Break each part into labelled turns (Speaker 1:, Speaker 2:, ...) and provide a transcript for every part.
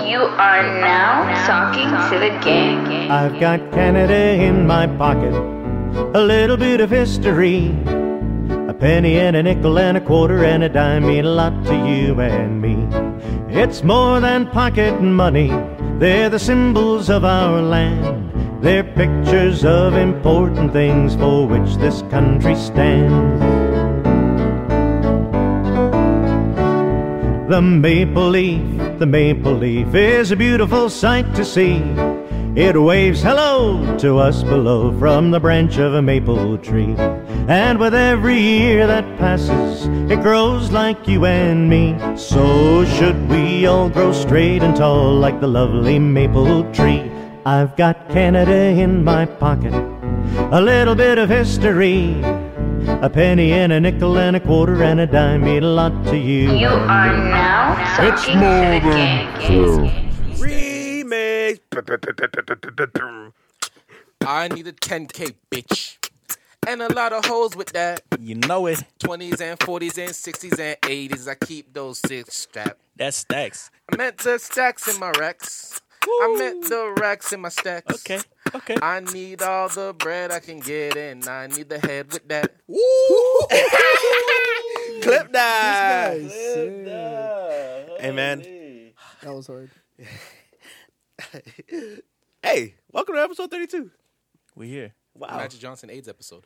Speaker 1: You are now talking to the gang.
Speaker 2: I've got Canada in my pocket, a little bit of history, a penny and a nickel and a quarter and a dime mean a lot to you and me. It's more than pocket money, they're the symbols of our land, they're pictures of important things for which this country stands. The maple leaf, the maple leaf is a beautiful sight to see. It waves hello to us below from the branch of a maple tree. And with every year that passes, it grows like you and me. So should we all grow straight and tall like the lovely maple tree. I've got Canada in my pocket, a little bit of history. A penny and a nickel and a quarter and a dime mean a lot to you.
Speaker 1: You are now
Speaker 3: It's
Speaker 1: talking
Speaker 3: more
Speaker 1: to the
Speaker 3: than
Speaker 1: gang.
Speaker 4: Remix.
Speaker 5: I need a 10K, bitch. And a lot of hoes with that.
Speaker 4: You know it.
Speaker 5: 20s and 40s and 60s and 80s. I keep those six strap.
Speaker 3: That's stacks.
Speaker 5: I meant the stacks in my racks. I meant the racks in my stacks.
Speaker 3: Okay. Okay.
Speaker 5: I need all the bread I can get, and I need the head with that.
Speaker 4: Clip that. Hey, man.
Speaker 6: That was hard.
Speaker 4: Hey, welcome to episode 32.
Speaker 3: We here.
Speaker 4: Wow.
Speaker 5: Magic Johnson AIDS episode.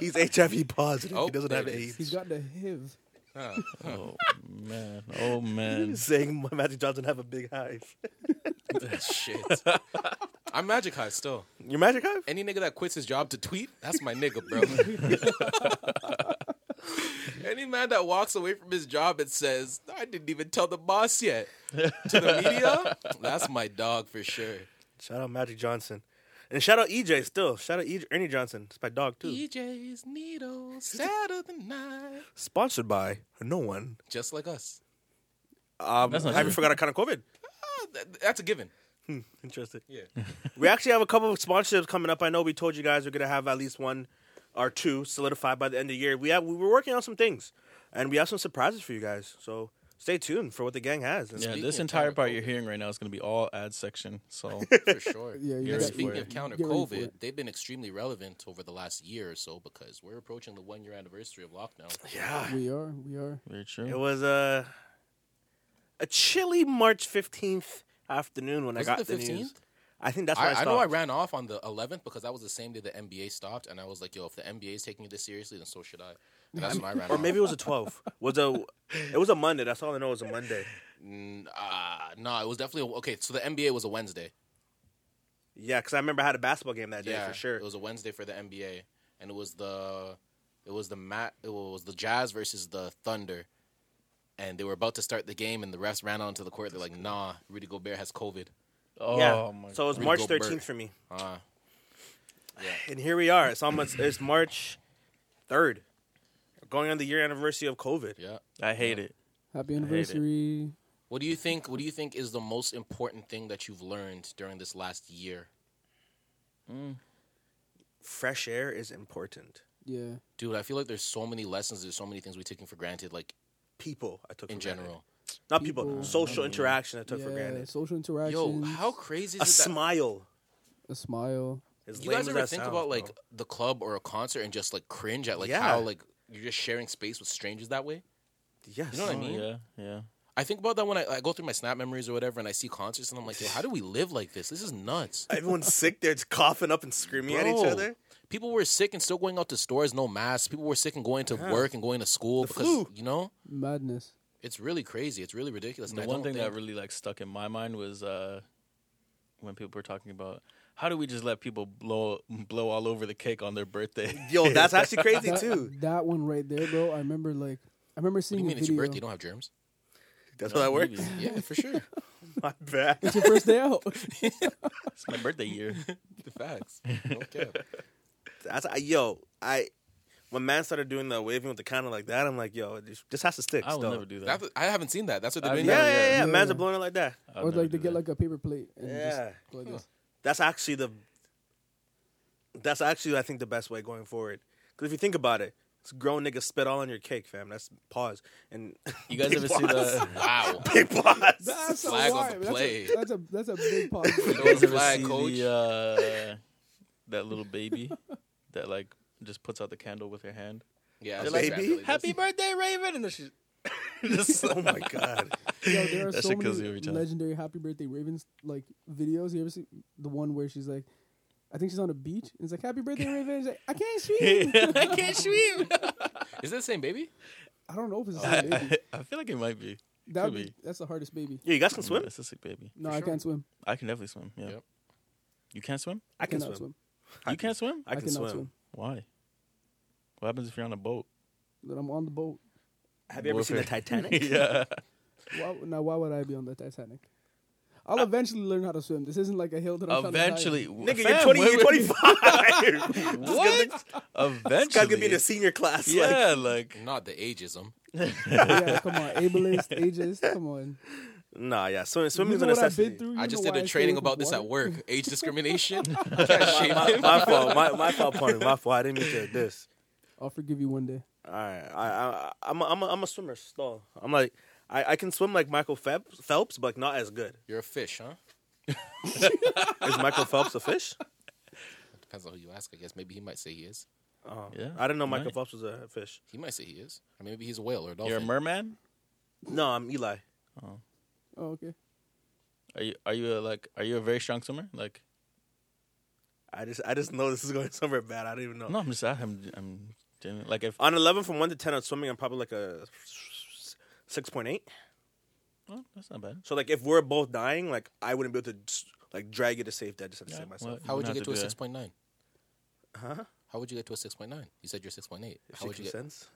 Speaker 4: He's HIV positive.
Speaker 5: Oh,
Speaker 4: he doesn't have
Speaker 5: there it is.
Speaker 4: AIDS.
Speaker 6: He's got the HIV.
Speaker 3: Oh man. Oh man.
Speaker 4: saying Magic Johnson have a big hive.
Speaker 5: Shit. I'm Magic High still.
Speaker 4: Your Magic hive?
Speaker 5: Any nigga that quits his job to tweet, that's my nigga, bro. Any man that walks away from his job and says, I didn't even tell the boss yet to the media, that's my dog for sure.
Speaker 4: Shout out Magic Johnson. And shout out EJ still. Shout out EJ, Ernie Johnson. It's my dog too.
Speaker 3: E-
Speaker 5: DJ's Needle, Saturday night.
Speaker 4: Sponsored by no one.
Speaker 5: Just like us.
Speaker 4: Um,
Speaker 3: That's not
Speaker 4: have
Speaker 3: true.
Speaker 4: you forgot a kind of COVID?
Speaker 5: Ah, th- that's a given.
Speaker 4: Interesting.
Speaker 5: Yeah.
Speaker 4: we actually have a couple of sponsorships coming up. I know we told you guys we're gonna have at least one or two solidified by the end of the year. We have we were working on some things, and we have some surprises for you guys. So stay tuned for what the gang has. And
Speaker 3: Yeah,
Speaker 4: speak-
Speaker 3: this
Speaker 5: of
Speaker 3: entire
Speaker 5: Tyler
Speaker 3: part
Speaker 5: Cole.
Speaker 3: you're hearing right now is going to be all ad section. So
Speaker 5: for sure.
Speaker 6: Yeah, you
Speaker 5: And
Speaker 3: Get ready
Speaker 5: speaking
Speaker 3: for
Speaker 5: of
Speaker 3: it.
Speaker 5: counter
Speaker 6: Get ready for
Speaker 5: COVID,
Speaker 6: it.
Speaker 5: they've been extremely relevant over the last year or so because we're approaching the one year anniversary of lockdown.
Speaker 4: yeah.
Speaker 6: We are. We are.
Speaker 3: very true.
Speaker 4: It was a a chilly March fifteenth afternoon when
Speaker 5: Was it
Speaker 4: I got
Speaker 5: the
Speaker 4: the,
Speaker 5: 15th?
Speaker 4: news. I think that's why I,
Speaker 5: I, I know I
Speaker 4: stopped.
Speaker 5: ran off on the 11th because that was the same day the NBA stopped, and I was like, "Yo, if the NBA is taking this seriously, then so should I." And that's when I ran.
Speaker 4: or
Speaker 5: off.
Speaker 4: maybe it was a 12. Was a it was a Monday. That's all I know. It was a Monday.
Speaker 5: Mm, ah, no, it was definitely a, okay. So the NBA was a Wednesday.
Speaker 4: Yeah, because I remember I had a basketball game that day
Speaker 5: Yeah,
Speaker 4: for sure.
Speaker 5: It was a Wednesday for the NBA, and it was the it was the mat it was the Jazz versus the Thunder, and they were about to start the game, and the refs ran onto the court. They're like, "Nah, Rudy Gobert has COVID."
Speaker 3: oh
Speaker 4: yeah,
Speaker 3: my.
Speaker 4: so it was
Speaker 5: Rudy
Speaker 4: March
Speaker 5: Gobert.
Speaker 4: 13th for me,
Speaker 5: Uh,
Speaker 4: and here we are. It's almost it's March 3rd, going on the year anniversary of COVID.
Speaker 5: yeah.
Speaker 3: I hate it.
Speaker 6: Happy anniversary.
Speaker 5: What do you think? What do you think is the most important thing that you've learned during this last year?
Speaker 4: Fresh air is important.
Speaker 6: Yeah.
Speaker 5: Dude, I feel like there's so many lessons. There's so many things we're taking for granted, like
Speaker 4: People, I took
Speaker 5: in
Speaker 4: for granted.
Speaker 5: general. Mm-hmm.
Speaker 4: not people,
Speaker 6: People.
Speaker 4: social interaction. I took
Speaker 6: yeah.
Speaker 4: for granted.
Speaker 6: Social interaction.
Speaker 5: Yo, how crazy
Speaker 4: A
Speaker 5: is it that?
Speaker 4: smile.
Speaker 6: A smile.
Speaker 4: As
Speaker 5: you
Speaker 4: lame
Speaker 5: guys
Speaker 4: as
Speaker 5: ever
Speaker 4: that
Speaker 5: think
Speaker 4: sounds,
Speaker 5: about like
Speaker 4: bro.
Speaker 5: the club or a concert and just like cringe at like
Speaker 4: Yeah.
Speaker 5: how like you're just sharing space with strangers that way?
Speaker 4: yes,
Speaker 5: you know what I
Speaker 3: Oh,
Speaker 5: mean?
Speaker 3: yeah, yeah.
Speaker 5: I think about that when I, I go through my snap memories or whatever, and I see concerts, and I'm like, yo, how do we live like this? This is nuts.
Speaker 4: Everyone's sick. They're just coughing up and screaming at each
Speaker 5: Bro,
Speaker 4: other.
Speaker 5: People were sick and still going out to stores, no masks. People were sick and going to work and going to school
Speaker 4: The
Speaker 5: because
Speaker 4: flu.
Speaker 5: you know
Speaker 6: Madness.
Speaker 5: it's really crazy. It's really ridiculous.
Speaker 3: The
Speaker 5: and I
Speaker 3: one
Speaker 5: don't
Speaker 3: thing
Speaker 5: think-
Speaker 3: that really like stuck in my mind was uh, when people were talking about how do we just let people blow blow all over the cake on their birthday?
Speaker 4: Yo, that's actually crazy
Speaker 6: That,
Speaker 4: too.
Speaker 6: that one right there, bro. I remember like I remember
Speaker 5: What do
Speaker 6: seeing
Speaker 5: you
Speaker 6: a
Speaker 5: mean it's
Speaker 6: video.
Speaker 5: your birthday? You don't have germs?
Speaker 4: That's how that works.
Speaker 5: Yeah, for sure.
Speaker 4: My bad.
Speaker 6: It's your first day out.
Speaker 3: it's my birthday year.
Speaker 5: the facts. Don't care.
Speaker 4: That's I, yo. I when man started doing the waving with the candle like that, I'm like, yo, this, this has to stick.
Speaker 3: I will
Speaker 4: still.
Speaker 3: never do that.
Speaker 5: That, I haven't seen that. That's what they're
Speaker 3: I've
Speaker 5: doing.
Speaker 4: Yeah,
Speaker 3: never-
Speaker 5: now?
Speaker 4: yeah, yeah.
Speaker 6: Yeah.
Speaker 4: Man's are blowing it like that.
Speaker 3: I
Speaker 6: or
Speaker 3: would never
Speaker 6: like to
Speaker 3: do
Speaker 6: get
Speaker 3: that.
Speaker 6: like a paper plate and
Speaker 4: Yeah,
Speaker 6: just go like this.
Speaker 4: that's actually the. That's actually I think the best way going forward. Because if you think about it, This grown nigga spit all on your cake, fam. That's pause. And
Speaker 3: You guys
Speaker 4: Big
Speaker 3: ever see the?
Speaker 5: Wow.
Speaker 4: big pause.
Speaker 6: That's
Speaker 5: Flag
Speaker 6: a
Speaker 5: on the
Speaker 6: wide. That's a,
Speaker 5: play.
Speaker 6: that's a that's a big pause.
Speaker 5: You
Speaker 3: You
Speaker 5: know,
Speaker 3: guys ever
Speaker 5: flag
Speaker 3: see
Speaker 5: coach.
Speaker 3: the, uh, that little baby that like just puts out the candle with her hand?
Speaker 5: yeah,
Speaker 3: They're
Speaker 5: that's
Speaker 3: like,
Speaker 5: exactly this.
Speaker 3: Happy birthday, Raven! And then she just
Speaker 4: oh my god.
Speaker 6: Yo, there are
Speaker 3: That
Speaker 6: so
Speaker 3: shit kills you
Speaker 6: many
Speaker 3: every time.
Speaker 6: legendary Happy Birthday Ravens like videos. You ever see the one where she's like, I think she's on a beach and it's like Happy Birthday Raven. She's like, I can't swim.
Speaker 3: I can't swim.
Speaker 5: Is it the same baby?
Speaker 6: I don't know if it's the same baby.
Speaker 3: I, I feel like it might be.
Speaker 6: That
Speaker 3: could
Speaker 6: be,
Speaker 3: be.
Speaker 6: that's the hardest baby.
Speaker 4: Yeah, you guys can swim.
Speaker 3: It's a sick baby.
Speaker 6: No, I can't swim.
Speaker 3: I can definitely swim. Yeah.
Speaker 5: Yep.
Speaker 3: You can't swim?
Speaker 4: I can swim.
Speaker 6: cannot
Speaker 3: You can't swim?
Speaker 4: I can
Speaker 6: cannot
Speaker 4: swim.
Speaker 3: Why? What happens if you're on a boat?
Speaker 6: Then I'm on the boat.
Speaker 4: Have you ever seen the
Speaker 3: Warfare.
Speaker 4: Titanic?
Speaker 3: yeah.
Speaker 6: Why, now, why would I be on the Titanic? I'll eventually learn how to swim. This isn't like a hill that I'm trying to climb.
Speaker 3: Eventually,
Speaker 4: Nigga,
Speaker 3: fam,
Speaker 4: you're 20,
Speaker 3: where
Speaker 4: you're
Speaker 3: would-
Speaker 4: 25.
Speaker 3: What? Eventually,
Speaker 4: This guy's gonna be in a senior class. Like,
Speaker 3: yeah, like
Speaker 5: Not the ageism.
Speaker 6: yeah, come on, ableist, ageist, come on.
Speaker 4: nah, yeah. Swim,
Speaker 6: You
Speaker 4: swimming's
Speaker 6: know
Speaker 4: a
Speaker 6: what I've been
Speaker 4: necessity.
Speaker 6: through. You
Speaker 5: I just
Speaker 6: know
Speaker 5: did
Speaker 6: why
Speaker 5: a
Speaker 6: I stay
Speaker 5: training
Speaker 6: with
Speaker 5: about this at
Speaker 6: water?
Speaker 5: work. Age discrimination. You can't shame
Speaker 4: my,
Speaker 5: him.
Speaker 4: my fault. My, my fault, Pony. My fault. I didn't mean to this.
Speaker 6: I'll forgive you one day.
Speaker 4: All right. I, I, I'm, a, I'm, a, I'm a swimmer still. I'm like, I, I can swim like Michael Phelps, Phelps, but not as good.
Speaker 5: You're a fish, huh?
Speaker 4: Is Michael Phelps a fish?
Speaker 5: Depends on who you ask, I guess. Maybe he might say he is.
Speaker 4: Oh,
Speaker 3: Yeah,
Speaker 4: I didn't know Michael
Speaker 3: right.
Speaker 4: Phelps was a fish.
Speaker 5: He might say he is. Or maybe he's a whale or a dolphin.
Speaker 3: you're a merman.
Speaker 4: No, I'm Eli.
Speaker 6: Oh, okay.
Speaker 3: Are you? Are you a, like? Are you a very strong swimmer? Like,
Speaker 4: I just, I just know this is going somewhere bad. I don't even know.
Speaker 3: no, I'm just. I'm. I'm. genuine. Like, if
Speaker 4: On 11 from 1 to 10 on swimming, I'm probably like a 6.8.
Speaker 3: well, that's not bad.
Speaker 4: So like if we're both dying, like I wouldn't be able to s- like drag you to safety. I just have to
Speaker 3: Yeah,
Speaker 4: save myself.
Speaker 3: well,
Speaker 5: How would you
Speaker 3: Wouldn't
Speaker 5: get
Speaker 3: have
Speaker 5: to a
Speaker 3: to do that.
Speaker 5: 6.9?
Speaker 4: Huh?
Speaker 5: How would you get to a 6.9? You said you're 6.8.
Speaker 4: If
Speaker 5: How
Speaker 4: she
Speaker 5: would you get?
Speaker 4: consents.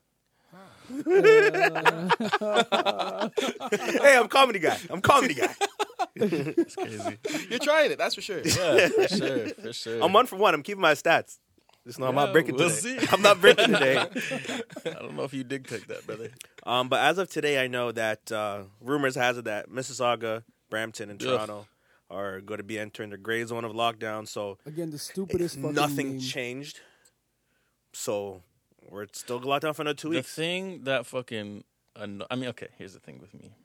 Speaker 4: hey, I'm comedy guy. I'm comedy guy.
Speaker 3: It's crazy.
Speaker 5: You're trying it, that's for sure.
Speaker 3: yeah, for sure, for sure.
Speaker 4: I'm one for one. I'm keeping my stats. Just know I'm
Speaker 3: Yeah,
Speaker 4: not breaking
Speaker 3: we'll
Speaker 4: today.
Speaker 3: see.
Speaker 4: I'm not breaking today.
Speaker 3: I don't know if you dig take that, brother.
Speaker 4: Um, but as of today, I know that uh, rumors has it that Mississauga, Brampton, and
Speaker 3: Ugh.
Speaker 4: Toronto are going to be entering the gray zone of lockdown. So
Speaker 6: Again, the stupidest fucking
Speaker 4: nothing
Speaker 6: name.
Speaker 4: changed. So we're still locked down for another two
Speaker 3: The
Speaker 4: weeks.
Speaker 3: thing that fucking, anno- I mean, okay, here's the thing with me.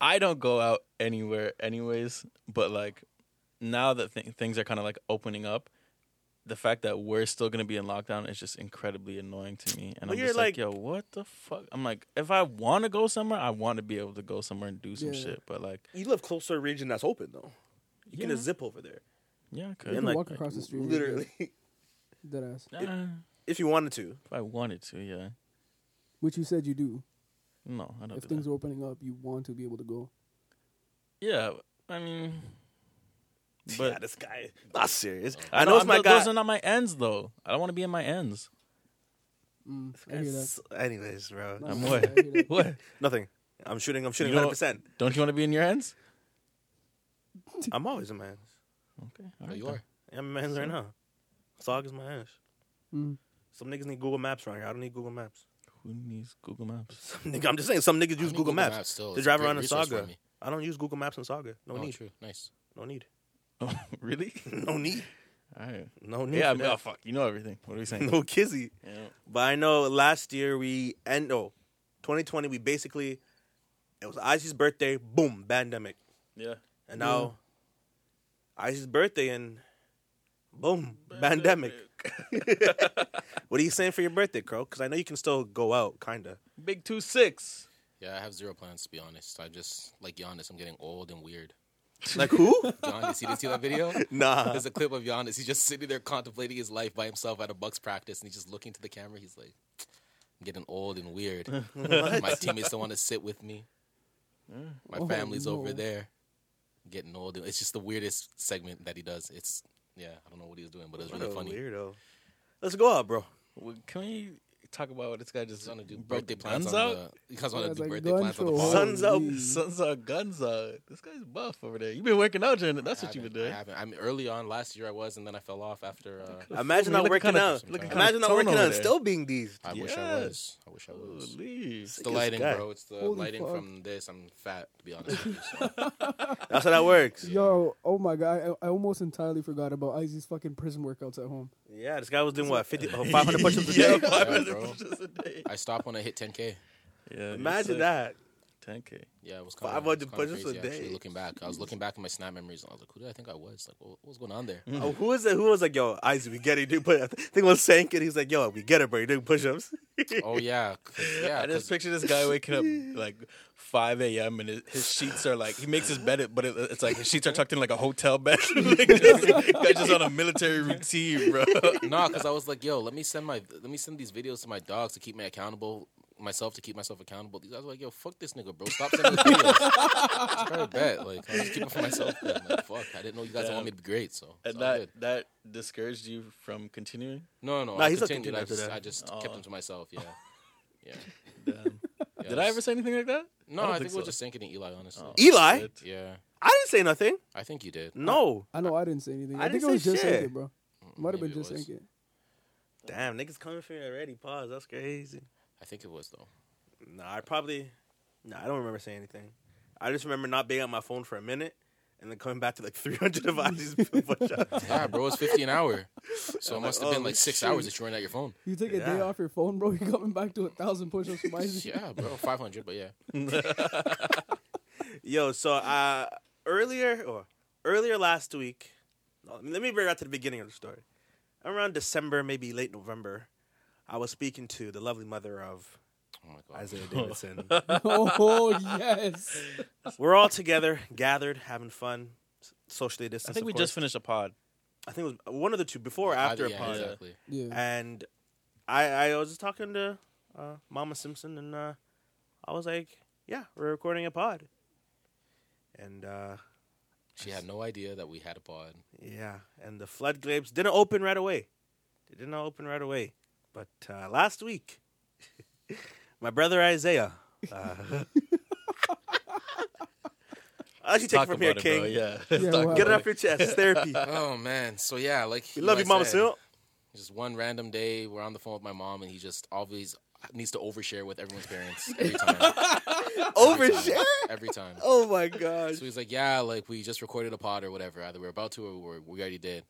Speaker 3: I don't go out anywhere, anyways. But like, now that th- things are kind of like opening up, the fact that we're still gonna be in lockdown is just incredibly annoying to me. And
Speaker 4: Well,
Speaker 3: I'm
Speaker 4: you're
Speaker 3: just like,
Speaker 4: like-
Speaker 3: yo, what the fuck? I'm like, if I want to go somewhere, I want to be able to go somewhere and do some
Speaker 6: Yeah.
Speaker 3: shit. But like,
Speaker 4: You live closer to a region that's open though. You can
Speaker 3: Yeah.
Speaker 4: just zip over there.
Speaker 3: yeah, I could.
Speaker 6: You
Speaker 4: And,
Speaker 6: can
Speaker 4: like,
Speaker 6: walk across the street.
Speaker 4: Literally,
Speaker 6: Dead ass.
Speaker 3: Uh, if
Speaker 4: if you wanted to.
Speaker 3: I wanted to, yeah.
Speaker 6: Which you said you do.
Speaker 3: No, I don't.
Speaker 6: If
Speaker 3: do
Speaker 6: things
Speaker 3: that.
Speaker 6: are opening up, you want to be able to go.
Speaker 3: yeah, I mean, but
Speaker 4: yeah, this guy not serious.
Speaker 3: I
Speaker 4: I know it's
Speaker 3: I'm-
Speaker 4: my
Speaker 3: tho-
Speaker 4: guy.
Speaker 3: Those are not my ends, though. I don't want to be in my ends.
Speaker 6: Mm, I hear that.
Speaker 4: Anyways, bro,
Speaker 6: No,
Speaker 3: I'm
Speaker 6: I
Speaker 3: what?
Speaker 6: hear that.
Speaker 3: What?
Speaker 4: nothing. I'm shooting. I'm shooting
Speaker 3: You know-
Speaker 4: 100. percent
Speaker 3: Don't you want to be in your ends?
Speaker 4: I'm always a man.
Speaker 3: Okay.
Speaker 5: No, Oh, you are.
Speaker 4: I'm a man right now. Sog is my ass.
Speaker 6: Mm.
Speaker 4: Some niggas need Google Maps around here. I don't need Google Maps.
Speaker 3: Who needs Google Maps?
Speaker 4: Some nigga, I'm just saying. Some niggas use
Speaker 5: need
Speaker 4: Google,
Speaker 5: Google
Speaker 4: Maps,
Speaker 5: Maps still.
Speaker 4: to
Speaker 5: It's a
Speaker 4: drive
Speaker 5: great
Speaker 4: around in
Speaker 5: resource
Speaker 4: Saga.
Speaker 5: for me.
Speaker 4: I don't use Google Maps in Saga. No
Speaker 5: Oh,
Speaker 4: need.
Speaker 5: true. Nice.
Speaker 4: No need.
Speaker 3: Oh, really?
Speaker 4: No need.
Speaker 3: All right.
Speaker 4: No need.
Speaker 3: Yeah. I
Speaker 4: for
Speaker 3: mean,
Speaker 4: that.
Speaker 3: oh fuck. You know everything. What are we saying?
Speaker 4: no kizzy.
Speaker 3: Yeah.
Speaker 4: But I know last year we end oh, 2020 we basically it was Izzy's birthday, boom, pandemic.
Speaker 3: Yeah.
Speaker 4: And now Izzy's birthday and boom, pandemic. what are you saying for your birthday, Crow? Cuz I know you can still go out kinda.
Speaker 3: Big two six.
Speaker 5: Yeah, I have zero plans to be honest. I just like Giannis. I'm getting old and weird.
Speaker 4: Like who?
Speaker 5: Giannis, you didn't see that video?
Speaker 4: nah.
Speaker 5: There's a clip of Giannis. He's just sitting there contemplating his life by himself at a Bucks practice, and he's just looking to the camera. He's like, "I'm getting old and weird. My teammates don't want to sit with me. My
Speaker 6: Oh,
Speaker 5: family's over
Speaker 6: no.
Speaker 5: there. Getting old. It's just the weirdest segment that he does. It's yeah, I don't know what he was doing, but it's
Speaker 4: What
Speaker 5: really
Speaker 4: a
Speaker 5: funny.
Speaker 4: Weirdo. Let's go out, bro.
Speaker 3: Well, Can we talk about what this guy just
Speaker 5: He's gonna do
Speaker 3: broke
Speaker 5: birthday
Speaker 3: the
Speaker 5: plans
Speaker 3: guns
Speaker 5: on
Speaker 3: out.
Speaker 5: the. You guys want
Speaker 6: Yeah,
Speaker 5: to
Speaker 6: it's
Speaker 5: do
Speaker 6: like
Speaker 5: birthday
Speaker 6: gun
Speaker 5: plans on the
Speaker 6: show.
Speaker 5: pod?
Speaker 4: Sun's out.
Speaker 6: Holy.
Speaker 3: Suns out, guns out. This guy's buff over there. You've been working out, Janet. That's
Speaker 5: I
Speaker 3: what you've been
Speaker 5: haven't-
Speaker 3: doing.
Speaker 5: I haven't. I mean, early on last year I was, and then I fell off after. Uh,
Speaker 4: Imagine
Speaker 3: You're
Speaker 4: not
Speaker 3: looking
Speaker 4: working
Speaker 3: kinda-
Speaker 4: out.
Speaker 3: looking kinda
Speaker 4: Imagine not
Speaker 3: toned
Speaker 4: working
Speaker 3: over
Speaker 4: out and
Speaker 3: there.
Speaker 4: still being these.
Speaker 5: I wish I was. I wish I was.
Speaker 3: Holy.
Speaker 5: It's the lighting,
Speaker 4: guy.
Speaker 5: bro. It's the
Speaker 6: Holy
Speaker 5: lighting
Speaker 6: fuck.
Speaker 5: from this. I'm fat, to be honest. With you, so.
Speaker 4: That's how that works.
Speaker 6: Yo, oh my god, I, I almost entirely forgot about Izzy's fucking prison workouts at home.
Speaker 4: Yeah, this guy was doing what 50, 500 push-ups a day.
Speaker 3: Yeah, 500
Speaker 5: bro.
Speaker 3: push-ups a day.
Speaker 5: I stopped when I hit 10k.
Speaker 3: Yeah,
Speaker 4: Imagine that.
Speaker 3: 10K.
Speaker 5: Yeah, it was kind of
Speaker 4: 500 push-ups
Speaker 5: crazy,
Speaker 4: a
Speaker 5: actually,
Speaker 4: day.
Speaker 5: Looking back, I was looking back at my snap memories, and I was like, "Who did I think I was? Like, what what was going on there?"
Speaker 4: Oh, who was it? Who was like, yo, Isaac, we get it, dude. But I think it was Sank, and he's like, yo, we get it, bro. You're doing push-ups.
Speaker 5: oh yeah, 'cause- yeah.
Speaker 3: I just
Speaker 5: 'cause
Speaker 3: picture this guy waking up like 5 a.m. and his, his sheets are like he makes his bed, but it, it's like his sheets are tucked in like a hotel bed. like, this guy just on a military routine, bro.
Speaker 5: no, because I was like, "Yo, let me send my let me send these videos to my dogs to keep me accountable." Myself to keep myself accountable. These guys were like, "Yo, fuck this nigga, bro. Stop sending me videos." It's kind of bad. Like, I was keeping for myself. then. Like, fuck, I didn't know you guys want me to be great. So, it's
Speaker 3: And
Speaker 5: all
Speaker 3: that
Speaker 5: good.
Speaker 3: that discouraged you from continuing.
Speaker 5: no, no, no.
Speaker 4: Nah,
Speaker 5: I
Speaker 4: he's not
Speaker 5: continued. I
Speaker 4: continuing
Speaker 5: just,
Speaker 4: after
Speaker 5: I just kept them to myself. Yeah, yeah.
Speaker 3: Damn.
Speaker 5: yeah,
Speaker 3: Did I
Speaker 5: it's-
Speaker 3: ever say anything like that?
Speaker 5: No,
Speaker 3: I
Speaker 5: I,
Speaker 3: don't
Speaker 5: think,
Speaker 3: think
Speaker 5: we
Speaker 3: so.
Speaker 5: were just thinking in Eli, honestly.
Speaker 4: Eli?
Speaker 3: Shit.
Speaker 5: Yeah,
Speaker 4: I didn't say nothing.
Speaker 5: I think you did.
Speaker 4: No.
Speaker 6: I know I didn't say anything.
Speaker 4: I
Speaker 6: I, think
Speaker 4: didn't
Speaker 6: it was
Speaker 4: say
Speaker 6: just
Speaker 4: shit.
Speaker 6: Ankit, bro. Might have been
Speaker 5: Mm, Maybe it
Speaker 6: just
Speaker 5: was.
Speaker 6: Ankit.
Speaker 4: Damn, niggas coming for me already. Pause. That's crazy.
Speaker 5: I think it was though.
Speaker 4: Nah, I probably. Nah, I don't remember saying anything. I just remember not being on my phone for a minute, and then coming back to like 300 of Isaac's push-ups.
Speaker 5: Yeah, bro, it's fifty an hour, so it must have
Speaker 4: like,
Speaker 5: been
Speaker 4: oh,
Speaker 5: like six
Speaker 4: shoot.
Speaker 5: hours that you weren't at your phone.
Speaker 6: You take a day
Speaker 4: Yeah.
Speaker 6: off your phone, bro. You're coming back to a thousand push-ups from Izzy.
Speaker 5: Yeah, bro, five hundred, but yeah,
Speaker 4: Yo, so uh, earlier or earlier last week, no, let me bring it out to the beginning of the story. Around December, maybe late November, I was speaking to the lovely mother of
Speaker 5: oh my god,
Speaker 4: Isaiah Davidson.
Speaker 6: oh yes.
Speaker 4: We're all together, gathered, having fun, s- socially
Speaker 3: I
Speaker 4: distanced.
Speaker 3: think
Speaker 4: of
Speaker 3: we
Speaker 4: course.
Speaker 3: just finished a pod.
Speaker 4: I think it was one of the two, before or
Speaker 5: I-
Speaker 4: after
Speaker 5: yeah,
Speaker 4: a pod.
Speaker 5: exactly.
Speaker 6: Yeah.
Speaker 4: And I, I was just talking to uh, Mama Simpson, and uh, I was like, "Yeah, we're recording a pod." And uh,
Speaker 5: She had no idea that we had a pod.
Speaker 4: Yeah, and the floodgates didn't open right away. They didn't open right away. But uh, last week, my brother Isaiah. Uh, I'll actually take it
Speaker 3: Talk
Speaker 4: from here,
Speaker 3: about it,
Speaker 4: King.
Speaker 3: bro. Yeah.
Speaker 6: Yeah,
Speaker 3: Talk
Speaker 6: well-
Speaker 4: Get it
Speaker 3: about
Speaker 4: off your chest. It's therapy.
Speaker 5: Oh man, so yeah, like
Speaker 4: We love you, Mama
Speaker 5: said,
Speaker 4: Sil.
Speaker 5: Just one random day, we're on the phone with my mom, and he just always needs to overshare with everyone's parents every time.
Speaker 4: Overshare.
Speaker 5: every time.
Speaker 4: Oh my gosh.
Speaker 5: So he's like, yeah, like we just recorded a pod or whatever. Either we're about to or we're, we already did.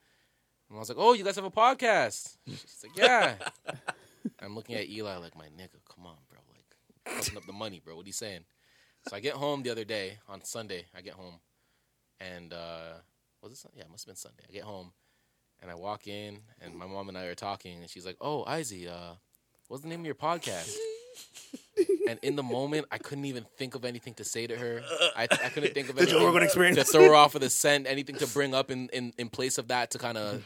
Speaker 5: And I was like, oh, you guys have a podcast? She's like, yeah. I'm looking at Eli like, my nigga, come on, bro. Like, open up the money, bro. What are you saying? So I get home the other day on Sunday. I get home and uh, was it Sunday? Yeah, it must have been Sunday. I get home and I walk in and my mom and I are talking and she's like, oh, Izzy, uh, what's the name of your podcast? and in the moment, I couldn't even think of anything to say to her. I, I couldn't think of
Speaker 4: The Joe
Speaker 5: anything
Speaker 4: Rogan experience.
Speaker 5: to throw her off of the scent, anything to bring up in, in, in place of that to kind of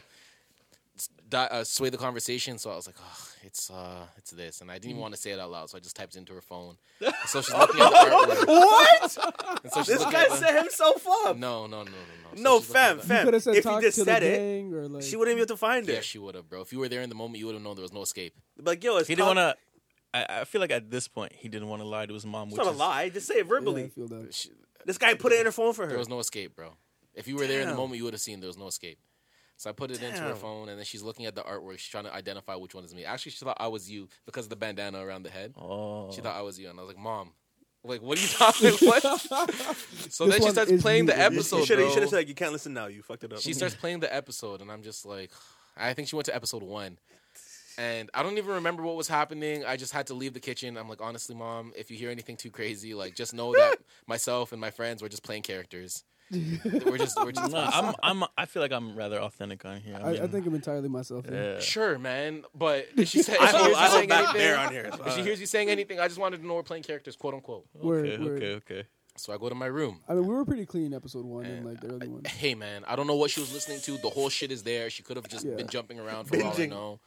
Speaker 5: uh, sway the conversation. So I was like, oh, it's uh, it's this, and I didn't even
Speaker 4: Mm.
Speaker 5: want to say it out loud, so I just typed it into her phone. And so she's looking at the artwork.
Speaker 4: What?
Speaker 5: And so she's
Speaker 4: This
Speaker 5: looking
Speaker 4: guy
Speaker 5: at the-
Speaker 4: set himself up. No,
Speaker 5: no, no, no, no, no. So
Speaker 4: no
Speaker 5: she's looking at the-
Speaker 4: fam,
Speaker 6: You
Speaker 4: fam.
Speaker 6: could have
Speaker 4: If
Speaker 6: said
Speaker 4: you
Speaker 6: talk
Speaker 4: just
Speaker 6: to the
Speaker 4: said it,
Speaker 6: gang or like
Speaker 4: she wouldn't be able to find
Speaker 5: Yeah,
Speaker 4: it.
Speaker 5: she would have, bro. If you were there in the moment, you would have known there was no escape.
Speaker 4: Like, yo, it's
Speaker 3: He didn't
Speaker 4: called-
Speaker 3: want to. I, I feel like at this point he didn't want to lie to his mom.
Speaker 4: It's
Speaker 3: Which
Speaker 4: not a
Speaker 3: is-
Speaker 4: lie. Just say it verbally.
Speaker 6: Yeah, I feel that.
Speaker 5: She,
Speaker 4: This guy put it in her phone for her.
Speaker 5: there was no escape, bro. If you were there in the
Speaker 4: Damn.
Speaker 5: moment, you would have seen there was no escape. So I put it into her
Speaker 4: Damn.
Speaker 5: phone, and then she's looking at the artwork. She's trying to identify which one is me. Actually, she thought I was you because of the bandana around the head.
Speaker 3: Oh.
Speaker 5: She thought I was you, and I was like, "Mom, like, what are you talking? What?" so
Speaker 6: This
Speaker 5: then she
Speaker 6: one
Speaker 5: starts
Speaker 6: is
Speaker 5: playing
Speaker 6: you.
Speaker 5: the
Speaker 6: You- you
Speaker 4: You
Speaker 5: episode.
Speaker 4: should
Speaker 5: bro.
Speaker 4: have said like you can't listen now. You fucked it up.
Speaker 5: she starts playing the episode, and I'm just like, I think she went to episode one, and I don't even remember what was happening. I just had to leave the kitchen. I'm like, honestly, mom, if you hear anything too crazy, like, just know that myself and my friends were just playing characters. we're just, we're just.
Speaker 3: No, I'm, I'm. I feel like I'm rather authentic on here. I,
Speaker 6: I, I
Speaker 3: mean,
Speaker 6: think I'm entirely myself. Yeah.
Speaker 3: Yeah.
Speaker 5: Sure, man, but if she said,
Speaker 4: I
Speaker 5: if she
Speaker 4: hold,
Speaker 5: hears
Speaker 4: I uh,
Speaker 5: you
Speaker 4: hold
Speaker 5: saying
Speaker 4: back
Speaker 5: anything,
Speaker 4: there on here.
Speaker 5: if she hears you saying anything, I just wanted to know we're playing characters, quote unquote.
Speaker 6: Word,
Speaker 3: Okay.
Speaker 6: word.
Speaker 3: Okay. Okay.
Speaker 5: So I go to my room.
Speaker 6: I mean, we were pretty clean episode one and like the early one.
Speaker 5: Hey, man, I don't know what she was listening to. The whole shit is there. She could have just
Speaker 6: Yeah.
Speaker 5: been jumping around for all I
Speaker 4: Binging.
Speaker 5: know.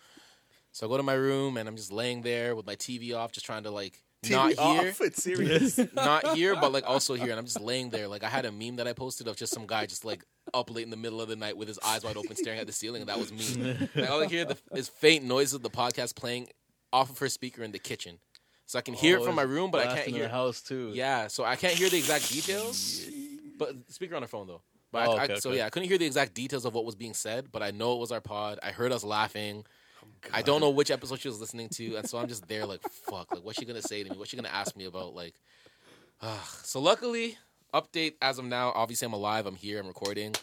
Speaker 5: So I go to my room and I'm just laying there with my TV off, just trying to like not hear,
Speaker 4: It's serious.
Speaker 5: not here, but like also here. And I'm just laying there. Like I had a meme that I posted of just some guy just like up late in the middle of the night with his eyes wide open, staring at the ceiling, and that was me. Like all I hear the, is faint noise of the podcast playing off of her speaker in the kitchen, so I can hear it from my room, but I can't
Speaker 3: Oh, Blasting in
Speaker 5: hear.
Speaker 3: the house too.
Speaker 5: Yeah, so I can't hear the exact details. But speaker on her phone though. But
Speaker 3: Oh,
Speaker 5: I,
Speaker 3: okay,
Speaker 5: I, so
Speaker 3: okay.
Speaker 5: yeah, I couldn't hear the exact details of what was being said, but I know it was our pod. I heard us laughing.
Speaker 3: Oh,
Speaker 5: I don't know which episode she was listening to, and so I'm just there like, fuck, like what's she gonna say to me? What's she gonna ask me about? Like, ugh. so luckily, update as of now. Obviously, I'm alive. I'm here. I'm recording.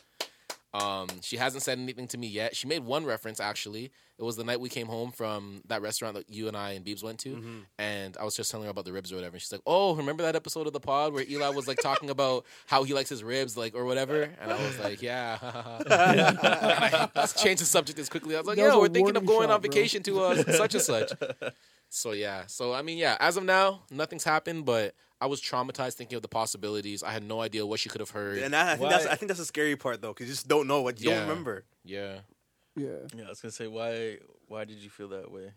Speaker 5: Um, she hasn't said anything to me yet. She made one reference actually. It was the night we came home from that restaurant that you and I and Beebs went to,
Speaker 6: Mm-hmm.
Speaker 5: and I was just telling her about the ribs or whatever. And she's like, "Oh, remember that episode of the pod where Eli was like talking about how he likes his ribs, like or whatever?" And I was like, "Yeah." and I, let's change the subject as quickly. I was like,
Speaker 6: That was
Speaker 5: "Yo,
Speaker 6: a
Speaker 5: we're thinking of
Speaker 6: warning
Speaker 5: going
Speaker 6: shot,
Speaker 5: on
Speaker 6: bro.
Speaker 5: vacation to uh, such and such." So yeah. So I mean, yeah. As of now, nothing's happened, but I was traumatized thinking of the possibilities. I had no idea what she could have heard.
Speaker 4: And that, I think that's
Speaker 3: Why-
Speaker 4: I think that's the scary part though, because you just don't know what you
Speaker 5: Yeah.
Speaker 4: don't remember.
Speaker 5: yeah.
Speaker 6: Yeah.
Speaker 3: Yeah, I was gonna say why why did you feel that way?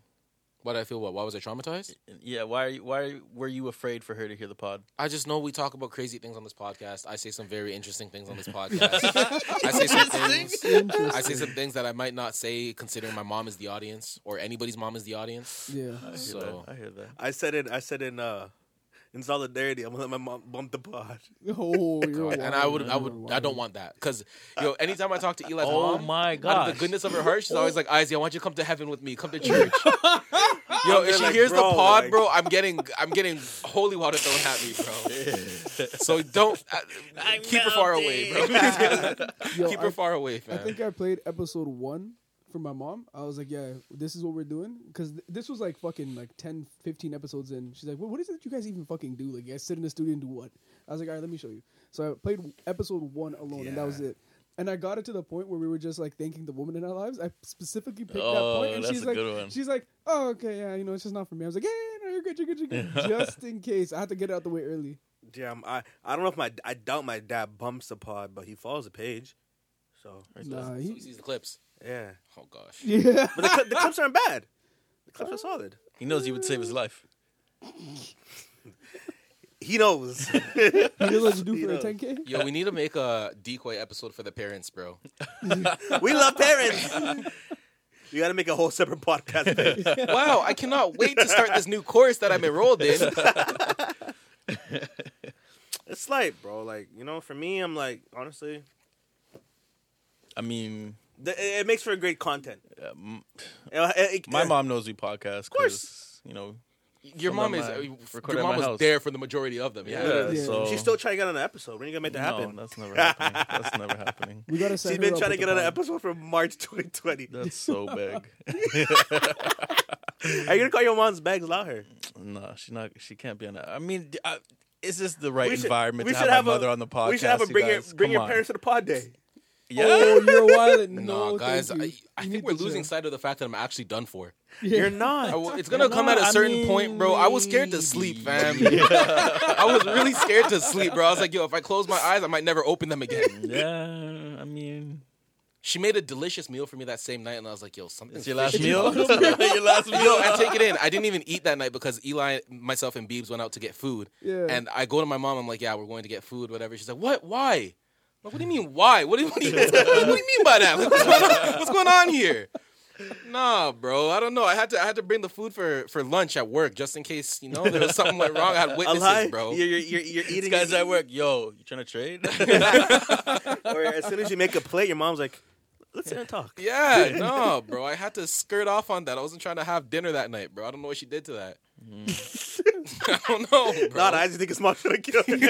Speaker 5: Why did I feel what? Why was I traumatized?
Speaker 3: And Yeah, why are you, why were you afraid for her to hear the pod?
Speaker 5: I just know we talk about crazy things on this podcast. I say some very interesting things on this podcast. I say some things.
Speaker 6: Interesting.
Speaker 5: I say some things that I might not say, considering my mom is the audience or anybody's mom is the audience.
Speaker 6: Yeah.
Speaker 3: I hear
Speaker 5: So-
Speaker 3: that. I hear that.
Speaker 4: I said it. I said in uh, in solidarity, I'm gonna let my mom bump the pod.
Speaker 6: Oh, you're
Speaker 5: And I would,
Speaker 6: wild,
Speaker 5: I
Speaker 6: you're
Speaker 5: would, I
Speaker 6: wild.
Speaker 5: don't want that because, yo, anytime I talk to Eli's
Speaker 3: Oh
Speaker 5: mom,
Speaker 3: my
Speaker 5: out
Speaker 3: god.
Speaker 5: of the goodness of her heart, she's always like, "Izzy, I want you to come to heaven with me. Come to church." Yo, if
Speaker 4: there
Speaker 5: she
Speaker 4: like,
Speaker 5: hears
Speaker 4: "Bro,
Speaker 5: the pod,
Speaker 4: like-
Speaker 5: bro, I'm getting, I'm getting holy water thrown at me, bro. so don't I, keep her far away, bro.
Speaker 6: Yo,
Speaker 5: keep her
Speaker 6: I-
Speaker 5: far away, fam.
Speaker 6: I think I played episode one for my mom. I was like, yeah, this is what we're doing. Because th- this was like fucking like 10, 15 episodes in. She's like, well, what is it that you guys even fucking do? Like, you guys sit in the studio and do what? I was like, all right, let me show you. So I played episode one alone, and that was it. And I got it to the point where we were just like thanking the woman in our lives. I specifically picked that
Speaker 3: Oh,
Speaker 6: point, and
Speaker 3: that's
Speaker 6: she's
Speaker 3: a
Speaker 6: like,
Speaker 3: good one.
Speaker 6: she's like, oh, okay, yeah, you know, it's just not for me. I was like, yeah, no, you're good, you're good, you're good. just in case, I had to get it out the way early.
Speaker 4: Yeah, I'm- I I don't know if my I doubt my dad bumps the pod, but he follows the page. So
Speaker 6: Nah,
Speaker 5: so he
Speaker 6: he,
Speaker 5: sees the clips.
Speaker 4: yeah,
Speaker 5: Oh gosh.
Speaker 6: yeah.
Speaker 4: but the, cl- the clips aren't bad. The clips are solid.
Speaker 3: he knows you would save his life.
Speaker 4: He knows.
Speaker 6: He knows what you do
Speaker 4: He
Speaker 6: for a
Speaker 4: knows.
Speaker 6: 10k.
Speaker 5: Yo, we need to make a decoy episode for the parents, bro.
Speaker 4: we love parents. You got to make a whole separate podcast. Page.
Speaker 5: Wow, I cannot wait to start this new course that I'm enrolled in.
Speaker 4: It's like, bro, like you know, for me, I'm like honestly,
Speaker 3: I mean,
Speaker 4: th- it, it makes for great content.
Speaker 3: uh, m-
Speaker 4: It- it-
Speaker 3: my
Speaker 4: it-
Speaker 3: mom knows we podcast. Of
Speaker 4: course.
Speaker 3: you know.
Speaker 5: Your mom is uh,
Speaker 3: Sometime I record
Speaker 5: your
Speaker 3: at
Speaker 5: mom
Speaker 3: my
Speaker 5: was
Speaker 3: house.
Speaker 5: there for the majority of them. Yeah.
Speaker 3: Yeah,
Speaker 6: Yeah.
Speaker 3: so
Speaker 4: She's uh, still trying to get on an episode. When are you gonna make that
Speaker 3: no,
Speaker 4: happen?
Speaker 3: that's never happening. That's never happening.
Speaker 6: We gotta set
Speaker 4: She's
Speaker 6: her
Speaker 4: been
Speaker 6: up
Speaker 4: trying to
Speaker 6: with
Speaker 4: get
Speaker 6: the
Speaker 4: on an
Speaker 6: pod.
Speaker 4: episode from March 2020.
Speaker 3: That's so big.
Speaker 4: Are you gonna call your mom's bags louder?
Speaker 3: no, she's not. She can't be on that. I mean, d- I, is this the right
Speaker 4: We should-
Speaker 3: environment
Speaker 4: we
Speaker 3: to
Speaker 4: should
Speaker 3: have,
Speaker 4: have
Speaker 3: my
Speaker 4: a-
Speaker 3: mother on the podcast?
Speaker 4: we should have a
Speaker 3: you
Speaker 4: bring your
Speaker 3: guys?
Speaker 4: bring
Speaker 3: Come
Speaker 4: your
Speaker 3: on.
Speaker 4: parents to the pod day.
Speaker 3: Yeah.
Speaker 6: Oh, you're wild. No,
Speaker 5: No, guys,
Speaker 6: thank
Speaker 5: I,
Speaker 6: you.
Speaker 5: I
Speaker 6: You
Speaker 5: think
Speaker 6: need
Speaker 5: we're
Speaker 6: to
Speaker 5: losing
Speaker 6: chill.
Speaker 5: sight of the fact that I'm actually done for.
Speaker 4: You're not.
Speaker 5: I will- it's gonna come at a
Speaker 3: I
Speaker 5: certain point, bro. I was scared to
Speaker 3: mean-
Speaker 5: sleep, fam. I was really scared to sleep, bro. I was like, yo, if I close my eyes, I might never open them again.
Speaker 3: Yeah, I mean,
Speaker 5: She made a delicious meal for me that same night, and I was like, yo, something's
Speaker 3: it's your last
Speaker 5: fishy
Speaker 3: meal.
Speaker 5: about this.
Speaker 3: your last meal.
Speaker 5: Yo, I take it in. I didn't even eat that night because Eli, myself, and Beebs went out to get food.
Speaker 6: Yeah.
Speaker 5: And I go to my mom. I'm like, "Yeah, we're going to get food, whatever." She's like, "What? Why?" I'm like, what do you mean? Why? What do you, what do you, what do you mean by that? Like, what's, going on, what's going on here? Nah, bro. I don't know. I had to. I had to bring the food for for lunch at work just in case you know there was something went wrong. I had witnesses,
Speaker 4: Alive,
Speaker 5: bro.
Speaker 4: You're, you're, you're, you're eating
Speaker 3: These guys at work, yo, you trying to trade?
Speaker 4: or as soon as you make a plate, your mom's like, "Let's sit and talk."
Speaker 5: Yeah, no, bro. I had to skirt off on that. I wasn't trying to have dinner that night, bro. I don't know what she did to that. I don't know, bro.
Speaker 4: Not I just think it's mom's gonna kill me.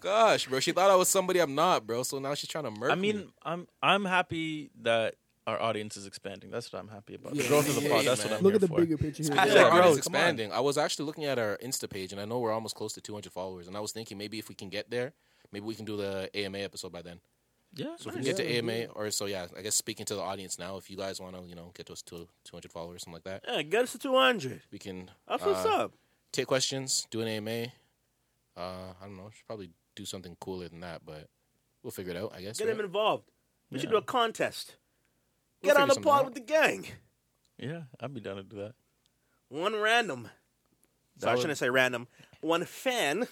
Speaker 5: Gosh, bro, she thought I was somebody I'm not, bro. So now she's trying to murder.
Speaker 3: I mean, I'm I'm happy that our audience is expanding. That's what I'm happy about. The
Speaker 6: Yeah.
Speaker 3: growth of the
Speaker 5: Yeah,
Speaker 3: pod.
Speaker 5: yeah,
Speaker 3: That's
Speaker 5: man.
Speaker 3: what I'm
Speaker 6: Look at the
Speaker 3: here for.
Speaker 6: bigger picture here.
Speaker 5: yeah,
Speaker 3: Yeah,
Speaker 5: our
Speaker 3: bro,
Speaker 5: audience
Speaker 3: come
Speaker 5: expanding. I was actually looking at our Insta page, and I know we're almost close to 200 followers. And I was thinking maybe if we can get there, maybe we can do the AMA episode by then.
Speaker 3: Yeah,
Speaker 5: So if we
Speaker 3: nice.
Speaker 5: can get to
Speaker 6: Yeah,
Speaker 5: AMA, or so yeah, I guess speaking to the audience now, if you guys want to, you know, get to us to 200 followers, something like that,
Speaker 4: yeah, get us to 200.
Speaker 5: we can
Speaker 4: That's what's
Speaker 5: uh,
Speaker 4: up.
Speaker 5: take questions, do an AMA. Uh, I don't know. Should probably do something cooler than that, but we'll figure it out. I guess.
Speaker 4: Get
Speaker 5: right?
Speaker 4: him involved. We should do
Speaker 3: Yeah.
Speaker 4: a contest.
Speaker 5: We'll
Speaker 4: Get
Speaker 5: figure
Speaker 4: on the
Speaker 5: something
Speaker 4: pod
Speaker 5: out.
Speaker 4: with the gang.
Speaker 3: Yeah, I'd be down to do that.
Speaker 4: One random. Sorry, I
Speaker 3: would-
Speaker 4: shouldn't say random. One fan.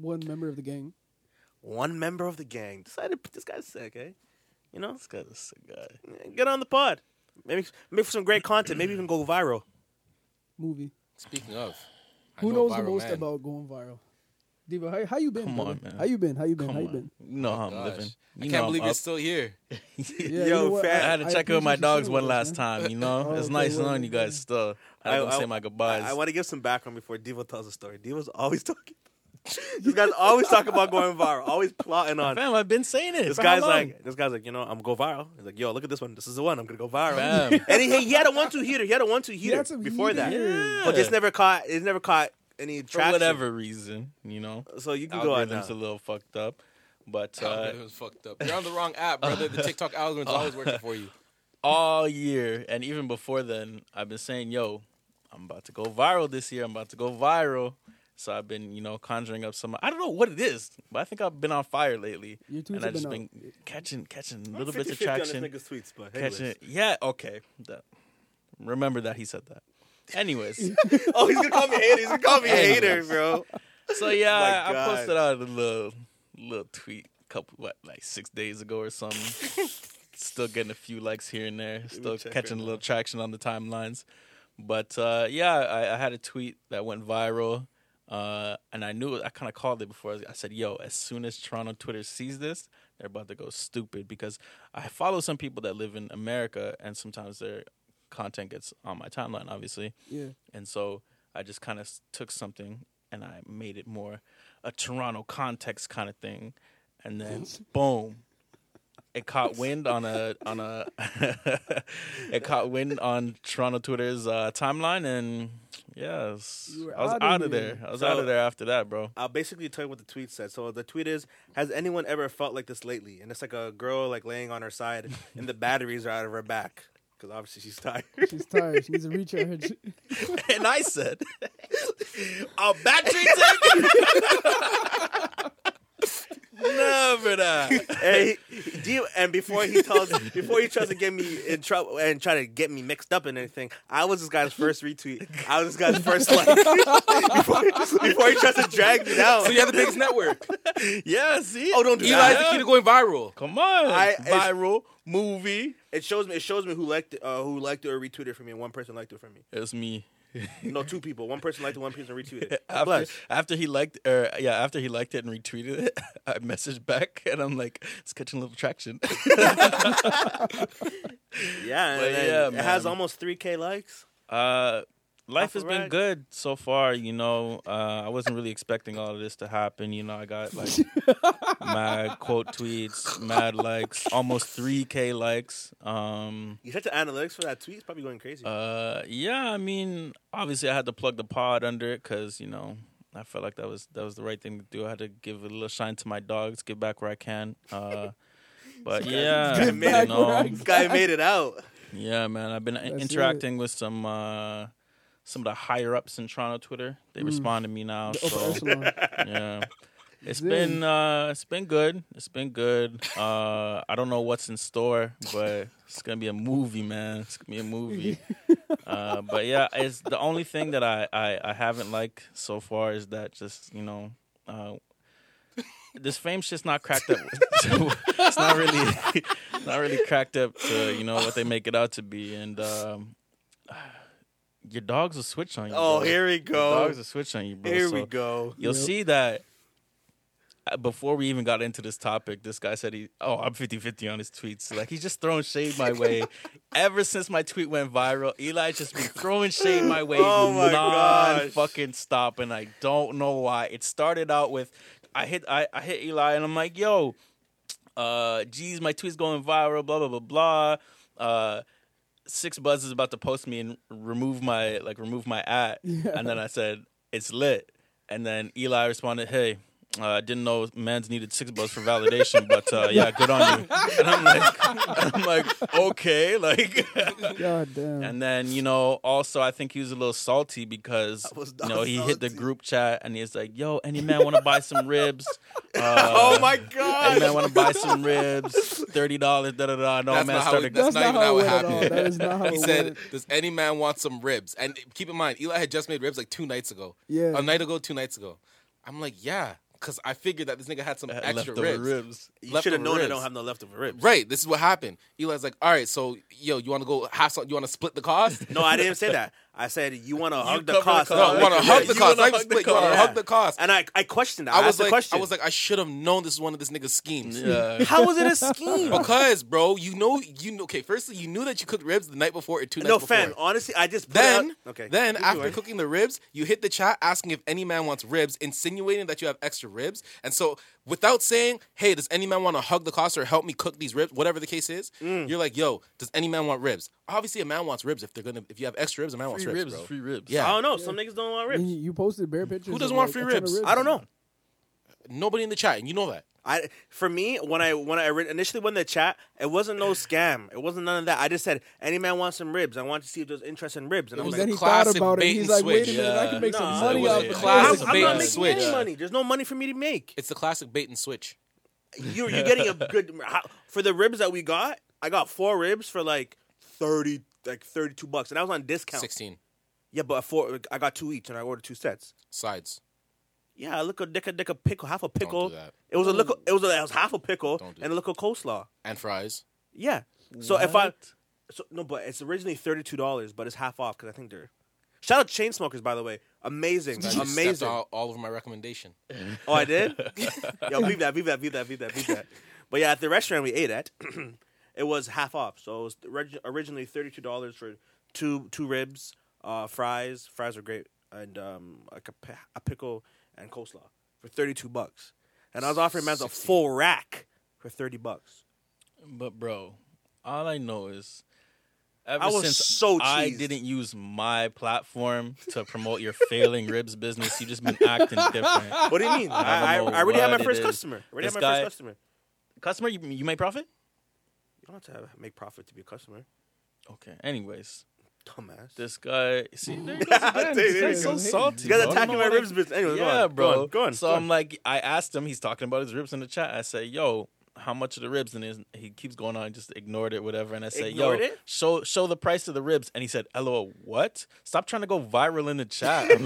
Speaker 6: One member of the gang.
Speaker 4: One member of the gang decided this guy's sick, eh? You know,
Speaker 3: This guy's a sick guy.
Speaker 4: get on the pod. Maybe make for some great content. Maybe even go viral.
Speaker 6: movie.
Speaker 5: Speaking of, I
Speaker 6: Who
Speaker 5: know a
Speaker 6: knows the
Speaker 5: viral
Speaker 6: most
Speaker 5: man.
Speaker 6: about going viral? Diva, how, how you been?
Speaker 3: Come on,
Speaker 6: brother?
Speaker 3: man.
Speaker 6: How you been? How you been?
Speaker 3: Come
Speaker 6: how you
Speaker 3: on.
Speaker 6: been?
Speaker 3: You know how I'm
Speaker 5: Gosh,
Speaker 3: living. You
Speaker 5: I
Speaker 3: know uh,
Speaker 5: can't
Speaker 3: I'm
Speaker 5: believe
Speaker 3: up.
Speaker 5: you're still here.
Speaker 6: Yeah,
Speaker 4: Yo,
Speaker 6: what?
Speaker 4: fam.
Speaker 3: I had to
Speaker 6: I
Speaker 3: check in with my
Speaker 6: appreciate you
Speaker 3: dogs
Speaker 6: sharing
Speaker 3: one
Speaker 6: with us,
Speaker 3: last
Speaker 6: man.
Speaker 3: time, you know? it's
Speaker 6: okay,
Speaker 3: nice knowing
Speaker 6: word,
Speaker 3: you guys still. I don't say my goodbyes.
Speaker 4: I, want to give some background before Devo tells a story. Devo's always talking. this guy's always talking about going viral. Always plotting on.
Speaker 3: Fam, I've been saying it.
Speaker 4: This
Speaker 3: for how
Speaker 4: guy's
Speaker 3: long?
Speaker 4: like, this guy's like, you know, I'm go viral. He's like, yo, look at this one. This is the one. I'm gonna go viral.
Speaker 3: Fam.
Speaker 4: And he, he had a one-two heater. He had a one-two heater
Speaker 6: that's a
Speaker 4: before that,
Speaker 6: heater.
Speaker 3: yeah.
Speaker 4: but it's never caught. It's never caught any
Speaker 3: for
Speaker 4: traction.
Speaker 3: whatever reason, you know.
Speaker 4: So you can go on now.
Speaker 3: Algorithm's a little fucked up. But uh,
Speaker 5: Algorithm's fucked up. You're on the wrong app, brother. The TikTok algorithm's always working for you.
Speaker 3: all year and even before then, I've been saying, yo, I'm about to go viral this year. I'm about to go viral. So I've been, you know, conjuring up some. I don't know what it is, but I think I've been on fire lately,
Speaker 6: Your tweets
Speaker 3: and I
Speaker 6: have
Speaker 3: just
Speaker 6: been
Speaker 3: been, catching, catching little bits of
Speaker 4: 50-50 on this
Speaker 3: traction.
Speaker 4: nigga's tweets, but anyways.
Speaker 3: Catching, yeah, okay. That- remember that he said that. Anyways,
Speaker 4: Oh, he's gonna call me hater. He's gonna call me a hater, bro.
Speaker 3: so yeah,
Speaker 4: My
Speaker 3: I, I
Speaker 4: God.
Speaker 3: posted out a little, little tweet, couple what, like six days ago or something. Still getting a few likes here and there. Still
Speaker 4: check
Speaker 3: catching
Speaker 4: right
Speaker 3: a little traction on the timelines. But uh, yeah, I, I had a tweet that went viral, uh, and I knew I kind of called it before. I said, "Yo, as soon as Toronto Twitter sees this, they're about to go stupid." Because I follow some people that live in America, and sometimes their content gets on my timeline, obviously.
Speaker 6: Yeah.
Speaker 3: And so I just kind of took something and I made it more a Toronto context kind of thing, and then boom, it caught wind on a on a it caught wind on Toronto Twitter's uh, timeline, and yeah, it's-
Speaker 6: You were
Speaker 3: I was
Speaker 6: outta
Speaker 3: out of
Speaker 6: here.
Speaker 3: there. I was
Speaker 4: So-
Speaker 3: out of there after that, bro.
Speaker 4: I'll basically tell you what the tweet said. So the tweet is: Has anyone ever felt like this lately? And it's like a girl like laying on her side, and the batteries are out of her back because obviously she's tired.
Speaker 6: She's tired. She needs a recharge.
Speaker 3: And I said,
Speaker 5: Oh,
Speaker 3: a battery tank. Never that.
Speaker 4: and, he, do you- and before he tells, before he tries to get me in trouble and try to get me mixed up in anything, I was this guy's first retweet. I was this guy's first like before, before he tries to drag me down.
Speaker 5: So you have the biggest network.
Speaker 3: Yeah, see.
Speaker 4: oh, don't do
Speaker 5: Eli's
Speaker 4: that.
Speaker 5: the key to going viral.
Speaker 3: Come on,
Speaker 4: I- it's-
Speaker 3: viral movie.
Speaker 4: It shows me. It shows me who liked it, uh, who liked it or retweeted it for me, and one person liked it for me.
Speaker 3: It was me.
Speaker 4: No, two people. One person liked it, one person retweeted. it.
Speaker 3: After,
Speaker 4: Bless.
Speaker 3: after he liked, or yeah, after he liked it and retweeted it, I messaged back and I'm like, it's catching a little traction.
Speaker 4: Yeah, and
Speaker 3: But
Speaker 4: then
Speaker 3: yeah,
Speaker 4: it has
Speaker 3: man.
Speaker 4: almost 3K likes.
Speaker 3: uh, life has been
Speaker 4: Alright.
Speaker 3: good so far. You know, uh, I wasn't really expecting all of this to happen. You know, I got like mad quote tweets, mad likes, almost three k likes. Um,
Speaker 4: You check the analytics for that tweet; it's probably going crazy.
Speaker 3: uh, yeah, I mean, obviously I had to plug the pod under it because you know. I felt like that was that was the right thing to do. I had to give a little shine to my dogs, give back where I can. Uh, but yeah,
Speaker 4: give
Speaker 3: you
Speaker 4: back
Speaker 6: where I
Speaker 3: know,
Speaker 4: this guy made it out.
Speaker 3: Yeah, man. I've been
Speaker 6: That's
Speaker 3: interacting with some uh some of the higher ups in Toronto Twitter. They respond to me
Speaker 6: Mm.
Speaker 3: now.
Speaker 6: The upper
Speaker 3: So
Speaker 6: echelon.
Speaker 3: yeah. It's
Speaker 6: Zing.
Speaker 3: been uh it's been good. It's been good. Uh I don't know what's in store, but it's gonna be a movie, man. It's gonna be a movie. Uh but yeah, it's the only thing that I, I, I haven't liked so far is that just, you know, uh this fame's just not cracked up. So it's not really, it's not really cracked up to you know what they make it out to be. And um, your dogs will switch on you.
Speaker 4: Oh,
Speaker 3: bro.
Speaker 4: here we
Speaker 3: Your
Speaker 4: go.
Speaker 3: dogs will switch on you, bro.
Speaker 4: Here
Speaker 3: So
Speaker 4: we go.
Speaker 3: You'll
Speaker 6: Yep.
Speaker 3: see that uh, before we even got into this topic, this guy said he, oh, I'm 50 50 on his tweets. Like, he's just throwing shade my way. Ever since my tweet went viral, Eli's just been throwing shade my way
Speaker 4: Oh my gosh.
Speaker 3: non fucking stop. And I don't know why. It started out with, I hit, I, I hit Eli and I'm like, yo, uh, geez, my tweet's going viral, blah, blah, blah, blah. Uh, Six Buzz is about to post me and remove my like remove my ad, and then I said it's lit, and then Eli responded, "Hey, uh, I didn't know man's needed Six Buzz for validation, but uh, yeah, good on you." And I'm like, and I'm like, okay, like,
Speaker 6: God damn.
Speaker 3: and then you know, also I think he was a little salty because
Speaker 4: was not
Speaker 3: you know he hit the
Speaker 4: salty.
Speaker 3: group chat and he's like, "Yo, any man want to buy some ribs?" Uh,
Speaker 4: oh my
Speaker 3: Any
Speaker 4: god!
Speaker 3: man want to buy some ribs? Thirty dollars, da da da. No
Speaker 5: That's
Speaker 3: man
Speaker 5: not how
Speaker 3: started.
Speaker 5: it- that's not even how it
Speaker 6: went at all.
Speaker 5: happened.
Speaker 6: That is not how
Speaker 5: He
Speaker 6: it
Speaker 5: said,
Speaker 6: went.
Speaker 5: "Does any man want some ribs?" And keep in mind, Eli had just made ribs like two nights ago.
Speaker 6: Yeah.
Speaker 5: a night ago, two nights ago. I'm like, yeah, because I figured that this nigga had some
Speaker 3: Had
Speaker 5: extra
Speaker 3: leftover
Speaker 5: ribs.
Speaker 3: ribs.
Speaker 4: You
Speaker 5: Leftover
Speaker 4: should have known I
Speaker 5: ribs.
Speaker 4: don't have no leftover ribs.
Speaker 5: Right, this is what happened. Eli's like, all right, so yo, you want to go have some? You want to split the cost?
Speaker 4: No, I didn't say that. I said you want to hug the
Speaker 3: cover the
Speaker 4: cost.
Speaker 3: cost.
Speaker 5: No, I want to
Speaker 3: Yeah,
Speaker 5: hug the
Speaker 3: you
Speaker 5: cost.
Speaker 3: wanna
Speaker 5: Like
Speaker 3: hug the
Speaker 5: split. You want to
Speaker 3: cost.
Speaker 5: hug the cost.
Speaker 4: And I, I questioned that.
Speaker 5: I was
Speaker 4: asked the
Speaker 5: like,
Speaker 4: question.
Speaker 5: I was like, I should have known this was one of this nigga's schemes.
Speaker 3: Yeah.
Speaker 4: how was it a scheme?
Speaker 5: Because, bro, you know, you know. Okay, firstly, you knew that you cooked ribs the night before or two nights
Speaker 4: no,
Speaker 5: before.
Speaker 4: fam. Honestly, I just put
Speaker 5: Then,
Speaker 4: it out- okay.
Speaker 5: then
Speaker 4: Keep
Speaker 5: after
Speaker 4: going.
Speaker 5: cooking the ribs, you hit the chat asking if any man wants ribs, insinuating that you have extra ribs. And so, without saying, "Hey, does any man want to hug the cost or help me cook these ribs?" Whatever the case is,
Speaker 4: Mm.
Speaker 5: you're like, "Yo, does any man want ribs?" Obviously, a man wants ribs if they're gonna. If you have extra ribs, a man wants
Speaker 3: free ribs,
Speaker 5: ribs,
Speaker 3: is
Speaker 5: bro.
Speaker 3: free ribs.
Speaker 5: Yeah.
Speaker 4: I don't know. Some niggas don't want
Speaker 6: And
Speaker 4: ribs.
Speaker 6: you you posted bare pictures.
Speaker 5: doesn't
Speaker 6: of,
Speaker 5: want
Speaker 6: like,
Speaker 5: free
Speaker 6: a ton of
Speaker 5: ribs?
Speaker 4: I don't know.
Speaker 5: Nobody in the chat, and you know that.
Speaker 4: I for me when I when I re- initially went in the chat, it wasn't no scam. It wasn't none of that. I just said any man wants some ribs. I want to see if there's interest in ribs, and
Speaker 5: It
Speaker 4: I'm
Speaker 5: was
Speaker 6: And
Speaker 4: like,
Speaker 6: then
Speaker 5: a
Speaker 6: he thought
Speaker 5: classic
Speaker 6: about it.
Speaker 5: bait
Speaker 6: He's
Speaker 5: and
Speaker 6: like, wait a
Speaker 5: switch.
Speaker 6: minute, I
Speaker 3: Yeah.
Speaker 6: can make some
Speaker 4: Nah,
Speaker 6: money
Speaker 3: it
Speaker 6: off
Speaker 3: was
Speaker 6: the
Speaker 3: a
Speaker 6: this.
Speaker 5: classic
Speaker 4: I'm, I'm
Speaker 5: bait
Speaker 4: not
Speaker 5: and
Speaker 4: making
Speaker 5: switch.
Speaker 4: any money. There's no money for me to make.
Speaker 5: It's the classic bait and switch.
Speaker 4: you're you're getting a good how, for the ribs that we got. I got four ribs for like thirty, like thirty-two bucks, and I was on discount.
Speaker 5: Sixteen
Speaker 4: Yeah, but four, I got two each, and I ordered two sets.
Speaker 5: sides.
Speaker 4: Yeah, a little dick a dick a pickle, half a pickle.
Speaker 5: that.
Speaker 4: It was a little, it was a, it was half a pickle
Speaker 5: Don't do
Speaker 4: and a little coleslaw.
Speaker 5: and fries.
Speaker 4: Yeah. So if I, so no, but it's originally thirty-two dollars, but it's half off because I think they're. Shout out Chain Smokers, by the way. Amazing,
Speaker 5: I just stepped
Speaker 4: amazing.
Speaker 5: All, all over my recommendation.
Speaker 4: Oh, I did. Yo, leave that, leave that, leave that, leave that, leave that. But yeah, at the restaurant we ate at, it was half off. So it was orig- originally thirty-two dollars for two two ribs, uh, fries. Fries were great, and um, like a, pi- a pickle and coleslaw for thirty-two bucks. And I was offering him as a
Speaker 5: 16.
Speaker 4: full rack for thirty bucks.
Speaker 3: But bro, all I know is ever
Speaker 4: was
Speaker 3: since
Speaker 4: so
Speaker 3: I
Speaker 4: cheesed.
Speaker 3: didn't use my platform to promote your failing ribs business, you just been acting different.
Speaker 4: What do you mean? I, I,
Speaker 3: I don't know
Speaker 4: I already had
Speaker 3: what
Speaker 4: my first
Speaker 3: it is.
Speaker 4: customer. Already
Speaker 3: This
Speaker 4: had my
Speaker 3: guy-
Speaker 4: first customer.
Speaker 3: Customer, you, you made profit?
Speaker 4: You don't have to have, make profit to be a customer.
Speaker 3: Okay. Anyways,
Speaker 4: Dumbass.
Speaker 3: this guy, see, there he goes
Speaker 4: There
Speaker 3: again. This
Speaker 4: you
Speaker 3: guy's
Speaker 6: go.
Speaker 3: so salty.
Speaker 4: you guys
Speaker 3: bro. I don't
Speaker 4: attacking
Speaker 3: know
Speaker 4: my
Speaker 3: what I-
Speaker 4: ribs business. Anyway, go
Speaker 3: yeah,
Speaker 4: on,
Speaker 3: bro.
Speaker 4: Go on. Go on.
Speaker 3: so
Speaker 4: go on.
Speaker 3: I'm like, I asked him. He's talking about his ribs in the chat. I say, yo, how much are the ribs? And his, he keeps going on, just ignored it, whatever. And I say,
Speaker 4: Ignored
Speaker 3: yo,
Speaker 4: it?
Speaker 3: show show the price of the ribs. And he said, lol, what? Stop trying to go viral in the chat. I'm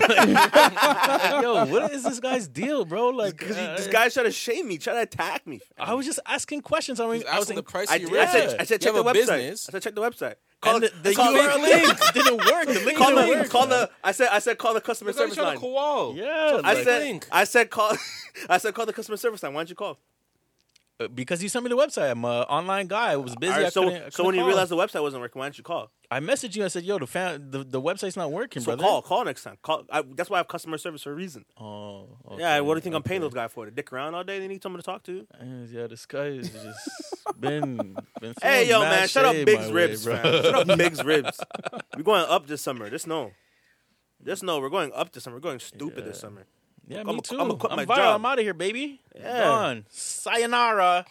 Speaker 3: like, yo, what is this guy's deal, bro? Like,
Speaker 4: Because
Speaker 3: uh,
Speaker 4: this guy's trying to shame me, trying to attack me.
Speaker 3: I was just asking questions. I mean,
Speaker 5: He's
Speaker 3: I was
Speaker 5: asking the
Speaker 3: in-
Speaker 5: price
Speaker 4: I,
Speaker 5: of your
Speaker 4: I
Speaker 5: ribs.
Speaker 4: said, I said
Speaker 5: You
Speaker 4: check the
Speaker 5: have a
Speaker 4: website.
Speaker 5: business.
Speaker 4: I said check the website. Call
Speaker 3: and
Speaker 4: the,
Speaker 3: the, the
Speaker 4: call,
Speaker 3: URL link didn't work. The link
Speaker 4: call,
Speaker 3: didn't
Speaker 4: the,
Speaker 3: work.
Speaker 4: call the. I said I said call the customer
Speaker 5: Look how he's
Speaker 4: service
Speaker 5: trying to
Speaker 4: line.
Speaker 5: koala.
Speaker 3: yeah,
Speaker 4: I
Speaker 3: like-
Speaker 4: said
Speaker 5: link.
Speaker 4: I said call. I said call the customer service line. Why don't you call?
Speaker 3: Uh, because you sent me the website. I'm an online guy. I was busy.
Speaker 4: All
Speaker 3: I
Speaker 4: right, so
Speaker 3: couldn't- I
Speaker 4: so when you
Speaker 3: couldn't
Speaker 4: realized
Speaker 3: call.
Speaker 4: the website wasn't working, why don't you call?
Speaker 3: I messaged you. I said, "Yo, the fan, the, the website's not working,
Speaker 4: So
Speaker 3: brother."
Speaker 4: call call next time. Call. I, that's why I have customer service for a reason.
Speaker 3: Oh,
Speaker 4: yeah.
Speaker 3: okay,
Speaker 4: What do you think I'm paying
Speaker 3: okay.
Speaker 4: those guys for? To dick around all day? They need someone to talk to.
Speaker 3: Uh, Yeah, this guy has just been. been
Speaker 4: Hey
Speaker 3: throwing
Speaker 4: yo
Speaker 3: mad
Speaker 4: man, shut up
Speaker 3: shade
Speaker 4: Big's
Speaker 3: my
Speaker 4: ribs,
Speaker 3: way,
Speaker 4: fam.
Speaker 3: bro.
Speaker 4: Shut up Big's ribs. We're going up this summer. Just know. Just know we're going up this summer. We're going stupid this summer.
Speaker 3: yeah,
Speaker 4: I'ma-
Speaker 3: me too.
Speaker 4: I'ma quit my
Speaker 3: I'm viral.
Speaker 4: job.
Speaker 3: I'm out of here, baby.
Speaker 4: Yeah.
Speaker 3: Gone. Sayonara.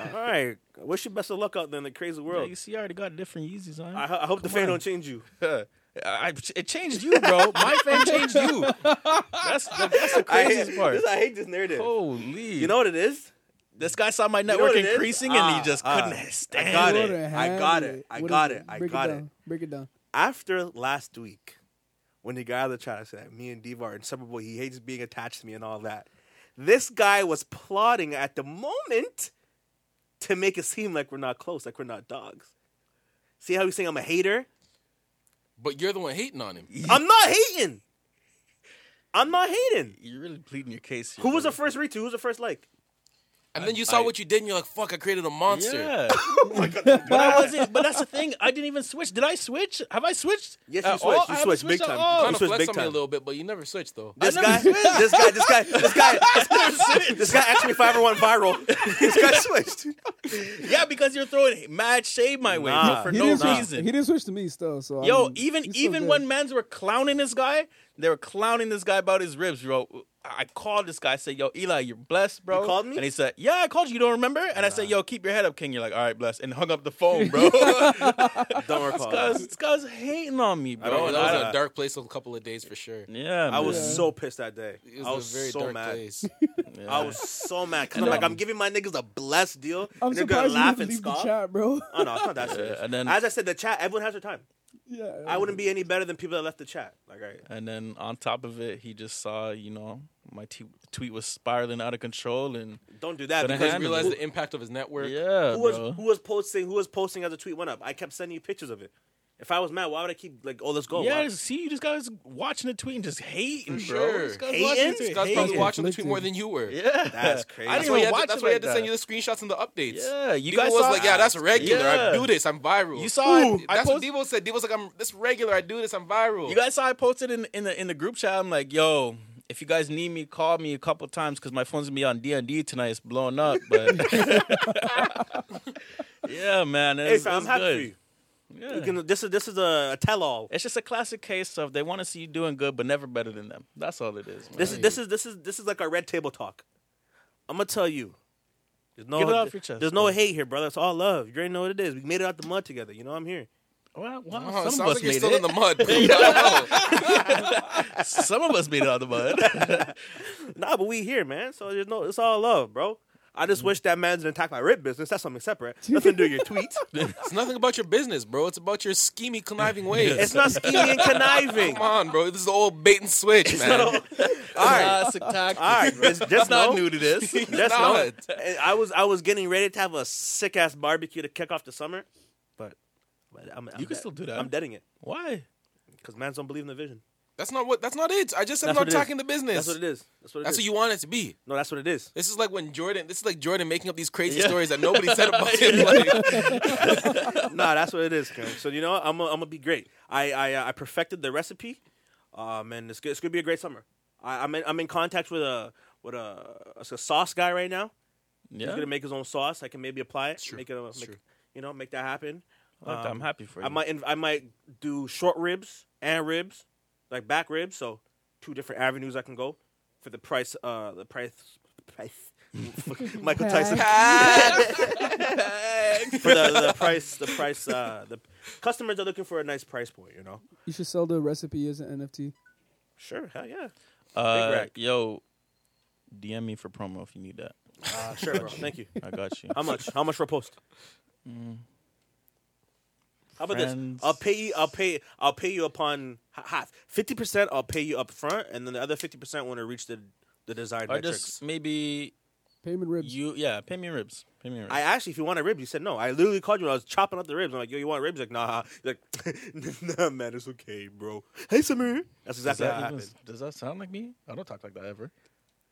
Speaker 4: All right. Wish you best of luck out there in the crazy
Speaker 3: Yeah,
Speaker 4: world.
Speaker 3: you see, I already got different Yeezys on.
Speaker 4: I, ho- I hope the
Speaker 3: Come
Speaker 4: fan
Speaker 3: on.
Speaker 4: don't change you.
Speaker 3: I, it changed you, bro. My fan changed you. That's the, that's the craziest
Speaker 4: I,
Speaker 3: part.
Speaker 4: This, I hate this narrative.
Speaker 3: Holy.
Speaker 4: You know what it is?
Speaker 3: this guy saw my
Speaker 4: know
Speaker 3: network
Speaker 4: what it is?
Speaker 3: increasing and
Speaker 4: Ah,
Speaker 3: he just
Speaker 4: ah, I
Speaker 3: couldn't stand
Speaker 4: got
Speaker 3: it.
Speaker 4: it.
Speaker 6: What a
Speaker 4: I got
Speaker 6: habit.
Speaker 4: it. I
Speaker 6: What
Speaker 4: got
Speaker 6: is
Speaker 4: it. I
Speaker 6: Break
Speaker 4: got it.
Speaker 6: down. Break it down.
Speaker 4: After last week, when the guy on the chat said me and Devar are inseparable, he hates being attached to me and all that. This guy was plotting at the moment to make it seem like we're not close, like we're not dogs. See how he's saying I'm a hater?
Speaker 5: But you're the one hating on him.
Speaker 4: I'm not hating. I'm not hating.
Speaker 3: You're really pleading your case. Here,
Speaker 4: Who was the
Speaker 3: brother.
Speaker 4: first retweet? Who was the first like?
Speaker 5: And then you saw
Speaker 3: I-
Speaker 5: what you did, and you're like, "Fuck! I created a monster."
Speaker 3: Yeah.
Speaker 4: Oh
Speaker 3: but I wasn't. But that's the thing. I didn't even switch. Did I switch? Have I switched?
Speaker 4: Yes, you
Speaker 3: At all?
Speaker 4: switched. You
Speaker 3: I haven't
Speaker 4: switched big
Speaker 3: at
Speaker 4: time.
Speaker 3: all.
Speaker 4: You
Speaker 5: Kind of
Speaker 4: switched
Speaker 5: flex
Speaker 4: big
Speaker 5: on me a
Speaker 4: time.
Speaker 5: little bit, but you never switched though.
Speaker 4: This
Speaker 3: never
Speaker 4: guy, this guy, this guy, this guy, this guy actually five or one viral. This guy switched.
Speaker 3: Yeah, because you're throwing mad shade my way
Speaker 4: Nah.
Speaker 3: bro, for
Speaker 6: He
Speaker 3: no
Speaker 6: didn't switch-
Speaker 3: reason.
Speaker 6: He didn't switch to me still. So I
Speaker 3: Yo,
Speaker 6: mean,
Speaker 3: even
Speaker 6: he's still
Speaker 3: even
Speaker 6: good.
Speaker 3: when mans were clowning this guy, they were clowning this guy about his ribs, bro. I called this guy. I said, "Yo, Eli, you're blessed, bro."
Speaker 4: You called me?
Speaker 3: and he said, "Yeah, I called you. You don't remember?" And I said, "Yo, keep your head up, King." You're like, "All right, blessed," and hung up the phone, bro.
Speaker 4: Don't recall.
Speaker 3: Cause this guy's hating on me, bro.
Speaker 5: Bro,
Speaker 3: And
Speaker 5: Oh, that was
Speaker 3: I-
Speaker 5: a dark place of a couple of days for sure.
Speaker 3: yeah,
Speaker 4: I was
Speaker 6: Yeah.
Speaker 4: so pissed that day.
Speaker 5: It was,
Speaker 4: I was
Speaker 5: a very
Speaker 4: so
Speaker 5: dark
Speaker 4: mad.
Speaker 5: place.
Speaker 3: man.
Speaker 4: I
Speaker 3: Yeah.
Speaker 4: was so mad because I'm like, I'm giving my niggas a blessed deal,
Speaker 6: I'm
Speaker 4: and they're gonna
Speaker 6: surprised you
Speaker 4: laugh
Speaker 6: didn't
Speaker 4: and
Speaker 6: leave the
Speaker 4: scoff.
Speaker 6: chat, bro.
Speaker 4: Oh no, it's not that serious.
Speaker 3: and then-
Speaker 4: as I said, the chat, everyone has their time.
Speaker 6: yeah,
Speaker 4: I wouldn't be any better than people that left the chat. Like, all right.
Speaker 3: And then on top of it, he just saw, you know, my t- tweet was spiraling out of control, and
Speaker 4: Don't do that
Speaker 3: But I
Speaker 5: Because
Speaker 4: because
Speaker 5: you
Speaker 3: had-
Speaker 5: realize
Speaker 3: Who-
Speaker 5: the impact of his network.
Speaker 3: yeah,
Speaker 4: who was
Speaker 3: bro.
Speaker 4: who was posting who was posting as the tweet went up. I kept sending you pictures of it. If I was mad, why would I keep like, oh, let's go?
Speaker 3: yeah,
Speaker 4: Why-
Speaker 3: see, you just guys watching the tweet and just hating,
Speaker 5: For
Speaker 3: bro.
Speaker 5: sure.
Speaker 3: This guy's
Speaker 4: Hating?
Speaker 3: watching the
Speaker 4: This
Speaker 3: tweet,
Speaker 5: God's probably
Speaker 3: hating.
Speaker 5: watching the tweet more than you were.
Speaker 3: Yeah,
Speaker 4: That's crazy.
Speaker 3: I
Speaker 5: That's
Speaker 3: didn't
Speaker 5: why,
Speaker 3: even
Speaker 5: you had
Speaker 3: watch
Speaker 5: to, that's
Speaker 3: it
Speaker 5: why you had
Speaker 3: like
Speaker 5: to send you the
Speaker 3: that.
Speaker 5: screenshots and the updates.
Speaker 3: Yeah, you
Speaker 5: Devo
Speaker 3: guys
Speaker 5: was
Speaker 3: saw-
Speaker 5: like, yeah, that's regular.
Speaker 3: Yeah.
Speaker 5: I do this. I'm viral.
Speaker 3: You saw it. I
Speaker 5: that's what
Speaker 3: post-
Speaker 5: Devo said. Devo was like, I'm this regular. I do this. I'm viral.
Speaker 3: You guys saw I posted in in the in the group chat. I'm like, yo, if you guys need me, call me a couple times because my phone's gonna be on D and D tonight. It's blowing up, but yeah, man, it
Speaker 4: hey,
Speaker 3: was,
Speaker 4: fam,
Speaker 3: it
Speaker 4: I'm
Speaker 3: was
Speaker 4: happy
Speaker 3: good.
Speaker 4: for you.
Speaker 3: Yeah.
Speaker 4: You can- this is this is a, a tell all.
Speaker 3: it's just a classic case of they want to see you doing good, but never better than them. That's all it is. man.
Speaker 4: This is this is this is this is like our red table talk. I'm gonna tell you. There's no,
Speaker 3: Get it off your chest,
Speaker 4: there's no
Speaker 3: bro.
Speaker 4: hate here, brother. It's all love. You already know what it is. We made it out the mud together. You know I'm here.
Speaker 3: well, well,
Speaker 5: Oh,
Speaker 3: some of
Speaker 5: sounds like
Speaker 3: us
Speaker 5: you're
Speaker 3: made
Speaker 5: still
Speaker 3: it.
Speaker 5: in the mud. Wow.
Speaker 3: some of us made it out of the mud.
Speaker 4: Nah, but we here, man. So there's no, it's all love, bro. I just wish that man's didn't attack my rip business. That's something separate. Nothing to do with your tweets.
Speaker 5: it's nothing about your business, bro. It's about your scheming, conniving ways.
Speaker 4: It's not scheming and conniving.
Speaker 5: Come on, bro. This is the old bait and switch, man.
Speaker 4: all right,
Speaker 3: Classic tactic.
Speaker 4: all right. Just, just
Speaker 3: That's not
Speaker 4: know-
Speaker 3: new to this.
Speaker 4: Just know.
Speaker 5: not.
Speaker 4: And I was I was getting ready to have a sick ass barbecue to kick off the summer, but, but I'm, I'm
Speaker 3: You can
Speaker 4: dead.
Speaker 3: still do that.
Speaker 4: I'm deading it
Speaker 3: Why?
Speaker 4: because man's don't believe in the vision.
Speaker 5: That's not what. That's not it. I just said I'm not
Speaker 4: That's what it is.
Speaker 5: attacking the business.
Speaker 4: That's what it is. That's what it is.
Speaker 5: That's what you want it to be.
Speaker 4: No, that's what it is.
Speaker 5: This is like when Jordan. This is like Jordan making up these crazy
Speaker 3: Yeah.
Speaker 5: stories that nobody said about him. Like,
Speaker 4: nah, that's what it is, Kim. So you know, what? I'm i I'm gonna be great. I I uh, I perfected the recipe, um, and it's, go- it's gonna be a great summer. I, I'm in, I'm in contact with a with a, a sauce guy right now. He's
Speaker 3: Yeah,
Speaker 4: gonna make his own sauce. I can maybe apply it.
Speaker 5: true.
Speaker 4: Make it. A,
Speaker 5: It's
Speaker 4: make,
Speaker 5: true.
Speaker 4: You know, make that happen. Um,
Speaker 3: Look, I'm happy for you.
Speaker 4: I might inv- I might do short ribs and ribs, like back ribs. So two different avenues I can go for the price. Uh, the price. Price. Michael Tyson. for the, the price, the price, uh, the customers are looking for a nice price point, you know.
Speaker 6: You should sell the recipe as an NFT.
Speaker 4: Sure, hell yeah. Big
Speaker 3: Uh,
Speaker 4: rack.
Speaker 3: yo, DM me for promo if you need that.
Speaker 4: Uh, sure, bro. Thank you.
Speaker 3: I got you.
Speaker 4: How much? How much for a post? How about
Speaker 3: Friends.
Speaker 4: this? I'll pay you. I'll pay. I'll pay you upon h- half fifty percent. I'll pay you up front, and then the other fifty percent when I reach the the desired
Speaker 3: Or
Speaker 4: metrics.
Speaker 3: just maybe
Speaker 6: Payment ribs.
Speaker 3: you, yeah, pay me ribs. Pay me ribs.
Speaker 4: I asked you if you want a rib. You said no. I literally called you when I was chopping up the ribs. I'm like, yo, you want ribs? Like, nah. You're like, nah, man, it's okay, bro. Hey, Samir. That's
Speaker 3: does,
Speaker 4: exactly
Speaker 3: that
Speaker 4: how it
Speaker 3: even-
Speaker 4: happened.
Speaker 3: does that sound like me? I don't talk like that ever.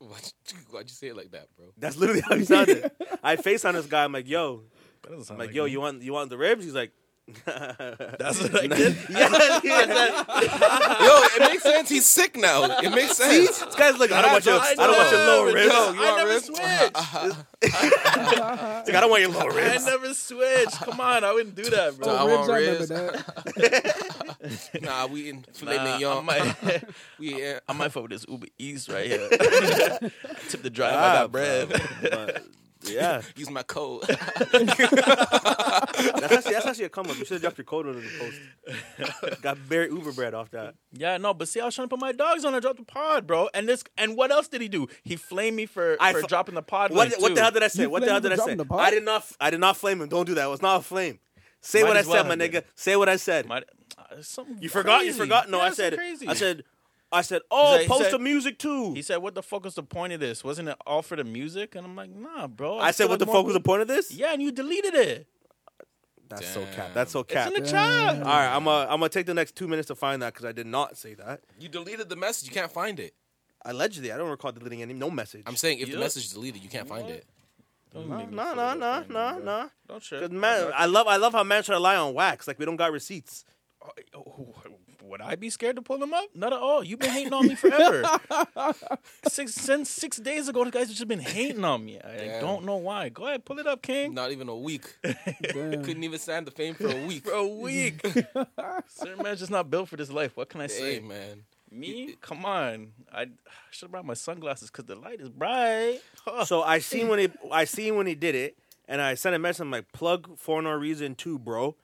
Speaker 5: why'd, you, why'd you say it like that, bro?
Speaker 4: That's literally how he sounded. I face on this guy. I'm like, yo,
Speaker 3: That doesn't sound
Speaker 4: I'm like, yo, you want you want the ribs? He's like,
Speaker 3: That's what I did.
Speaker 4: yeah, yeah.
Speaker 5: Yo, it makes sense. He's sick now. It makes sense.
Speaker 4: This guy's like, I don't want your, I don't want your low
Speaker 3: never-
Speaker 4: ribs.
Speaker 5: Yo,
Speaker 3: I
Speaker 5: you want
Speaker 3: never
Speaker 5: ribs?
Speaker 3: switched.
Speaker 4: He's like, I don't want your low
Speaker 3: I
Speaker 4: ribs.
Speaker 3: never switched. Come on, I wouldn't do that,
Speaker 5: So
Speaker 3: bro.
Speaker 5: I
Speaker 6: Oh, ribs,
Speaker 5: want
Speaker 6: I remember
Speaker 5: ribs.
Speaker 6: that.
Speaker 5: Nah, we in filet
Speaker 3: Nah, I
Speaker 5: mignon.
Speaker 3: might,
Speaker 5: We in,
Speaker 3: I might fuck with this Uber Eats right here. Tip the drive. I got bread.
Speaker 4: But, yeah,
Speaker 5: use my code.
Speaker 4: that's actually, that's actually a come up. You should have dropped your code under the post. Got bare Uber bread off that.
Speaker 3: Yeah, no, but see, I was trying to put my dogs on. I dropped the pod, bro. And this, and what else did he do? He flamed me for,
Speaker 4: I
Speaker 3: for
Speaker 4: fu-
Speaker 3: dropping the pod.
Speaker 4: What,
Speaker 3: link,
Speaker 4: what
Speaker 3: too.
Speaker 4: the hell did I say?
Speaker 6: You
Speaker 4: What the hell did
Speaker 6: flamed
Speaker 4: I
Speaker 6: the
Speaker 4: say?
Speaker 6: drum in the pot?
Speaker 4: I did not. I did not flame him. Don't do that. It was not a flame. Say
Speaker 3: Might
Speaker 4: what I
Speaker 3: as well
Speaker 4: said, my
Speaker 3: have
Speaker 4: nigga.
Speaker 3: been.
Speaker 4: Say what I said.
Speaker 3: My, uh, something
Speaker 4: you forgot. You
Speaker 3: crazy.
Speaker 4: forgot. No,
Speaker 3: Yeah,
Speaker 4: I
Speaker 3: something
Speaker 4: said.
Speaker 3: Crazy.
Speaker 4: I said. I said. Oh,
Speaker 3: He said- he
Speaker 4: post
Speaker 3: said-
Speaker 4: the music too.
Speaker 3: He said, "What the fuck was the point of this? Wasn't it all for the music?" And I'm like, "Nah, bro."
Speaker 4: I said,
Speaker 3: feel
Speaker 4: what the
Speaker 3: like
Speaker 4: fuck
Speaker 3: more-
Speaker 4: was the point of this?
Speaker 3: Yeah, and you deleted it.
Speaker 4: That's so cap. That's so cap.
Speaker 3: It's in the chat.
Speaker 4: All right, I'm gonna I'm gonna take the next two minutes to find that because I did not say that.
Speaker 5: you deleted the message. You can't find it.
Speaker 4: Allegedly, I don't recall deleting any no message.
Speaker 5: I'm saying if
Speaker 3: Yeah.
Speaker 5: the message is deleted, you can't find it.
Speaker 3: Don't
Speaker 4: no,
Speaker 3: make me
Speaker 4: no,
Speaker 3: feel
Speaker 4: no,
Speaker 3: that
Speaker 4: no,
Speaker 3: right now,
Speaker 4: no,
Speaker 3: bro.
Speaker 4: no.
Speaker 3: Don't
Speaker 4: 'Cause
Speaker 3: share.
Speaker 4: man, I love I love how man try to lie on wax like we don't got receipts.
Speaker 3: Oh, Would I be scared to pull them up? Not at all. You've been hating on me forever. six, since six days ago, the guys have just been hating on me. I
Speaker 5: Yeah.
Speaker 3: don't know why. Go ahead, pull it up, King.
Speaker 5: Not even a week.
Speaker 6: Damn.
Speaker 5: Couldn't even stand the fame for a week.
Speaker 3: For a week. Certain man's just not built for this life. What can I say?
Speaker 5: Hey man,
Speaker 3: Me? Come on. I should have brought my sunglasses because the light is bright. Huh.
Speaker 4: So I seen when he I seen when he did it, and I sent a message. I'm like, plug for no reason too, bro.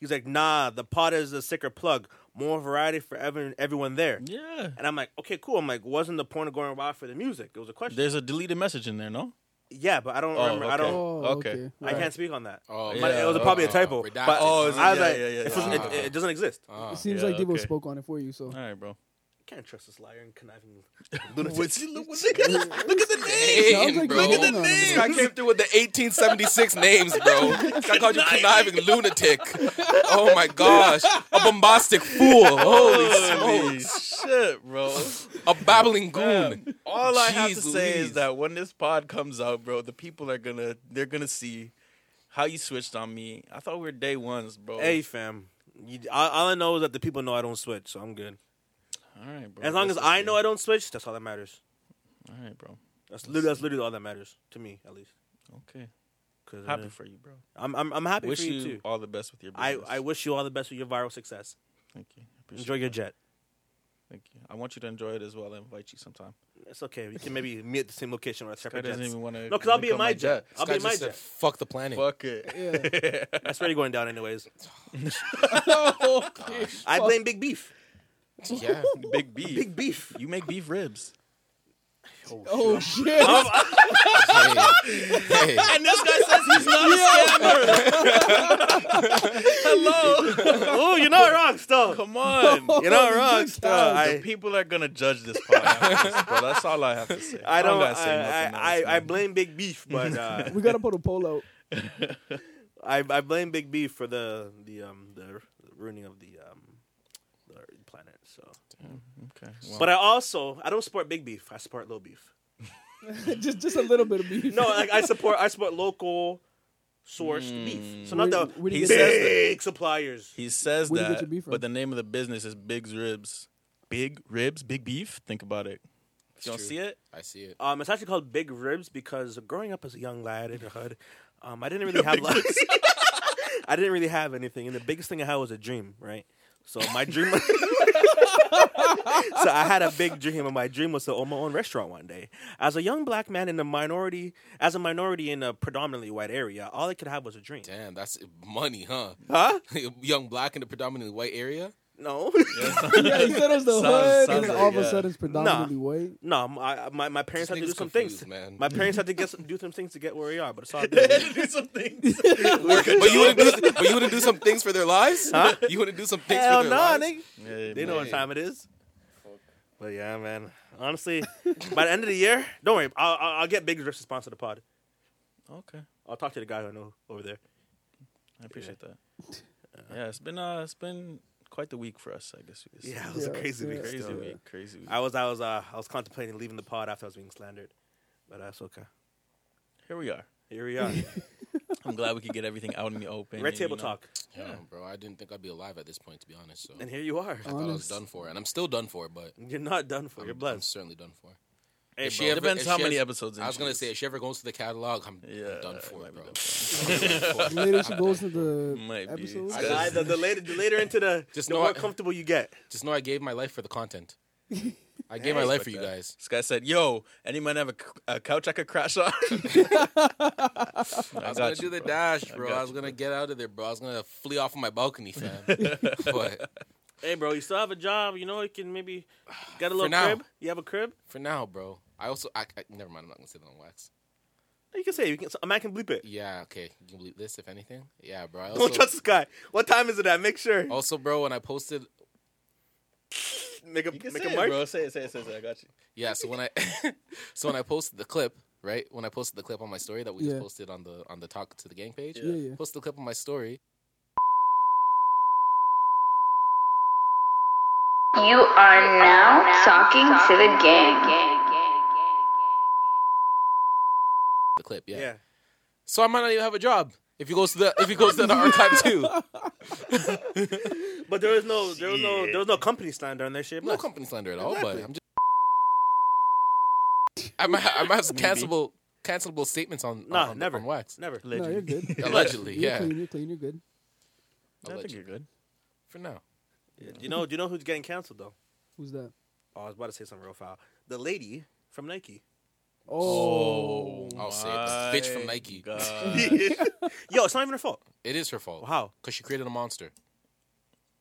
Speaker 4: He's like, nah, the pot is a sicker plug. More variety for everyone, everyone there.
Speaker 3: yeah.
Speaker 4: And I'm like, okay, cool. I'm like, wasn't the point of going wild for the music? It was a question.
Speaker 3: There's a deleted message in there, no?
Speaker 4: yeah, but I don't
Speaker 3: Oh,
Speaker 4: remember. I
Speaker 3: okay.
Speaker 4: don't.
Speaker 6: Oh,
Speaker 3: Okay.
Speaker 6: okay.
Speaker 4: I can't speak on that.
Speaker 5: Oh,
Speaker 4: But
Speaker 3: yeah,
Speaker 4: it was probably a
Speaker 5: oh,
Speaker 4: typo.
Speaker 5: redacted.
Speaker 4: But
Speaker 5: Oh,
Speaker 3: is it-
Speaker 4: I was
Speaker 3: yeah,
Speaker 4: like,
Speaker 3: yeah, yeah,
Speaker 4: it, wasn't-
Speaker 5: yeah.
Speaker 4: it- it doesn't exist.
Speaker 5: Ah.
Speaker 6: It seems
Speaker 3: Yeah,
Speaker 6: like Devo
Speaker 3: okay.
Speaker 6: spoke on it for you, so
Speaker 3: All right, bro.
Speaker 4: Can't trust this liar and conniving.
Speaker 3: Woodsy, look, look, at the, look at the name.
Speaker 5: Damn,
Speaker 6: Sounds like
Speaker 5: bro.
Speaker 6: Look at the
Speaker 5: This
Speaker 6: name.
Speaker 5: guy came through with the 1876 names, bro. This guy called you conniving lunatic. Oh my gosh, a bombastic fool. Holy
Speaker 3: Holy
Speaker 5: smokes,
Speaker 3: shit, bro.
Speaker 5: a babbling goon.
Speaker 3: Damn. Um, All I have to
Speaker 5: Jeez
Speaker 3: say
Speaker 5: Louise.
Speaker 3: is that when this pod comes out, bro, the people are gonna they're gonna see how you switched on me. I thought we were day ones, bro.
Speaker 4: Hey, fam. You, all, all I know is that the people know I don't switch, so I'm good.
Speaker 3: all right, bro.
Speaker 4: As long as I know I don't switch, that's all that matters.
Speaker 3: All right, bro.
Speaker 4: That's literally, that's literally all that matters to me, at least.
Speaker 3: Okay.
Speaker 4: 'Cause, uh,
Speaker 3: Happy for you, bro.
Speaker 4: I'm, I'm, I'm happy
Speaker 3: Wish
Speaker 4: for you,
Speaker 3: you
Speaker 4: too.
Speaker 3: all the best with your
Speaker 4: I,
Speaker 3: business.
Speaker 4: I wish you all the best with your viral success.
Speaker 3: Thank you. I appreciate
Speaker 4: Enjoy your jet.
Speaker 3: it. Thank you. I want you to enjoy it as well. I invite you sometime.
Speaker 4: It's okay. We can maybe meet at the same location or at
Speaker 3: Guy
Speaker 4: separate
Speaker 3: doesn't
Speaker 4: jets.
Speaker 3: even want to.
Speaker 4: No, 'cause I'll be in my jet. I'll
Speaker 5: This guy
Speaker 4: be in my
Speaker 5: just said,
Speaker 4: jet.
Speaker 5: Fuck the planet.
Speaker 3: Fuck it.
Speaker 4: That's already going down anyways.
Speaker 3: Oh,
Speaker 6: okay.
Speaker 4: I blame Big Beef.
Speaker 5: Yeah.
Speaker 3: Big beef.
Speaker 4: Big Beef.
Speaker 3: You make beef ribs.
Speaker 6: Oh shit!
Speaker 5: Hey. Hey.
Speaker 3: And this guy says he's not a scammer. Hello.
Speaker 4: oh, you're not wrong, still.
Speaker 3: Come on.
Speaker 4: You're not
Speaker 6: Holy
Speaker 4: wrong,
Speaker 6: good
Speaker 4: still.
Speaker 6: God.
Speaker 4: I,
Speaker 3: People are gonna judge this podcast, bro. That's all I have to say.
Speaker 4: I don't. I,
Speaker 3: gotta say nothing
Speaker 4: I,
Speaker 3: else,
Speaker 4: I, I
Speaker 3: man.
Speaker 4: blame Big Beef, but uh,
Speaker 6: we gotta put a poll out.
Speaker 4: I, I blame Big Beef for the the um the ruining of the um the planet. So,
Speaker 3: Okay. Well,
Speaker 4: but I also I don't support Big Beef. I support low beef.
Speaker 6: just just a little bit of beef.
Speaker 4: No, like I support I support local sourced beef. So not
Speaker 6: Where-
Speaker 4: the
Speaker 6: where do you
Speaker 4: he
Speaker 3: get
Speaker 4: says
Speaker 3: that?
Speaker 4: big suppliers.
Speaker 3: he says
Speaker 6: Where do you get
Speaker 3: that,
Speaker 6: your beef from?
Speaker 3: but the name of the business is Big's Ribs. Big ribs, big beef. Think about it. you don't
Speaker 5: true.
Speaker 3: see it.
Speaker 5: I see it.
Speaker 4: Um, it's actually called Big Ribs because growing up as a young lad in the hood, um, I didn't really have like, I didn't really have anything, and the biggest thing I had was a dream, right? So my dream, was- so I had a big dream, and my dream was to own my own restaurant one day. As a young black man in a minority, as a minority in a predominantly white area, all I could have was a dream.
Speaker 5: Damn, that's money, huh?
Speaker 4: Huh?
Speaker 5: Young black in a predominantly white area.
Speaker 4: No,
Speaker 6: yeah, he said it was the
Speaker 3: Sounds-
Speaker 6: hood, and
Speaker 3: sounds
Speaker 6: then
Speaker 3: like,
Speaker 6: all of a
Speaker 3: yeah.
Speaker 6: sudden it's predominantly white.
Speaker 4: no, m- I- my my parents had
Speaker 5: This
Speaker 4: to do
Speaker 5: nigga's
Speaker 4: some
Speaker 5: confused,
Speaker 4: things.
Speaker 5: man.
Speaker 4: My parents had to get some, do some things to get where we are, but it's all good.
Speaker 3: do some things.
Speaker 5: But you wouldn't do, but you wouldn't do some things for their lives. You wouldn't do some things
Speaker 4: Hell
Speaker 5: for
Speaker 4: no,
Speaker 5: their lives.
Speaker 4: nigga.
Speaker 3: Yeah,
Speaker 4: They know
Speaker 3: man.
Speaker 4: what time it is. But yeah, man. Honestly, by the end of the year, don't worry. I'll, I'll, I'll get Big Rich to sponsor the pod.
Speaker 3: Okay.
Speaker 4: I'll talk to the guy who I know over there.
Speaker 3: I appreciate that. Yeah, it's been uh, it's been quite the week for us, I guess. we could say.
Speaker 4: Yeah, it was a
Speaker 6: Yeah,
Speaker 4: crazy week.
Speaker 6: yeah.
Speaker 3: crazy
Speaker 4: still.
Speaker 3: week, crazy week.
Speaker 4: I was, I was, uh, I was contemplating leaving the pod after I was being slandered, but that's okay.
Speaker 3: Here we are.
Speaker 4: Here we are.
Speaker 3: I'm glad we could get everything out in the open.
Speaker 4: Red
Speaker 3: and, you
Speaker 4: Table
Speaker 3: know,
Speaker 4: Talk,
Speaker 5: Damn, bro, I didn't think I'd be alive at this point, to be honest. So
Speaker 4: and here you are.
Speaker 5: I thought I was
Speaker 6: Honest.
Speaker 5: done for, and I'm still done for. But
Speaker 4: You're not done for.
Speaker 5: I'm,
Speaker 4: You're
Speaker 5: I'm
Speaker 4: blessed.
Speaker 5: certainly done for.
Speaker 4: Hey,
Speaker 5: If she
Speaker 4: bro.
Speaker 5: ever-
Speaker 3: Depends
Speaker 5: if
Speaker 3: how
Speaker 5: she
Speaker 3: many
Speaker 5: has-
Speaker 3: episodes. in
Speaker 5: I was
Speaker 3: she
Speaker 5: gonna
Speaker 3: is.
Speaker 5: say, if she ever goes to the catalog, I'm, I'm
Speaker 3: Yeah,
Speaker 5: done
Speaker 3: it
Speaker 5: for,
Speaker 3: might be
Speaker 5: bro.
Speaker 3: done
Speaker 6: Later she goes to the
Speaker 3: Might be.
Speaker 6: episode.
Speaker 3: I
Speaker 4: The- the, the later, the later into the,
Speaker 5: Just
Speaker 4: the
Speaker 5: know
Speaker 4: more
Speaker 5: I-
Speaker 4: comfortable you get.
Speaker 5: Just know I gave my life for the content. I gave my life for you guys.
Speaker 3: This guy said, "Yo, any man have a, c- a couch I could crash on?"
Speaker 5: I
Speaker 3: I
Speaker 5: was gonna
Speaker 3: got
Speaker 5: do
Speaker 3: you.
Speaker 5: the
Speaker 3: bro.
Speaker 5: dash, bro.
Speaker 3: got
Speaker 5: I was
Speaker 3: you,
Speaker 5: gonna get out of there, bro. I was gonna flee off of my balcony, fam. but
Speaker 4: Hey, bro, you still have a job. You know, you can maybe get a little
Speaker 5: now.
Speaker 4: crib. You have a crib.
Speaker 5: for now, bro, I also, I, I never mind. I'm not gonna say that on wax.
Speaker 4: You can say it. you can. A man can bleep it.
Speaker 5: Yeah, okay. You can believe this, if anything. Yeah, bro. I also,
Speaker 4: Don't trust this guy. What time is it at? Make sure.
Speaker 5: Also, bro, when I posted,
Speaker 4: Make a
Speaker 3: You can
Speaker 4: make
Speaker 3: say
Speaker 4: a
Speaker 3: it,
Speaker 4: mark.
Speaker 3: bro. Say it, say it, say it. say it. I got you.
Speaker 5: yeah. So when I, so when I posted the clip, right? When I posted the clip on my story that we
Speaker 6: Yeah.
Speaker 5: just posted on the on the talk to the gang page,
Speaker 6: Yeah, yeah.
Speaker 5: posted the clip on my story.
Speaker 1: You are now talking to the gang.
Speaker 5: The clip, yeah.
Speaker 4: Yeah.
Speaker 5: So I might not even have a job if he goes to the if he goes to the archive too.
Speaker 4: But there was no there was no there was no company slander on that shit.
Speaker 5: No
Speaker 4: Bless.
Speaker 5: company slander at all,
Speaker 4: Exactly.
Speaker 5: but I'm just. I might I might have some cancelable cancelable statements on
Speaker 3: Oh,
Speaker 4: Nah,
Speaker 5: on,
Speaker 4: never.
Speaker 5: on wax
Speaker 4: Never.
Speaker 6: No, you're good. You're
Speaker 5: allegedly, yeah.
Speaker 6: clean. You're clean. You're good.
Speaker 3: I think
Speaker 5: Allegedly.
Speaker 3: you're good.
Speaker 5: For now,
Speaker 4: Do you know do you know who's getting canceled though?
Speaker 6: Who's that?
Speaker 4: Oh, I was about to say something real foul. The lady from Nike.
Speaker 6: Oh,
Speaker 5: I'll say it. This bitch from
Speaker 3: My
Speaker 5: Nike.
Speaker 4: Uh.
Speaker 3: God.
Speaker 4: Yo, it's not even her fault.
Speaker 5: It is her fault.
Speaker 4: Wow.
Speaker 5: Because she created a monster.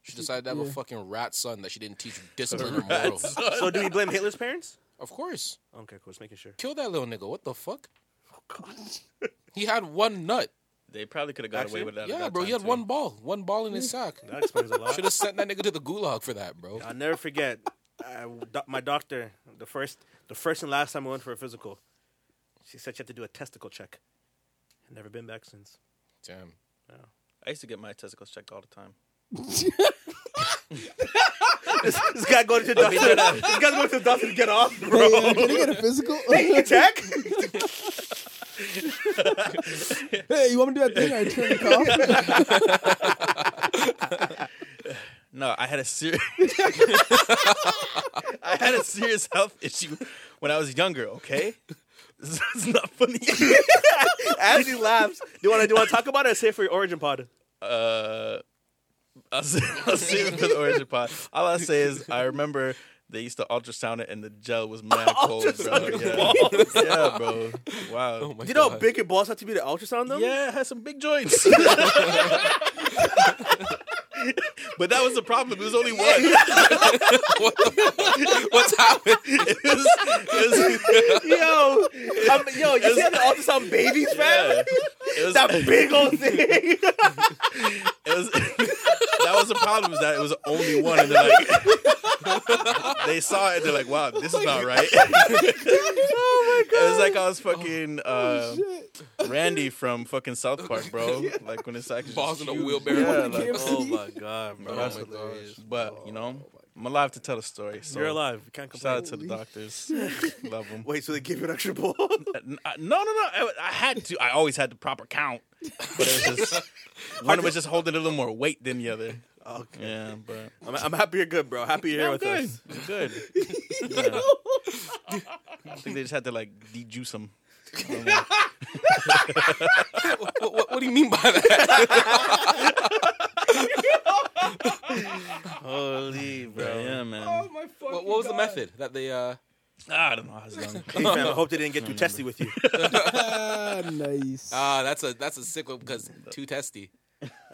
Speaker 5: She decided to have a
Speaker 6: yeah.
Speaker 5: fucking rat son that she didn't teach discipline or morals.
Speaker 4: So do we blame Hitler's parents?
Speaker 5: Of course.
Speaker 4: Okay, cool. Just making sure.
Speaker 5: Kill that little nigga. What the fuck?
Speaker 3: Oh,
Speaker 5: He had one nut.
Speaker 3: They probably could have got
Speaker 4: Actually,
Speaker 3: away with that. at
Speaker 5: Yeah,
Speaker 3: that
Speaker 5: bro.
Speaker 3: time
Speaker 5: He had
Speaker 3: too.
Speaker 5: one ball. One ball in his sack.
Speaker 4: That explains a lot.
Speaker 5: Should have sent that nigga to the gulag for that, bro.
Speaker 4: I'll never forget I, do- my doctor, the first, the first and last time I went for a physical, she said she had to do a testicle check. I've never been back since.
Speaker 5: Damn.
Speaker 3: I used to get my testicles checked all the time.
Speaker 4: this, this guy going to the doctor. this guy's going to the doctor to get off, bro.
Speaker 6: Hey, uh, can you get a physical?
Speaker 4: check?
Speaker 6: hey, you want me to do that thing? I turn the cough.
Speaker 3: No, I had a serious I had a serious health issue when I was younger, okay? This is not funny.
Speaker 4: As he laughs, do you want to do you want to talk about it? Or say it for your origin pod.
Speaker 3: uh, I'll say, I'll save it for the origin pod. All I'll say is I remember they used to ultrasound it and the gel was mad cold, bro.
Speaker 4: Ultrasound your
Speaker 3: Yeah. yeah, bro. Wow.
Speaker 5: Oh my
Speaker 4: Do you know how
Speaker 5: God.
Speaker 4: big your balls have to be to ultrasound them?
Speaker 3: Yeah, it has some big joints. but that was the problem. It was only one.
Speaker 5: What's happening?
Speaker 3: It was, it was-
Speaker 4: Yo, I'm, yo, you see how they ultrasound babies,
Speaker 3: yeah.
Speaker 4: fam?
Speaker 3: It was-
Speaker 4: That big old thing.
Speaker 3: It was, that was the problem is that it was only one, and they're like, they saw it, and they're like, wow, this is not right. It was like I was fucking uh,
Speaker 6: Shit.
Speaker 3: Randy from fucking South Park, bro. Like when it's actually
Speaker 5: Balls in a
Speaker 3: huge.
Speaker 5: wheelbarrow.
Speaker 3: Yeah,
Speaker 5: When it
Speaker 3: like,
Speaker 6: came
Speaker 3: oh
Speaker 6: to
Speaker 3: my god, bro,
Speaker 5: Oh
Speaker 3: that's
Speaker 5: my
Speaker 3: hilarious. Oh But you know, I'm alive to tell the story. So
Speaker 4: You're alive. You can't complain.
Speaker 3: Shout out to the doctors, love them.
Speaker 4: Wait, so they give you an extra ball?
Speaker 3: N- I- No, no, no. I, I had to. I always had the proper count, but it was just one was just holding a little more weight than the other.
Speaker 4: okay.
Speaker 3: Yeah, but
Speaker 4: I'm, I'm happy you're good, bro. Happy you're here with
Speaker 3: good.
Speaker 4: us.
Speaker 3: I'm good. Yeah. I think they just had to like dejuice them.
Speaker 5: What, what, what do you mean by that?
Speaker 3: Holy bro, yeah, man.
Speaker 6: Oh my fucking
Speaker 5: what, what was the
Speaker 6: God.
Speaker 5: method that they? uh
Speaker 3: Ah, I don't know. I was young.
Speaker 4: Hey, fam, I hope they didn't get too testy with you.
Speaker 6: Ah, nice.
Speaker 5: Ah, that's a that's a sick one because too testy.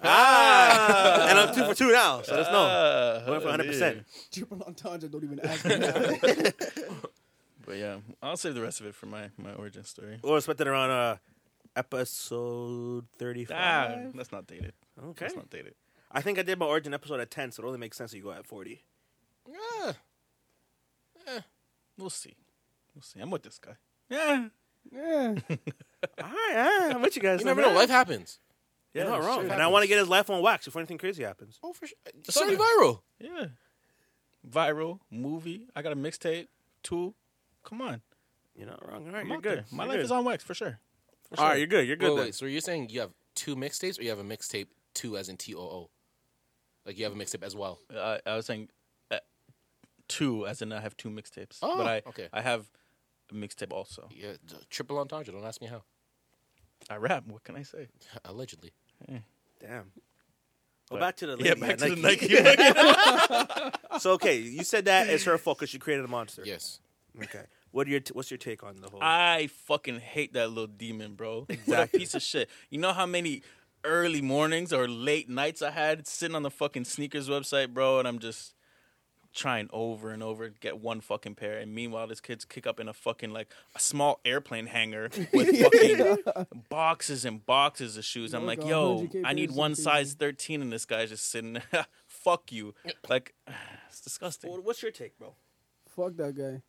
Speaker 4: ah, and I'm two for two now, so let's know.
Speaker 3: Ah,
Speaker 4: Went for 100. percent
Speaker 6: Triple entendre. Don't even ask me. That.
Speaker 3: But yeah, I'll save the rest of it for my my origin story.
Speaker 4: We'll respect it around uh, episode 35.
Speaker 3: Ah, that's not dated.
Speaker 4: okay.
Speaker 3: That's not dated.
Speaker 4: I think I did my origin episode at 10, so it only makes sense that you go at 40.
Speaker 5: Yeah.
Speaker 3: We'll see. We'll see. I'm with this guy. Yeah.
Speaker 6: yeah.
Speaker 4: All right, yeah, I'm with you guys.
Speaker 5: You never know. Life happens.
Speaker 4: You're not
Speaker 3: it
Speaker 4: wrong.
Speaker 3: sure
Speaker 4: and I want to get his life on wax before anything crazy happens.
Speaker 5: Oh, for sure. It's already viral.
Speaker 3: Yeah. Viral movie. I got a mixtape. Two. Come on.
Speaker 4: You're not wrong. All right,
Speaker 3: I'm
Speaker 4: you're
Speaker 3: out
Speaker 4: good.
Speaker 3: there. My
Speaker 4: You're
Speaker 3: life
Speaker 4: good.
Speaker 3: is on wax for sure.
Speaker 4: All right, you're good. You're good.
Speaker 5: wait,
Speaker 4: then.
Speaker 5: wait. So you're saying you have two mixtapes, or you have a mixtape two as in T O O? Like you have a mixtape as well.
Speaker 3: I, I was saying uh, two, as in I have two mixtapes.
Speaker 5: Oh,
Speaker 3: but I,
Speaker 5: okay.
Speaker 3: I have a mixtape also.
Speaker 5: Yeah, d- triple entendre. Don't ask me how.
Speaker 3: I rap. What can I say?
Speaker 5: Allegedly.
Speaker 4: Damn.
Speaker 3: But-
Speaker 4: Well, back to the lady
Speaker 3: yeah, back
Speaker 4: at
Speaker 3: to
Speaker 4: Nike.
Speaker 3: the Nike.
Speaker 4: so okay, you said that it's her fault because she created a monster.
Speaker 5: Yes.
Speaker 4: Okay. What are your t- what's your take on the whole?
Speaker 3: I fucking hate that little demon, bro. That piece of shit. You know how many early mornings or late nights I had sitting on the fucking sneakers website, bro, and I'm just trying over and over to get one fucking pair and meanwhile this kid's kick up in a fucking like a small airplane hangar with fucking boxes and boxes of shoes. I'm
Speaker 6: Oh,
Speaker 3: like,
Speaker 6: God,
Speaker 3: yo,
Speaker 6: 100K
Speaker 3: I need
Speaker 6: pairs
Speaker 3: one
Speaker 6: is
Speaker 3: size thirteen and this guy's just sitting there. fuck you. Like
Speaker 4: Well,
Speaker 3: it's disgusting.
Speaker 4: what's your take, bro?
Speaker 6: Fuck that guy.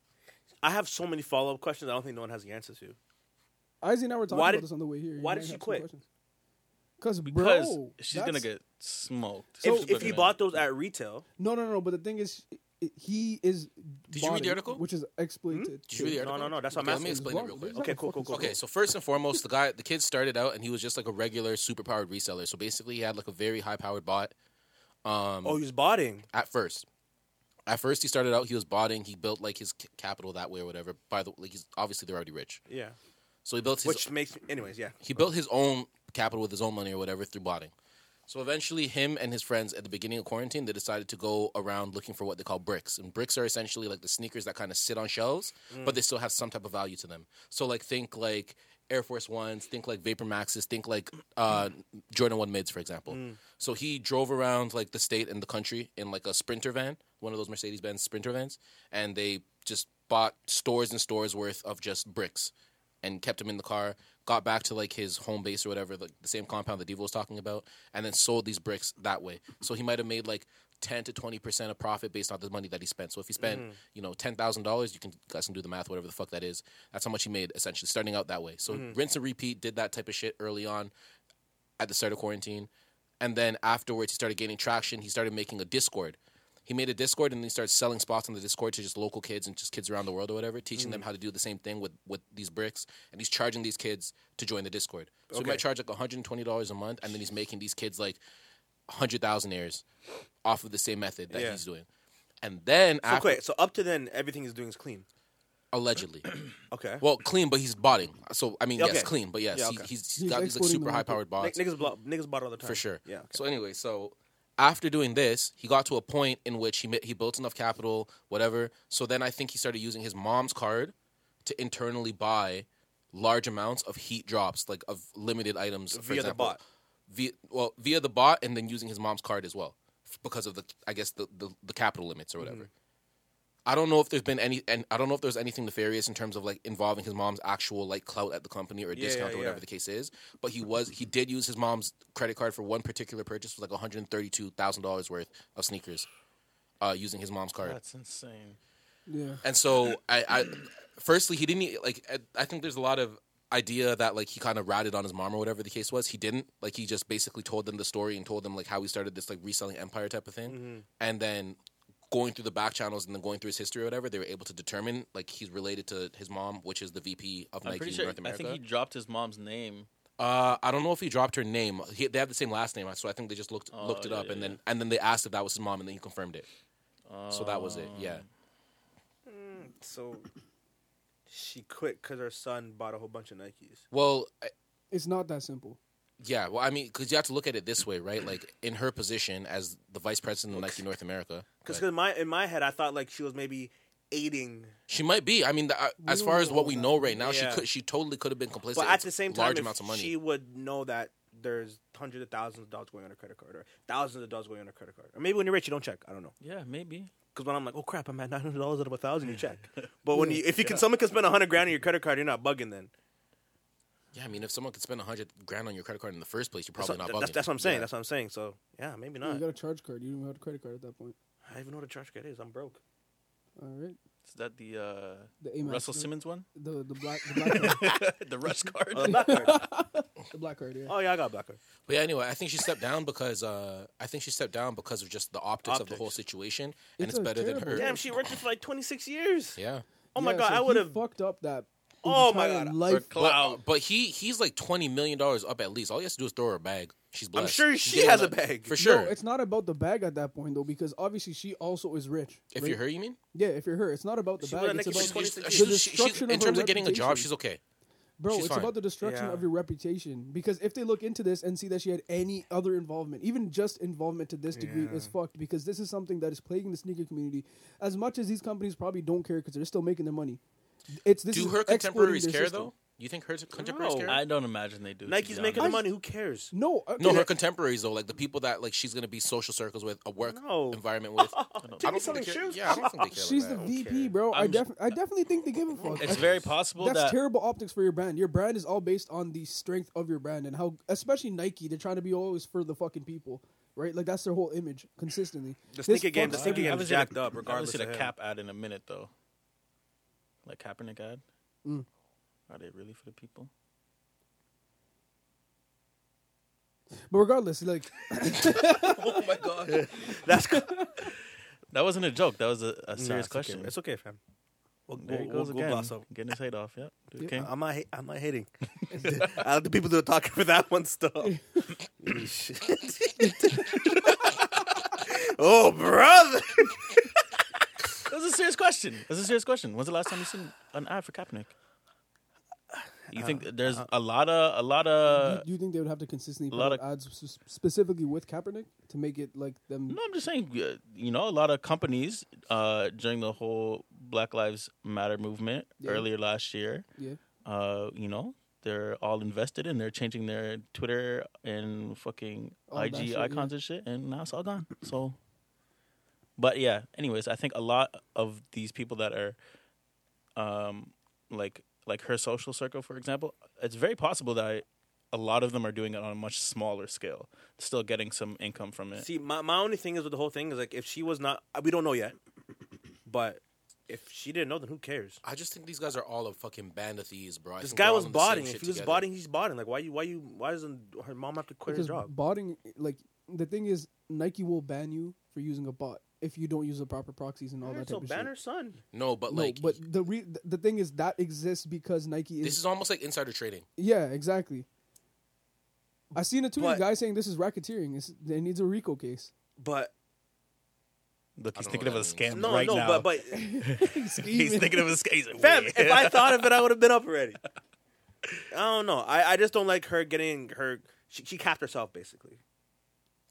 Speaker 4: I have so many follow up questions. I don't think no one has the answer to.
Speaker 6: Isaac and I were talking
Speaker 4: Why
Speaker 6: about
Speaker 4: did-
Speaker 6: this on the way here.
Speaker 4: why did she quit?
Speaker 6: Because
Speaker 3: Because
Speaker 6: bro,
Speaker 3: she's gonna
Speaker 6: that's-
Speaker 3: get smoked.
Speaker 6: So
Speaker 3: She's
Speaker 4: if, if you
Speaker 3: gonna-
Speaker 4: bought those at retail,
Speaker 6: No, no, no. no, But the thing is, i- he is. Did
Speaker 5: you read the article?
Speaker 6: Which is exploited.
Speaker 5: Did you read the
Speaker 4: No,
Speaker 5: article?
Speaker 4: no, no, that's what I'm
Speaker 5: Okay,
Speaker 4: asking.
Speaker 5: Let me explain it real quick.
Speaker 4: Okay, cool, cool, cool.
Speaker 5: Okay, so first and foremost, the guy, the kid started out and he was just like a regular superpowered reseller. So basically, he had like a very high powered bot. Um,
Speaker 4: oh, he's botting.
Speaker 5: at first, at first he started out, he was botting. He built like his c- capital that way or whatever. By the like, he's obviously they're already rich,
Speaker 4: Yeah.
Speaker 5: so he built his
Speaker 4: Which makes, anyways, yeah.
Speaker 5: he built his own capital with his own money or whatever through botting. So eventually, him and his friends at the beginning of quarantine, they decided to go around looking for what they call bricks. And bricks are essentially like the sneakers that kind of sit on shelves, but they still have some type of value to them. So like think like Air Force Ones, think like Vapor Maxes, think like uh, Jordan One Mids, for example. So he drove around like the state and the country in like a Sprinter van, one of those Mercedes Benz Sprinter vans, and they just bought stores and stores worth of just bricks and kept him in the car. Got back to like his home base or whatever, like the same compound that Devo was talking about, and then sold these bricks that way. So he might have made like ten to twenty percent of profit based on the money that he spent. So if he spent, you know, ten thousand dollars, you can you guys can do the math, whatever the fuck that is. That's how much he made essentially, starting out that way. So rinse and repeat, did that type of shit early on at the start of quarantine. And then afterwards, he started gaining traction. He started making a Discord. He made a Discord and then he started selling spots on the Discord to just local kids and just kids around the world or whatever, teaching
Speaker 4: Mm.
Speaker 5: them how to do the same thing with, with these bricks. And he's charging these kids to join the Discord. So he might charge like $120 a month and then he's making these kids like 100,000 airs off of the same method that
Speaker 4: Yeah.
Speaker 5: he's doing. And then
Speaker 4: So
Speaker 5: after,
Speaker 4: quick. So up to then, everything he's doing is clean.
Speaker 5: allegedly,
Speaker 4: Okay.
Speaker 5: well, clean, but he's botting. So, I mean,
Speaker 4: Okay.
Speaker 5: yes, clean, but yes,
Speaker 4: Yeah,
Speaker 5: he-
Speaker 4: okay.
Speaker 5: he's, he's
Speaker 6: He's
Speaker 5: got these like
Speaker 6: exporting
Speaker 5: super
Speaker 6: the
Speaker 5: high powered
Speaker 4: N-
Speaker 5: bots.
Speaker 4: niggas blo- niggas bought all the time
Speaker 5: for sure.
Speaker 4: Yeah. Okay.
Speaker 5: So anyway, so after doing this, he got to a point in which he ma- he built enough capital, whatever. So then I think he started using his mom's card to internally buy large amounts of heat drops, like of limited items. for
Speaker 4: Via the
Speaker 5: example.
Speaker 4: bot.
Speaker 5: Via well, via the bot, and then using his mom's card as well, f- because of the I guess the the, the capital limits or whatever. I don't know if there's been any, and I don't know if there's anything nefarious in terms of like involving his mom's actual like clout at the company or
Speaker 4: Yeah,
Speaker 5: discount
Speaker 4: yeah,
Speaker 5: or whatever
Speaker 4: yeah.
Speaker 5: the case is. But he was, he did use his mom's credit card for one particular purchase, was like one hundred thirty-two thousand dollars worth of sneakers, uh, using his mom's card.
Speaker 3: That's insane.
Speaker 6: Yeah.
Speaker 5: And so I, I firstly, he didn't e- like. I- I think there's a lot of idea that like he kind of ratted on his mom or whatever the case was. He didn't. Like he just basically told them the story and told them like how he started this like reselling empire type of thing, and then going through the back channels and then going through his history or whatever, they were able to determine like he's related to his mom, which is the VP of
Speaker 3: I'm
Speaker 5: Nike
Speaker 3: pretty sure.
Speaker 5: North
Speaker 3: I
Speaker 5: America.
Speaker 3: think he dropped his mom's name.
Speaker 5: Uh, I don't know if he dropped her name. He, they have the same last name, so I think they just looked
Speaker 3: Oh,
Speaker 5: looked it
Speaker 3: yeah,
Speaker 5: up,
Speaker 3: yeah,
Speaker 5: and
Speaker 3: yeah.
Speaker 5: then and then they asked if that was his mom, and then he confirmed it. so that was it. Yeah.
Speaker 3: Oh.
Speaker 4: So she quit because her son bought a whole bunch of Nikes.
Speaker 5: Well, I-
Speaker 6: It's not that simple.
Speaker 5: yeah. Well, I mean, because you have to look at it this way, right? Like in her position as the vice president of Nike North America,
Speaker 4: Because
Speaker 5: but
Speaker 4: my in my head, I thought like she was maybe aiding,
Speaker 5: she might be. I mean, the, uh, as
Speaker 6: don't
Speaker 5: far as
Speaker 6: know
Speaker 5: what we
Speaker 6: that.
Speaker 5: know right now,
Speaker 4: Yeah.
Speaker 5: she could. She totally could have been complicit.
Speaker 4: but at
Speaker 5: in
Speaker 4: the same time,
Speaker 5: large
Speaker 4: if
Speaker 5: amounts of money.
Speaker 4: she would know that there's hundreds of thousands of dollars going on her credit card, or thousands of dollars going on her credit card, or maybe when you're rich, you don't check. I don't know.
Speaker 3: Yeah, maybe.
Speaker 4: Because when I'm like, oh crap, I'm at nine hundred dollars out of a thousand, you check. But when you, if you can, someone can spend a hundred grand on your credit card, you're not bugging then.
Speaker 5: yeah, I mean, if someone could spend a hundred grand on your credit card in the first place, you're
Speaker 4: That's
Speaker 5: probably
Speaker 4: what-
Speaker 5: not
Speaker 4: that's,
Speaker 5: bugging.
Speaker 4: that's what I'm saying.
Speaker 5: Yeah.
Speaker 4: That's what I'm saying. So yeah, maybe
Speaker 6: Yeah,
Speaker 4: not.
Speaker 6: you got a charge card. You don't even have a credit card at that point.
Speaker 4: I don't even know what a charge card is. I'm broke.
Speaker 6: All right.
Speaker 3: Is that the uh,
Speaker 6: The Amex,
Speaker 3: Russell
Speaker 6: the-
Speaker 3: Simmons one?
Speaker 6: The the black the black card.
Speaker 3: the rush card.
Speaker 4: Oh, a black card.
Speaker 6: the black card. Yeah.
Speaker 4: oh yeah, I got a black card.
Speaker 5: But yeah, anyway, I think she stepped down because uh, I think she stepped down because of just the optics, of the
Speaker 4: Optics.
Speaker 5: whole situation, and
Speaker 6: It's
Speaker 5: it's,
Speaker 6: a
Speaker 5: better than
Speaker 6: terrible-
Speaker 5: her.
Speaker 4: Damn, she worked there for like 26 years.
Speaker 5: yeah.
Speaker 4: Oh my
Speaker 6: Yeah,
Speaker 4: god,
Speaker 6: so
Speaker 4: I
Speaker 6: he
Speaker 4: would have.
Speaker 6: fucked up that.
Speaker 4: Oh my
Speaker 6: entire
Speaker 4: God.
Speaker 6: Life.
Speaker 3: Or Wow.
Speaker 5: But, but he he's like twenty million dollars up at least. All he has to do is throw her a bag. She's blessed.
Speaker 4: sure
Speaker 5: She's
Speaker 4: she
Speaker 5: getting
Speaker 4: has a
Speaker 5: that-
Speaker 4: bag.
Speaker 5: for sure.
Speaker 6: No, it's not about the bag at that point though, because obviously she also is rich.
Speaker 5: if
Speaker 6: right?
Speaker 5: you're her, you mean?
Speaker 6: yeah, if you're her, it's not about the
Speaker 4: She
Speaker 6: bag.
Speaker 4: would've
Speaker 6: It's
Speaker 4: Nike
Speaker 6: about
Speaker 5: She's, she's,
Speaker 4: She's- she's-
Speaker 5: she's-
Speaker 6: the
Speaker 5: she's-
Speaker 6: destruction
Speaker 5: in
Speaker 6: of her
Speaker 5: terms of getting a job,
Speaker 6: reputation.
Speaker 5: she's okay.
Speaker 6: Bro,
Speaker 5: She's
Speaker 6: it's
Speaker 5: fine.
Speaker 6: about the destruction
Speaker 4: Yeah.
Speaker 6: of your reputation because if they look into this and see that she had any other involvement, even just involvement to this degree, is fucked because this is something that is plaguing the sneaker community. As much as these companies probably don't care because they're still making their money, it's this.
Speaker 5: Do
Speaker 6: is
Speaker 5: her
Speaker 6: exploiting
Speaker 5: contemporaries
Speaker 6: their
Speaker 5: care
Speaker 6: system.
Speaker 5: though? You think her contemporaries
Speaker 4: No.
Speaker 5: care?
Speaker 3: I don't imagine they do. to
Speaker 4: Nike's
Speaker 3: be
Speaker 4: making the
Speaker 3: honest.
Speaker 4: money. Who cares?
Speaker 6: No, uh, okay.
Speaker 5: No, her contemporaries though, like the people that like she's gonna be social circles with, a work
Speaker 4: No.
Speaker 5: environment with. I don't,
Speaker 4: some
Speaker 5: think they care.
Speaker 4: shoes.
Speaker 5: Yeah, I don't think they care.
Speaker 6: She's
Speaker 5: like
Speaker 6: the
Speaker 5: that.
Speaker 6: VP, bro. I,
Speaker 3: I'm
Speaker 6: def-
Speaker 3: just-
Speaker 6: I definitely think they give a fuck.
Speaker 3: It's very possible
Speaker 6: That's
Speaker 3: that
Speaker 6: terrible optics for your brand. Your brand is all based on the strength of your brand and how, especially Nike, they're trying to be always for the fucking people, right? Like that's their whole image consistently.
Speaker 4: The
Speaker 6: This
Speaker 4: sneaker game, the
Speaker 6: fucks
Speaker 4: sneaker
Speaker 6: every-
Speaker 4: game
Speaker 3: haven't
Speaker 4: is
Speaker 3: seen a-
Speaker 4: jacked up,
Speaker 3: I haven't
Speaker 4: regardless
Speaker 3: seen
Speaker 4: of
Speaker 3: a
Speaker 4: him.
Speaker 3: cap ad in a minute though. Like Kaepernick ad. Are they really for the people?
Speaker 6: But regardless, like
Speaker 5: Oh my god.
Speaker 4: That's a
Speaker 3: That wasn't a joke. That was a, a serious question.
Speaker 4: It's okay, fam. We'll,
Speaker 3: There he
Speaker 4: we'll-
Speaker 3: goes
Speaker 4: we'll- we'll
Speaker 3: again,
Speaker 4: gloss over.
Speaker 3: getting his hate off. Yep. Dude King.
Speaker 4: I'm not. ha- I'm not hating. I let the people do the talking for that one stuff. oh, brother!
Speaker 3: That was a serious question. That's a serious question. When's the last time you seen an ad for Kaepernick? You think there's a lot of a lot
Speaker 4: Uh,
Speaker 3: of
Speaker 6: do you think they would have to consistently put
Speaker 3: lot
Speaker 6: out
Speaker 3: of-
Speaker 6: ads s- specifically with Kaepernick to make it like them?
Speaker 3: No, I'm just saying, uh, you know, a lot of companies uh, during the whole Black Lives Matter movement
Speaker 6: Yeah.
Speaker 3: earlier last year,
Speaker 6: Yeah,
Speaker 3: uh, you know, they're all invested and they're changing their Twitter and fucking
Speaker 6: All that
Speaker 3: IG
Speaker 6: shit,
Speaker 3: icons and shit, and now it's all gone. So, but yeah, anyways, I think a lot of these people that are, um, like like her social circle, for example, it's very possible that I, a lot of them are doing it on a much smaller scale, still getting some income from it.
Speaker 4: See, my, my only thing is with the whole thing is like if she was not, we don't know yet, but if she didn't know, then who cares?
Speaker 5: I just think these guys are all a fucking band of thieves, bro. I
Speaker 4: This
Speaker 5: think
Speaker 4: guy
Speaker 5: they're all
Speaker 4: was
Speaker 5: on the same
Speaker 4: botting.
Speaker 5: shit
Speaker 4: If he was
Speaker 5: together.
Speaker 4: botting, he's botting. Like why you why you why doesn't her mom have to quit her
Speaker 6: Because
Speaker 4: job?
Speaker 6: botting, like the thing is, Nike will ban you for using a bot if you don't use the proper proxies and all that
Speaker 4: so
Speaker 6: type of
Speaker 4: ban her
Speaker 6: shit.
Speaker 4: son.
Speaker 5: no, but
Speaker 6: No,
Speaker 5: like,
Speaker 6: but the re- th- the thing is that exists because Nike is,
Speaker 5: this is almost like insider trading.
Speaker 6: yeah exactly. I seen a tweet of
Speaker 4: But-
Speaker 6: a guy saying this is racketeering. It's, it needs a RICO case.
Speaker 4: But
Speaker 3: Look, he's
Speaker 5: I don't know
Speaker 3: thinking of a
Speaker 5: what that
Speaker 3: scam
Speaker 5: means.
Speaker 4: no,
Speaker 3: right
Speaker 4: no,
Speaker 3: now.
Speaker 4: but but
Speaker 3: he's thinking of a scam.
Speaker 4: fam, if I thought of it, I would have been up already. I don't know. I, I just don't like her getting her. She, she capped herself basically.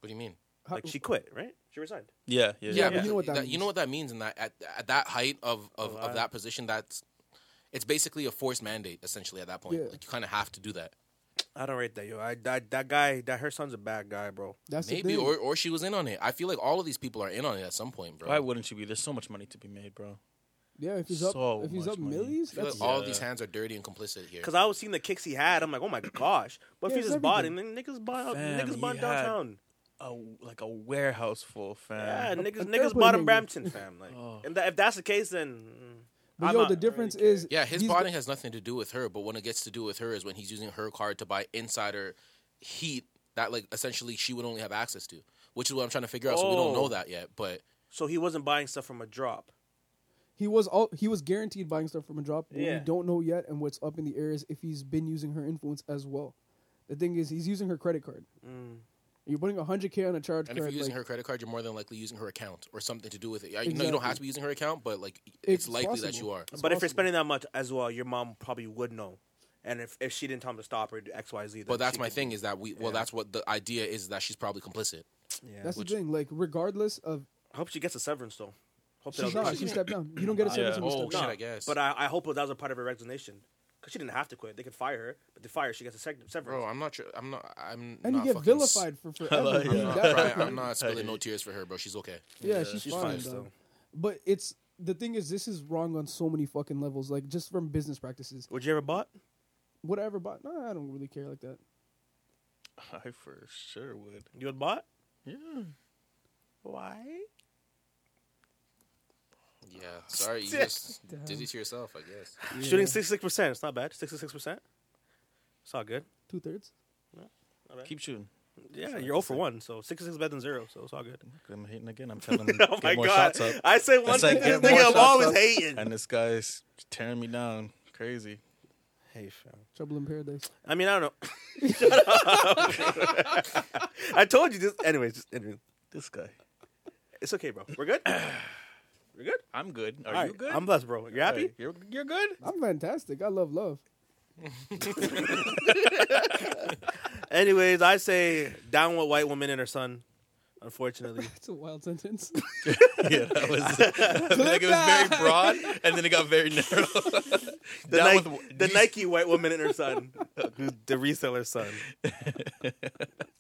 Speaker 5: What do you mean?
Speaker 6: How-
Speaker 4: Like she quit, right? She resigned.
Speaker 3: yeah,
Speaker 6: Yeah,
Speaker 3: yeah, yeah,
Speaker 6: but you know what that
Speaker 5: You know
Speaker 6: means.
Speaker 5: what that means in that at, at that height of of, of that position. That's it's basically a forced mandate essentially at that point.
Speaker 6: Yeah.
Speaker 5: Like you kind of have to do that.
Speaker 4: I don't rate that, yo. I that, that guy, that her son's a bad guy, bro.
Speaker 6: That's the
Speaker 5: Maybe
Speaker 6: thing.
Speaker 5: or or she was in on it. I feel like all of these people are in on it at some point, bro.
Speaker 3: Why wouldn't you be? There's so much money to be made, bro.
Speaker 6: yeah, if he's up,
Speaker 3: so
Speaker 6: if he's
Speaker 3: much
Speaker 6: up
Speaker 3: money.
Speaker 6: millies,
Speaker 5: I feel
Speaker 6: that's
Speaker 5: like all of
Speaker 3: Yeah.
Speaker 5: these hands are dirty and complicit here.
Speaker 4: Because I was seeing the kicks he had. I'm like, oh my gosh. But if
Speaker 6: Yeah,
Speaker 4: he's
Speaker 6: it's
Speaker 4: just botting, then niggas bought up.
Speaker 3: Fam,
Speaker 4: niggas bought
Speaker 3: he had-
Speaker 4: downtown.
Speaker 3: A, like a warehouse full,
Speaker 4: Yeah,
Speaker 3: fam. Oh.
Speaker 4: niggas,
Speaker 6: a
Speaker 4: niggas
Speaker 6: couple
Speaker 4: bought in
Speaker 6: niggas.
Speaker 4: Brampton, fam. Like, and that, if that's the case, then mm,
Speaker 6: But
Speaker 4: I'm
Speaker 6: yo,
Speaker 4: not- I don't
Speaker 6: the
Speaker 4: really
Speaker 6: difference
Speaker 4: care.
Speaker 6: is
Speaker 5: Yeah, his
Speaker 6: he's the-
Speaker 5: bonding has nothing to do with her, but when it gets to do with her is when he's using her card to buy insider heat that like essentially she would only have access to, which is what I'm trying to figure out. So we don't
Speaker 4: Oh.
Speaker 5: know that yet, but
Speaker 4: so he wasn't buying stuff from a drop.
Speaker 6: He was all he was guaranteed buying stuff from a drop. What
Speaker 4: Yeah.
Speaker 6: we don't know yet, and what's up in the air is if he's been using her influence as well. The thing is, he's using her credit card. You're putting 100k on a charge
Speaker 5: Mm. and if
Speaker 6: card.
Speaker 5: you're using
Speaker 6: like,
Speaker 5: her credit card, you're more than likely using her account or something to do with it. I know you don't have
Speaker 6: Exactly.
Speaker 5: to be using her account, but like it's,
Speaker 6: It's
Speaker 5: likely that
Speaker 6: possible.
Speaker 5: you are.
Speaker 4: but if you're
Speaker 6: possible.
Speaker 4: spending that much as well, your mom probably would know. And if, if she didn't tell him to stop or do X, Y, Z. then
Speaker 5: But that's
Speaker 4: she
Speaker 5: my
Speaker 4: could-
Speaker 5: thing is that we well that's what the idea is that she's probably complicit.
Speaker 4: Yeah.
Speaker 6: that's the thing. Like regardless of
Speaker 4: I hope she gets a severance, though. Hope that
Speaker 6: she's
Speaker 4: was
Speaker 6: not,
Speaker 4: part
Speaker 6: she
Speaker 4: of it.
Speaker 6: stepped down. You don't get a service.
Speaker 3: Yeah.
Speaker 6: when you
Speaker 5: Oh
Speaker 6: step
Speaker 5: shit,
Speaker 6: down.
Speaker 5: I guess.
Speaker 4: But I, I hope that was a part of her resignation. Because she didn't have to quit. They could fire her, but they fire her, she gets a sec- severance.
Speaker 5: bro, I'm not sure. I'm not. I'm
Speaker 6: And
Speaker 5: not
Speaker 6: you get
Speaker 5: fucking s-
Speaker 6: vilified for forever.
Speaker 3: yeah.
Speaker 6: being
Speaker 5: I'm
Speaker 6: that
Speaker 5: not, crying-
Speaker 6: fucking-
Speaker 5: I'm not spilling no tears for her, bro. She's okay.
Speaker 6: Yeah, she's,
Speaker 4: she's
Speaker 6: fine,
Speaker 4: fine
Speaker 6: dog.
Speaker 4: still.
Speaker 6: But it's the thing is, this is wrong on so many fucking levels. Like just from business practices,
Speaker 4: Would you ever bought?
Speaker 6: whatever. But no, I don't really care like that.
Speaker 3: I for sure would.
Speaker 4: You would bought?
Speaker 3: Yeah.
Speaker 4: Why?
Speaker 5: Yeah, sorry, you just dizzy to yourself, I guess.
Speaker 4: Shooting 66%. It's not bad. 66%. It's all good.
Speaker 6: Two thirds.
Speaker 3: Keep shooting.
Speaker 4: Yeah, you're 0 for 1, so 66 is better than 0, so it's all good.
Speaker 3: I'm hating again. I'm telling him.
Speaker 4: Oh my
Speaker 3: get more
Speaker 4: god.
Speaker 3: shots up.
Speaker 4: I say one
Speaker 3: It's
Speaker 4: thing,
Speaker 3: like,
Speaker 4: this
Speaker 3: get more
Speaker 4: nigga, I'm
Speaker 3: shots
Speaker 4: always
Speaker 3: up.
Speaker 4: hating.
Speaker 3: And this guy's tearing me down. Crazy.
Speaker 4: Hey, fam.
Speaker 6: Trouble in paradise.
Speaker 4: I mean, I don't know. Shut up. I told you this. Anyways, just, anyway,
Speaker 3: This guy.
Speaker 4: it's okay, bro. We're good? We're good?
Speaker 3: I'm good. Are
Speaker 4: All
Speaker 3: you
Speaker 4: right.
Speaker 3: good?
Speaker 4: I'm blessed, bro. You
Speaker 3: All right.
Speaker 4: happy?
Speaker 3: You're you're good.
Speaker 6: I'm fantastic. I love love.
Speaker 4: Anyways, I say down with white woman and her son, unfortunately.
Speaker 6: It's a wild sentence.
Speaker 3: Yeah, that was like it was very broad, and then it got very narrow.
Speaker 4: The,
Speaker 3: Down
Speaker 4: Nike,
Speaker 3: with-
Speaker 4: the Nike white woman and her son, who's the reseller's son.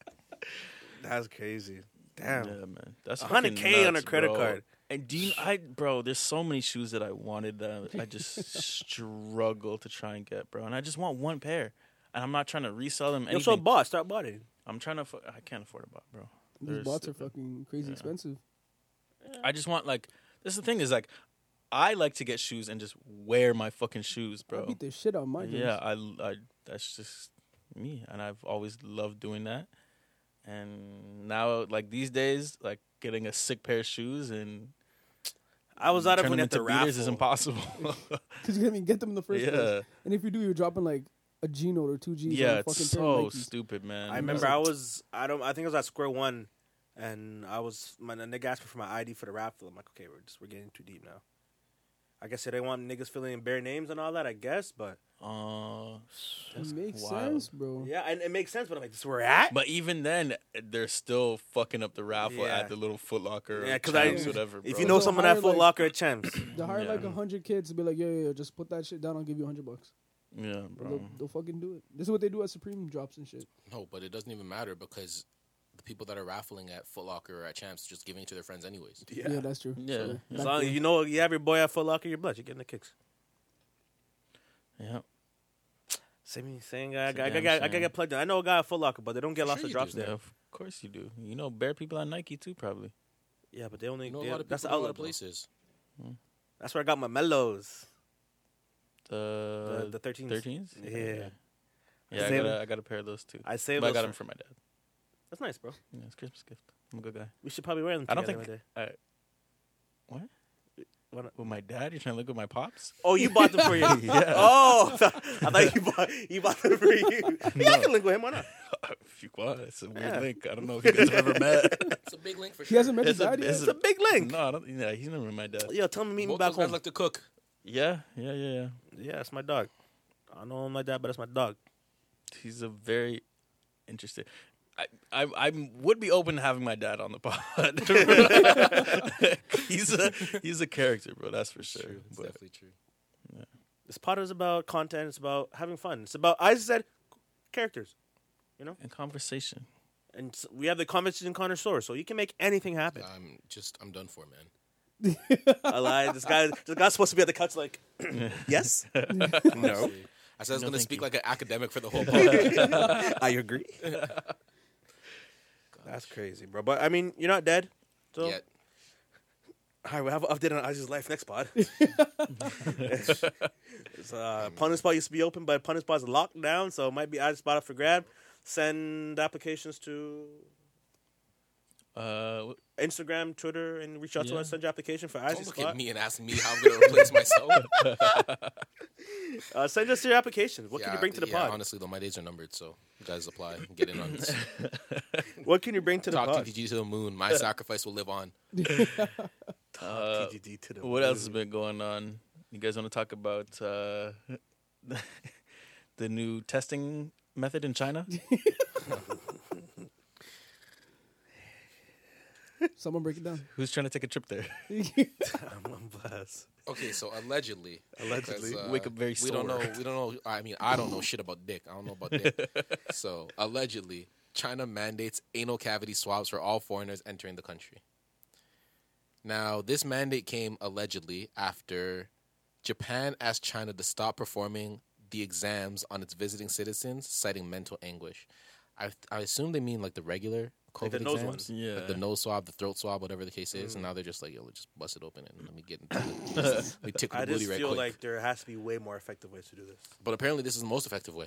Speaker 4: That's crazy.
Speaker 3: Yeah,
Speaker 4: Damn.
Speaker 3: man, that's
Speaker 4: A
Speaker 3: fucking
Speaker 4: 100K on
Speaker 3: nuts,
Speaker 4: a credit
Speaker 3: bro.
Speaker 4: card.
Speaker 3: And do you, I, bro? There's so many shoes that I wanted that I just struggle to try and get, bro. And I just want one pair, and I'm not trying to resell them.
Speaker 4: Yo,
Speaker 3: Anything.
Speaker 4: so boss, start botting.
Speaker 3: I'm trying to. affo- I can't afford a bot, bro.
Speaker 6: These
Speaker 3: There's-
Speaker 6: bots are fucking crazy expensive.
Speaker 3: I just want like. This is the thing is like, I like to get shoes and just wear my fucking shoes,
Speaker 6: I
Speaker 3: bro.
Speaker 6: beat the shit out of my
Speaker 3: Yeah,
Speaker 6: games.
Speaker 3: I, I that's just me, and I've always loved doing that. And now, like these days, like getting a sick pair of shoes and
Speaker 4: I was out of
Speaker 3: turning
Speaker 4: when
Speaker 3: them
Speaker 4: at the
Speaker 3: into beaters is
Speaker 4: raffle.
Speaker 3: impossible.
Speaker 6: Because you didn't even get them in the first
Speaker 3: Yeah.
Speaker 6: place. And if you do, you're dropping like a G note or two G's. on
Speaker 3: yeah,
Speaker 6: a fucking
Speaker 3: it's
Speaker 6: pair of
Speaker 3: so
Speaker 6: Nikes.
Speaker 3: stupid, man.
Speaker 4: I remember I was I don't I think I was at square one, and I was my the nigga asked me for my ID for the raffle. I'm like, okay, we're just we're getting too deep now. I guess they didn't want niggas filling in bare names and all that. I guess, but
Speaker 3: Uh,
Speaker 6: It makes
Speaker 3: wild.
Speaker 6: sense, bro.
Speaker 4: yeah, and it makes sense. But I'm like, this is where we're at.
Speaker 3: Mm-hmm. but even then, they're still fucking up the raffle
Speaker 4: Yeah.
Speaker 3: at the little Foot Locker.
Speaker 4: yeah,
Speaker 3: because
Speaker 4: because I
Speaker 3: whatever.
Speaker 4: if
Speaker 3: bro.
Speaker 4: you know
Speaker 6: So
Speaker 4: someone at
Speaker 6: hire,
Speaker 4: Foot
Speaker 6: like-
Speaker 4: Locker at Champs,
Speaker 6: They hire like
Speaker 3: Yeah.
Speaker 6: a hundred kids to be like, yeah, yeah, yeah, just put that shit down. I'll give you a hundred bucks.
Speaker 3: yeah,
Speaker 6: They'll,
Speaker 3: bro.
Speaker 6: they'll fucking do it. This is what they do at Supreme drops and shit.
Speaker 5: No, but it doesn't even matter because the people that are raffling at Foot Locker or at Champs just giving it to their friends anyways.
Speaker 6: Yeah, that's true.
Speaker 3: Yeah.
Speaker 6: So,
Speaker 4: as
Speaker 6: back
Speaker 4: long as
Speaker 6: then-
Speaker 4: you know you have your boy at Foot Locker, you're blessed. You're getting the kicks.
Speaker 3: Yeah.
Speaker 4: Same, same guy. I,
Speaker 3: It's a
Speaker 4: got- I,
Speaker 3: damn
Speaker 4: got, I
Speaker 3: shame.
Speaker 4: gotta get plugged in. I know a guy at Foot Locker, but they don't get lots
Speaker 3: Sure
Speaker 4: of
Speaker 3: you
Speaker 4: drops
Speaker 3: do,
Speaker 4: there.
Speaker 3: Nev. Of course you do. You know bare people at Nike too, probably.
Speaker 4: Yeah, but they only.
Speaker 5: You know, a
Speaker 4: they-
Speaker 5: lot of
Speaker 4: that's
Speaker 5: people go a
Speaker 4: the
Speaker 5: lot
Speaker 4: outlet.
Speaker 5: of
Speaker 4: bro.
Speaker 5: places.
Speaker 4: That's where I got my mellows.
Speaker 3: The
Speaker 4: the 13s.
Speaker 3: Uh, Thirteens.
Speaker 4: Yeah.
Speaker 3: Yeah, I
Speaker 4: Same.
Speaker 3: got, a, I got a pair of those too.
Speaker 4: I saved
Speaker 3: but I
Speaker 4: those
Speaker 3: got
Speaker 4: for-
Speaker 3: them for my dad.
Speaker 4: That's nice, bro.
Speaker 3: Yeah, it's a Christmas gift. I'm a good guy.
Speaker 4: We should probably wear them.
Speaker 3: I don't
Speaker 4: together
Speaker 3: think-
Speaker 4: one day.
Speaker 3: I, what?
Speaker 4: Why not?
Speaker 3: With my dad? You're trying to look at my pops?
Speaker 4: Oh, you bought them for you.
Speaker 3: Yeah.
Speaker 4: Oh, I thought- I thought you bought you bought them for you. Yeah, I can link with him. Why not?
Speaker 3: if you want, it's a weird
Speaker 4: Yeah.
Speaker 3: link. I don't know if you guys have ever met.
Speaker 5: It's a big link for sure.
Speaker 6: He hasn't met
Speaker 3: It's
Speaker 6: his
Speaker 3: a-
Speaker 6: dad yet.
Speaker 3: it's
Speaker 4: It's a big link.
Speaker 3: No, I don't. Yeah, he's never met my dad.
Speaker 4: Yo, tell him to meet me
Speaker 5: Both
Speaker 4: back
Speaker 5: those guys
Speaker 4: home.
Speaker 5: like to cook.
Speaker 3: Yeah, yeah, yeah, yeah.
Speaker 4: yeah, that's my dog. I know him like that, but that's my dog.
Speaker 3: He's a very interesting. I, I I would be open to having my dad on the pod. he's a he's a character, bro. That's for sure.
Speaker 5: It's
Speaker 3: But
Speaker 5: definitely true.
Speaker 4: This pod is about content. It's about having fun. It's about I said characters,
Speaker 3: in conversation,
Speaker 4: and s- we have the conversation connoisseur, so you can make anything happen.
Speaker 5: I'm just, I'm done for, man.
Speaker 4: I lied. This guy, this guy's supposed to be at the couch like, yes, no,
Speaker 5: I said I was
Speaker 3: No,
Speaker 5: going to
Speaker 3: thank
Speaker 5: speak
Speaker 3: you.
Speaker 5: like an academic for the whole podcast.
Speaker 4: I agree. That's crazy, bro. But I mean, you're not dead. So
Speaker 5: Yet.
Speaker 4: All right, we have an update on Isaac's life next pod. it's, uh, Pun Spot used to be open, but Pun Spot is locked down, so it might be Isaac's spot up for grab. Send applications to
Speaker 3: uh, what-
Speaker 4: Instagram, Twitter, and reach out to
Speaker 3: Yeah.
Speaker 4: us. Send your application for
Speaker 5: Don't
Speaker 4: Isaac's
Speaker 5: look
Speaker 4: spot.
Speaker 5: at me and ask me how I'm going to replace myself.
Speaker 4: Uh, send us your applications. What can
Speaker 5: Yeah,
Speaker 4: you bring to the
Speaker 5: yeah,
Speaker 4: pod?
Speaker 5: Honestly, though, my days are numbered, so you guys apply. Get in on this.
Speaker 4: What can you bring to the
Speaker 5: Talk
Speaker 4: pod?
Speaker 5: TTG to the moon. My sacrifice will live on.
Speaker 3: uh,
Speaker 4: TGD to the
Speaker 3: what else has
Speaker 4: moon.
Speaker 3: been going on? You guys want to talk about uh, the new testing method in China?
Speaker 6: Someone break it down.
Speaker 3: Who's trying to take a trip there?
Speaker 4: I'm, I'm blessed.
Speaker 5: Okay, so allegedly,
Speaker 4: Allegedly.
Speaker 5: because,
Speaker 3: Wake up very
Speaker 5: We don't
Speaker 3: sore.
Speaker 5: know. We don't know. I mean, I don't know shit about dick. I don't know about dick. so allegedly, China mandates anal cavity swabs for all foreigners entering the country. Now, this mandate came allegedly after Japan asked China to stop performing the exams on its visiting citizens, citing mental anguish. I, I assume they mean like the regular COVID
Speaker 4: the nose
Speaker 5: exams,
Speaker 4: ones. Mm.
Speaker 5: like
Speaker 3: Yeah.
Speaker 5: the nose swab, the throat swab, whatever the case is. And now they're just like, yo, let's just bust it open and let me get into it. we tickle
Speaker 4: I
Speaker 5: the
Speaker 4: just
Speaker 5: booty right
Speaker 4: feel
Speaker 5: quick.
Speaker 4: like there has to be way more effective ways to do this.
Speaker 5: But apparently, this is the most effective way.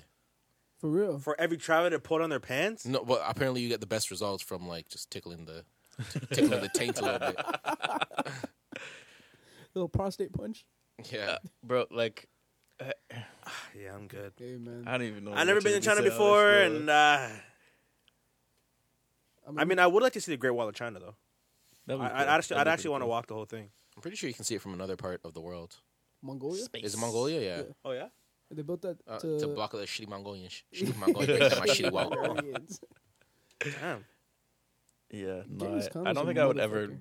Speaker 6: For real.
Speaker 4: For every traveler to put on their pants?
Speaker 5: No, but apparently, you get the best results from like just tickling the tickling the taint a little bit.
Speaker 6: little prostate punch.
Speaker 5: Yeah,
Speaker 3: Bro, like
Speaker 4: Yeah, I'm good.
Speaker 6: Hey man.
Speaker 3: I don't even know.
Speaker 4: I've never
Speaker 3: what
Speaker 4: been
Speaker 3: to
Speaker 4: in China
Speaker 3: say,
Speaker 4: before,
Speaker 3: honestly.
Speaker 4: and uh,
Speaker 6: mean,
Speaker 4: I mean, I would like to see the Great Wall of China, though.
Speaker 3: That'd be
Speaker 4: I, I'd actually,
Speaker 3: cool.
Speaker 4: I'd
Speaker 3: That'd be
Speaker 4: actually
Speaker 3: pretty
Speaker 4: want to
Speaker 3: cool.
Speaker 4: walk the whole thing.
Speaker 5: I'm pretty sure you can see it from another part of the world.
Speaker 6: Mongolia.
Speaker 5: Is it Mongolia? Yeah,
Speaker 6: Yeah.
Speaker 4: Oh yeah,
Speaker 6: They built that
Speaker 5: Uh,
Speaker 6: to,
Speaker 5: to, block all the shitty Mongolian sh- shitty Mongolian my shitty wall.
Speaker 6: Barbarians.
Speaker 4: damn.
Speaker 3: Yeah, no,
Speaker 6: Genghis Khan
Speaker 3: I, I
Speaker 6: was
Speaker 3: don't
Speaker 6: a
Speaker 3: think I would ever
Speaker 6: motherfucker.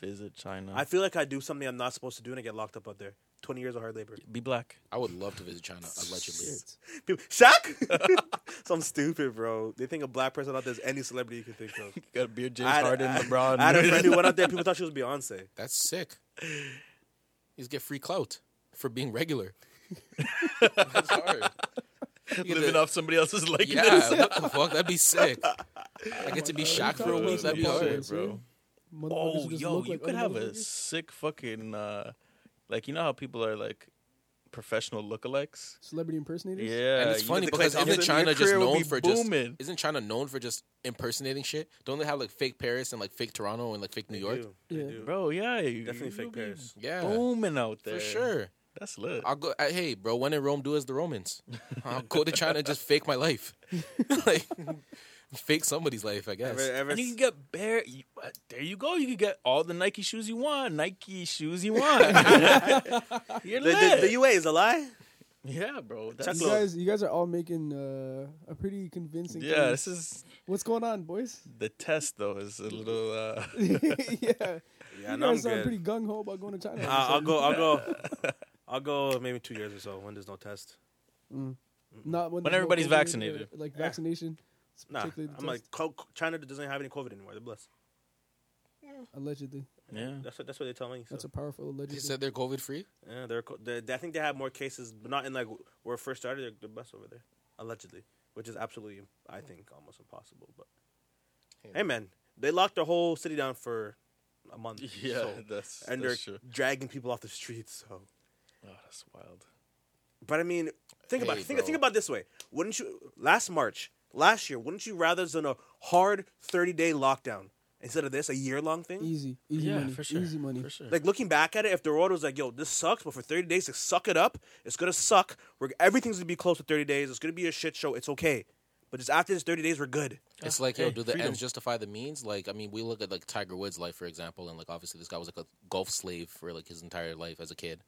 Speaker 3: visit China.
Speaker 4: I feel like I do something I'm not supposed to do, and I get locked up out there. Twenty years of hard labor.
Speaker 3: be black.
Speaker 5: I would love to visit China allegedly.
Speaker 6: Shit.
Speaker 4: People, Shaq. so I'm stupid, bro. They think a black person out there is any celebrity you can think of.
Speaker 3: Got a beard, James
Speaker 4: I had-
Speaker 3: Harden,
Speaker 4: I-
Speaker 3: LeBron.
Speaker 4: I had a friend who went out there. People thought she was Beyonce.
Speaker 5: That's sick. You just get free clout for being regular. That's hard. You get
Speaker 3: living
Speaker 5: to-
Speaker 3: off somebody else's likeness.
Speaker 5: Yeah, Oh, what the fuck? That'd be sick. I get to be shocked for a
Speaker 6: talking
Speaker 5: week.
Speaker 6: about
Speaker 5: That'd be
Speaker 6: some
Speaker 5: hard.
Speaker 6: shit, bro. Motherfuckers
Speaker 3: Oh,
Speaker 6: who just
Speaker 3: yo,
Speaker 6: look
Speaker 3: you
Speaker 6: like
Speaker 3: could
Speaker 6: other
Speaker 3: have a
Speaker 6: motherfuckers.
Speaker 3: sick fucking, uh, like you know how people are like professional lookalikes.
Speaker 6: celebrity impersonators.
Speaker 3: Yeah,
Speaker 5: and it's
Speaker 3: you
Speaker 5: funny
Speaker 3: get the
Speaker 5: because
Speaker 3: Clay
Speaker 5: isn't
Speaker 3: Thompson, your
Speaker 5: China just
Speaker 3: career would
Speaker 5: known
Speaker 3: be
Speaker 5: for
Speaker 3: booming.
Speaker 5: just isn't China known for just impersonating shit? Don't they have like fake Paris and like fake Toronto and like fake New York?
Speaker 4: Do, they
Speaker 6: Yeah.
Speaker 4: do.
Speaker 3: bro? Yeah, you,
Speaker 4: Definitely
Speaker 3: you'll
Speaker 4: fake
Speaker 3: be
Speaker 4: Paris.
Speaker 5: Yeah,
Speaker 3: Booming out there
Speaker 5: for sure.
Speaker 3: That's lit.
Speaker 5: I'll go. I, hey, bro, when in Rome, do as the Romans. I'll go to China and just fake my life, like fake somebody's life, I guess.
Speaker 4: Ever, ever
Speaker 3: and you
Speaker 4: s-
Speaker 3: can get bare. You, uh, there you go. You can get all the Nike shoes you want. Nike shoes you want. You're
Speaker 4: the,
Speaker 3: lit.
Speaker 4: the, the UA is a lie.
Speaker 3: yeah, bro.
Speaker 4: Chuck
Speaker 3: That's
Speaker 6: You
Speaker 4: Low.
Speaker 6: guys, you guys are all making uh, a pretty convincing.
Speaker 3: yeah.
Speaker 6: case.
Speaker 3: This is
Speaker 6: What's going on, boys?
Speaker 3: the test, though. Is a little. Uh,
Speaker 6: yeah.
Speaker 4: Yeah,
Speaker 6: you
Speaker 4: no, I'm
Speaker 6: guys are
Speaker 4: good.
Speaker 6: pretty gung ho about going to China.
Speaker 4: Uh, I'll go. I'll go. I'll go. Maybe two years or so when there's no test.
Speaker 6: Not when,
Speaker 3: When
Speaker 6: there's no COVID
Speaker 3: everybody's
Speaker 6: or,
Speaker 3: vaccinated.
Speaker 6: like vaccination.
Speaker 4: Nah,
Speaker 6: particularly the
Speaker 4: I'm like
Speaker 6: test.
Speaker 4: co- China doesn't have any COVID anymore. They're blessed.
Speaker 6: Allegedly,
Speaker 3: Yeah.
Speaker 4: That's what that's what they're telling me. So.
Speaker 6: Hmm. that's a powerful allegedly.
Speaker 5: They said they're COVID free.
Speaker 4: yeah, they're, co- they I think they have more cases, but not in like where it first started. They're the best over there, allegedly, which is absolutely I think almost impossible. But hey, man, they locked the whole city down for a month.
Speaker 3: Yeah,
Speaker 4: so-
Speaker 3: that's
Speaker 4: and they're
Speaker 3: that's true.
Speaker 4: dragging people off the streets. So,
Speaker 3: Oh, that's wild.
Speaker 4: but I mean, think about
Speaker 5: Hey,
Speaker 4: it. Think,
Speaker 5: bro.
Speaker 4: think about it this way. Wouldn't you last March last year? Wouldn't you rather than a hard thirty day lockdown instead of this a year long thing?
Speaker 6: easy, easy
Speaker 3: yeah,
Speaker 6: money,
Speaker 3: for sure.
Speaker 6: easy money.
Speaker 3: For sure.
Speaker 4: Like looking back at it, if the world was like, "Yo, this sucks," but for thirty days to suck it up, it's gonna suck. We're everything's gonna be close to thirty days. It's gonna be a shit show. It's okay, but just after this thirty days, we're good.
Speaker 5: It's like, yo,
Speaker 3: hey,
Speaker 5: do the
Speaker 3: freedom.
Speaker 5: ends justify the means? Like, I mean, we look at like Tiger Woods' life, for example, and like obviously this guy was like a golf slave for like his entire life as a kid,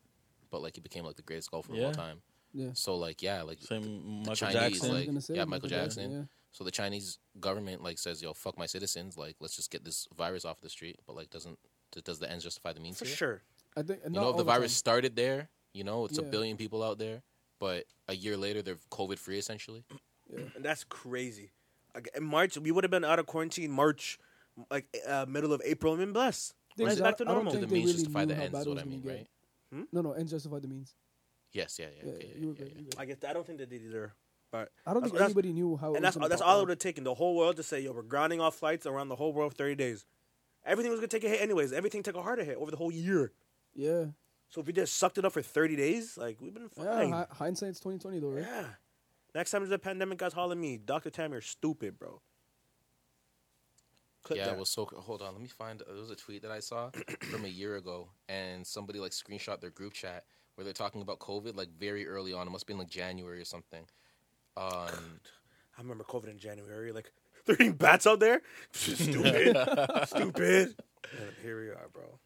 Speaker 5: but like he became like the greatest golfer of
Speaker 3: Yeah.
Speaker 5: all time.
Speaker 6: Yeah.
Speaker 5: So like, yeah, like
Speaker 3: Same Michael
Speaker 5: Chinese,
Speaker 3: Jackson.
Speaker 5: like-
Speaker 6: I was
Speaker 5: yeah,
Speaker 6: gonna
Speaker 5: Michael Jackson.
Speaker 6: yeah.
Speaker 5: So the Chinese government like says, "Yo, fuck my citizens. Like, let's just get this virus off the street." But like, doesn't d- does the ends justify the means?
Speaker 4: For
Speaker 5: here?
Speaker 4: sure.
Speaker 6: I think
Speaker 5: You know, if the virus started there, you know, it's a
Speaker 6: Yeah.
Speaker 5: billion people out there, but a year later they're COVID free essentially.
Speaker 4: And that's crazy. Like, in March, we would have been out of quarantine March, like uh, middle of April, and been blessed.
Speaker 6: Thing
Speaker 4: Right
Speaker 6: is, I-
Speaker 4: back to
Speaker 6: I don't
Speaker 4: normal.
Speaker 5: Do
Speaker 6: think
Speaker 5: the
Speaker 6: they
Speaker 5: means
Speaker 6: really
Speaker 5: justify
Speaker 6: knew
Speaker 5: the
Speaker 6: how
Speaker 5: ends?
Speaker 6: bad
Speaker 5: Is
Speaker 6: it
Speaker 5: what
Speaker 6: was
Speaker 5: I
Speaker 6: gonna
Speaker 5: mean,
Speaker 6: get. Hmm?
Speaker 5: right?
Speaker 6: No, no, ends justify the means.
Speaker 5: Yes, yeah, yeah,
Speaker 6: Yeah,
Speaker 5: okay, yeah,
Speaker 6: you were
Speaker 5: yeah,
Speaker 6: good,
Speaker 5: yeah.
Speaker 6: you were good.
Speaker 4: I guess I don't think they did either. But
Speaker 6: I don't
Speaker 4: that's-
Speaker 6: think
Speaker 4: that's-
Speaker 6: anybody knew how. it
Speaker 4: and
Speaker 6: was
Speaker 4: that's
Speaker 6: gonna
Speaker 4: that's
Speaker 6: pop
Speaker 4: all
Speaker 6: off.
Speaker 4: it would have taken. The whole world to say, "Yo, we're grounding off flights around the whole world for thirty days." Everything was gonna take a hit anyways. Everything took a harder hit over the whole year.
Speaker 6: Yeah,
Speaker 4: So if we just sucked it up for thirty days, like we've been
Speaker 6: yeah.
Speaker 4: fine.
Speaker 6: hi- hindsight's twenty twenty though, right?
Speaker 4: Yeah. Next time there's a pandemic, guys, holler at me. Dr. Tam, you're stupid, bro. Clip
Speaker 5: yeah,
Speaker 4: that.
Speaker 5: it was so. Hold on, let me find. There was a tweet that I saw from a year ago, and somebody like screenshot their group chat where they're talking about COVID like very early on. It must have been like January or something. Um,
Speaker 4: I remember COVID in January. Like, there are bats out there? Stupid. stupid. And here we are, bro.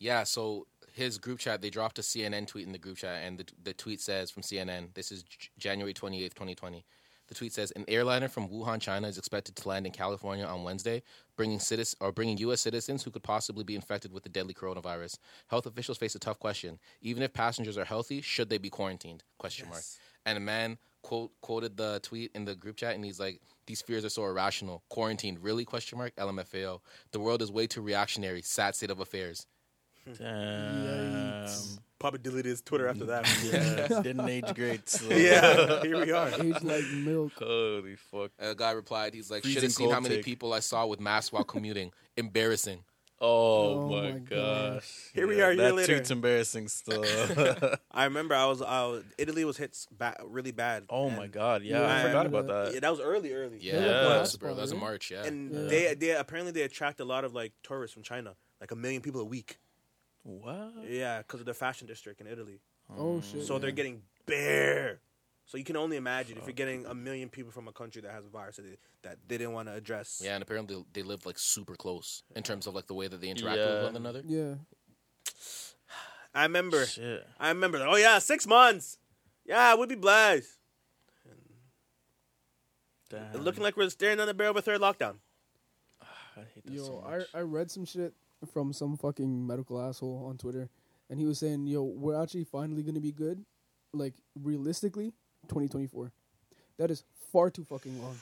Speaker 5: yeah, so his group chat they dropped a CNN tweet in the group chat, and the the tweet says from CNN, this is J- January twenty eighth, twenty twenty. The tweet says an airliner from Wuhan, China, is expected to land in California on Wednesday, bringing citizens or bringing U.S. citizens who could possibly be infected with the deadly coronavirus. Health officials face a tough question: even if passengers are healthy, should they be quarantined? Question mark. And a man quote quoted the tweet in the group chat, and he's like, "These fears are so irrational. Quarantine, really? Question mark. LMFAO. The world is way too reactionary. Sad state of affairs.
Speaker 3: Damn.
Speaker 6: Yikes.
Speaker 4: Probably deleted his Twitter after that.
Speaker 3: Yeah, didn't age great. so-
Speaker 4: yeah, here we are.
Speaker 6: Age like milk.
Speaker 3: Holy fuck.
Speaker 5: A guy replied, he's like,
Speaker 3: Freezing
Speaker 5: should have seen how
Speaker 3: cold
Speaker 5: many
Speaker 3: take.
Speaker 5: people I saw with masks while commuting. Embarrassing.
Speaker 6: Oh
Speaker 3: Oh, my,
Speaker 6: my
Speaker 3: gosh.
Speaker 4: Here we are a year
Speaker 3: that
Speaker 4: later.
Speaker 3: tweet's embarrassing still.
Speaker 4: I remember I was, I was Italy was hit s- ba- really bad.
Speaker 3: oh
Speaker 4: and-
Speaker 3: my god. Yeah, I
Speaker 4: Yeah.
Speaker 3: forgot about that.
Speaker 4: Yeah, that was early, early.
Speaker 5: Yeah,
Speaker 6: Yeah,
Speaker 5: that was,
Speaker 6: yeah.
Speaker 5: bro. That was in March, yeah.
Speaker 4: And
Speaker 6: Yeah.
Speaker 4: they, they apparently they attract a lot of like tourists from China, like a million people a week.
Speaker 3: What?
Speaker 4: Yeah, because of the fashion district in Italy.
Speaker 6: Oh shit.
Speaker 4: So
Speaker 6: yeah.
Speaker 4: they're getting bare. So you can only imagine if you're getting a million people from a country that has a virus that they, that they didn't want to address.
Speaker 5: yeah, and apparently they lived like super close in terms of like the way that they interacted
Speaker 3: Yeah.
Speaker 5: with one another.
Speaker 6: Yeah.
Speaker 4: I remember.
Speaker 3: Shit.
Speaker 4: I remember. Oh yeah, six months. Yeah, we'd be blessed.
Speaker 3: Damn.
Speaker 4: It's Looking like we're staring down the barrel of a third lockdown.
Speaker 3: I hate that
Speaker 6: Yo,
Speaker 3: so much.
Speaker 6: I I read some shit from some fucking medical asshole on Twitter, and he was saying, "Yo, we're actually finally gonna be good, like realistically, 2024. That is far too fucking long.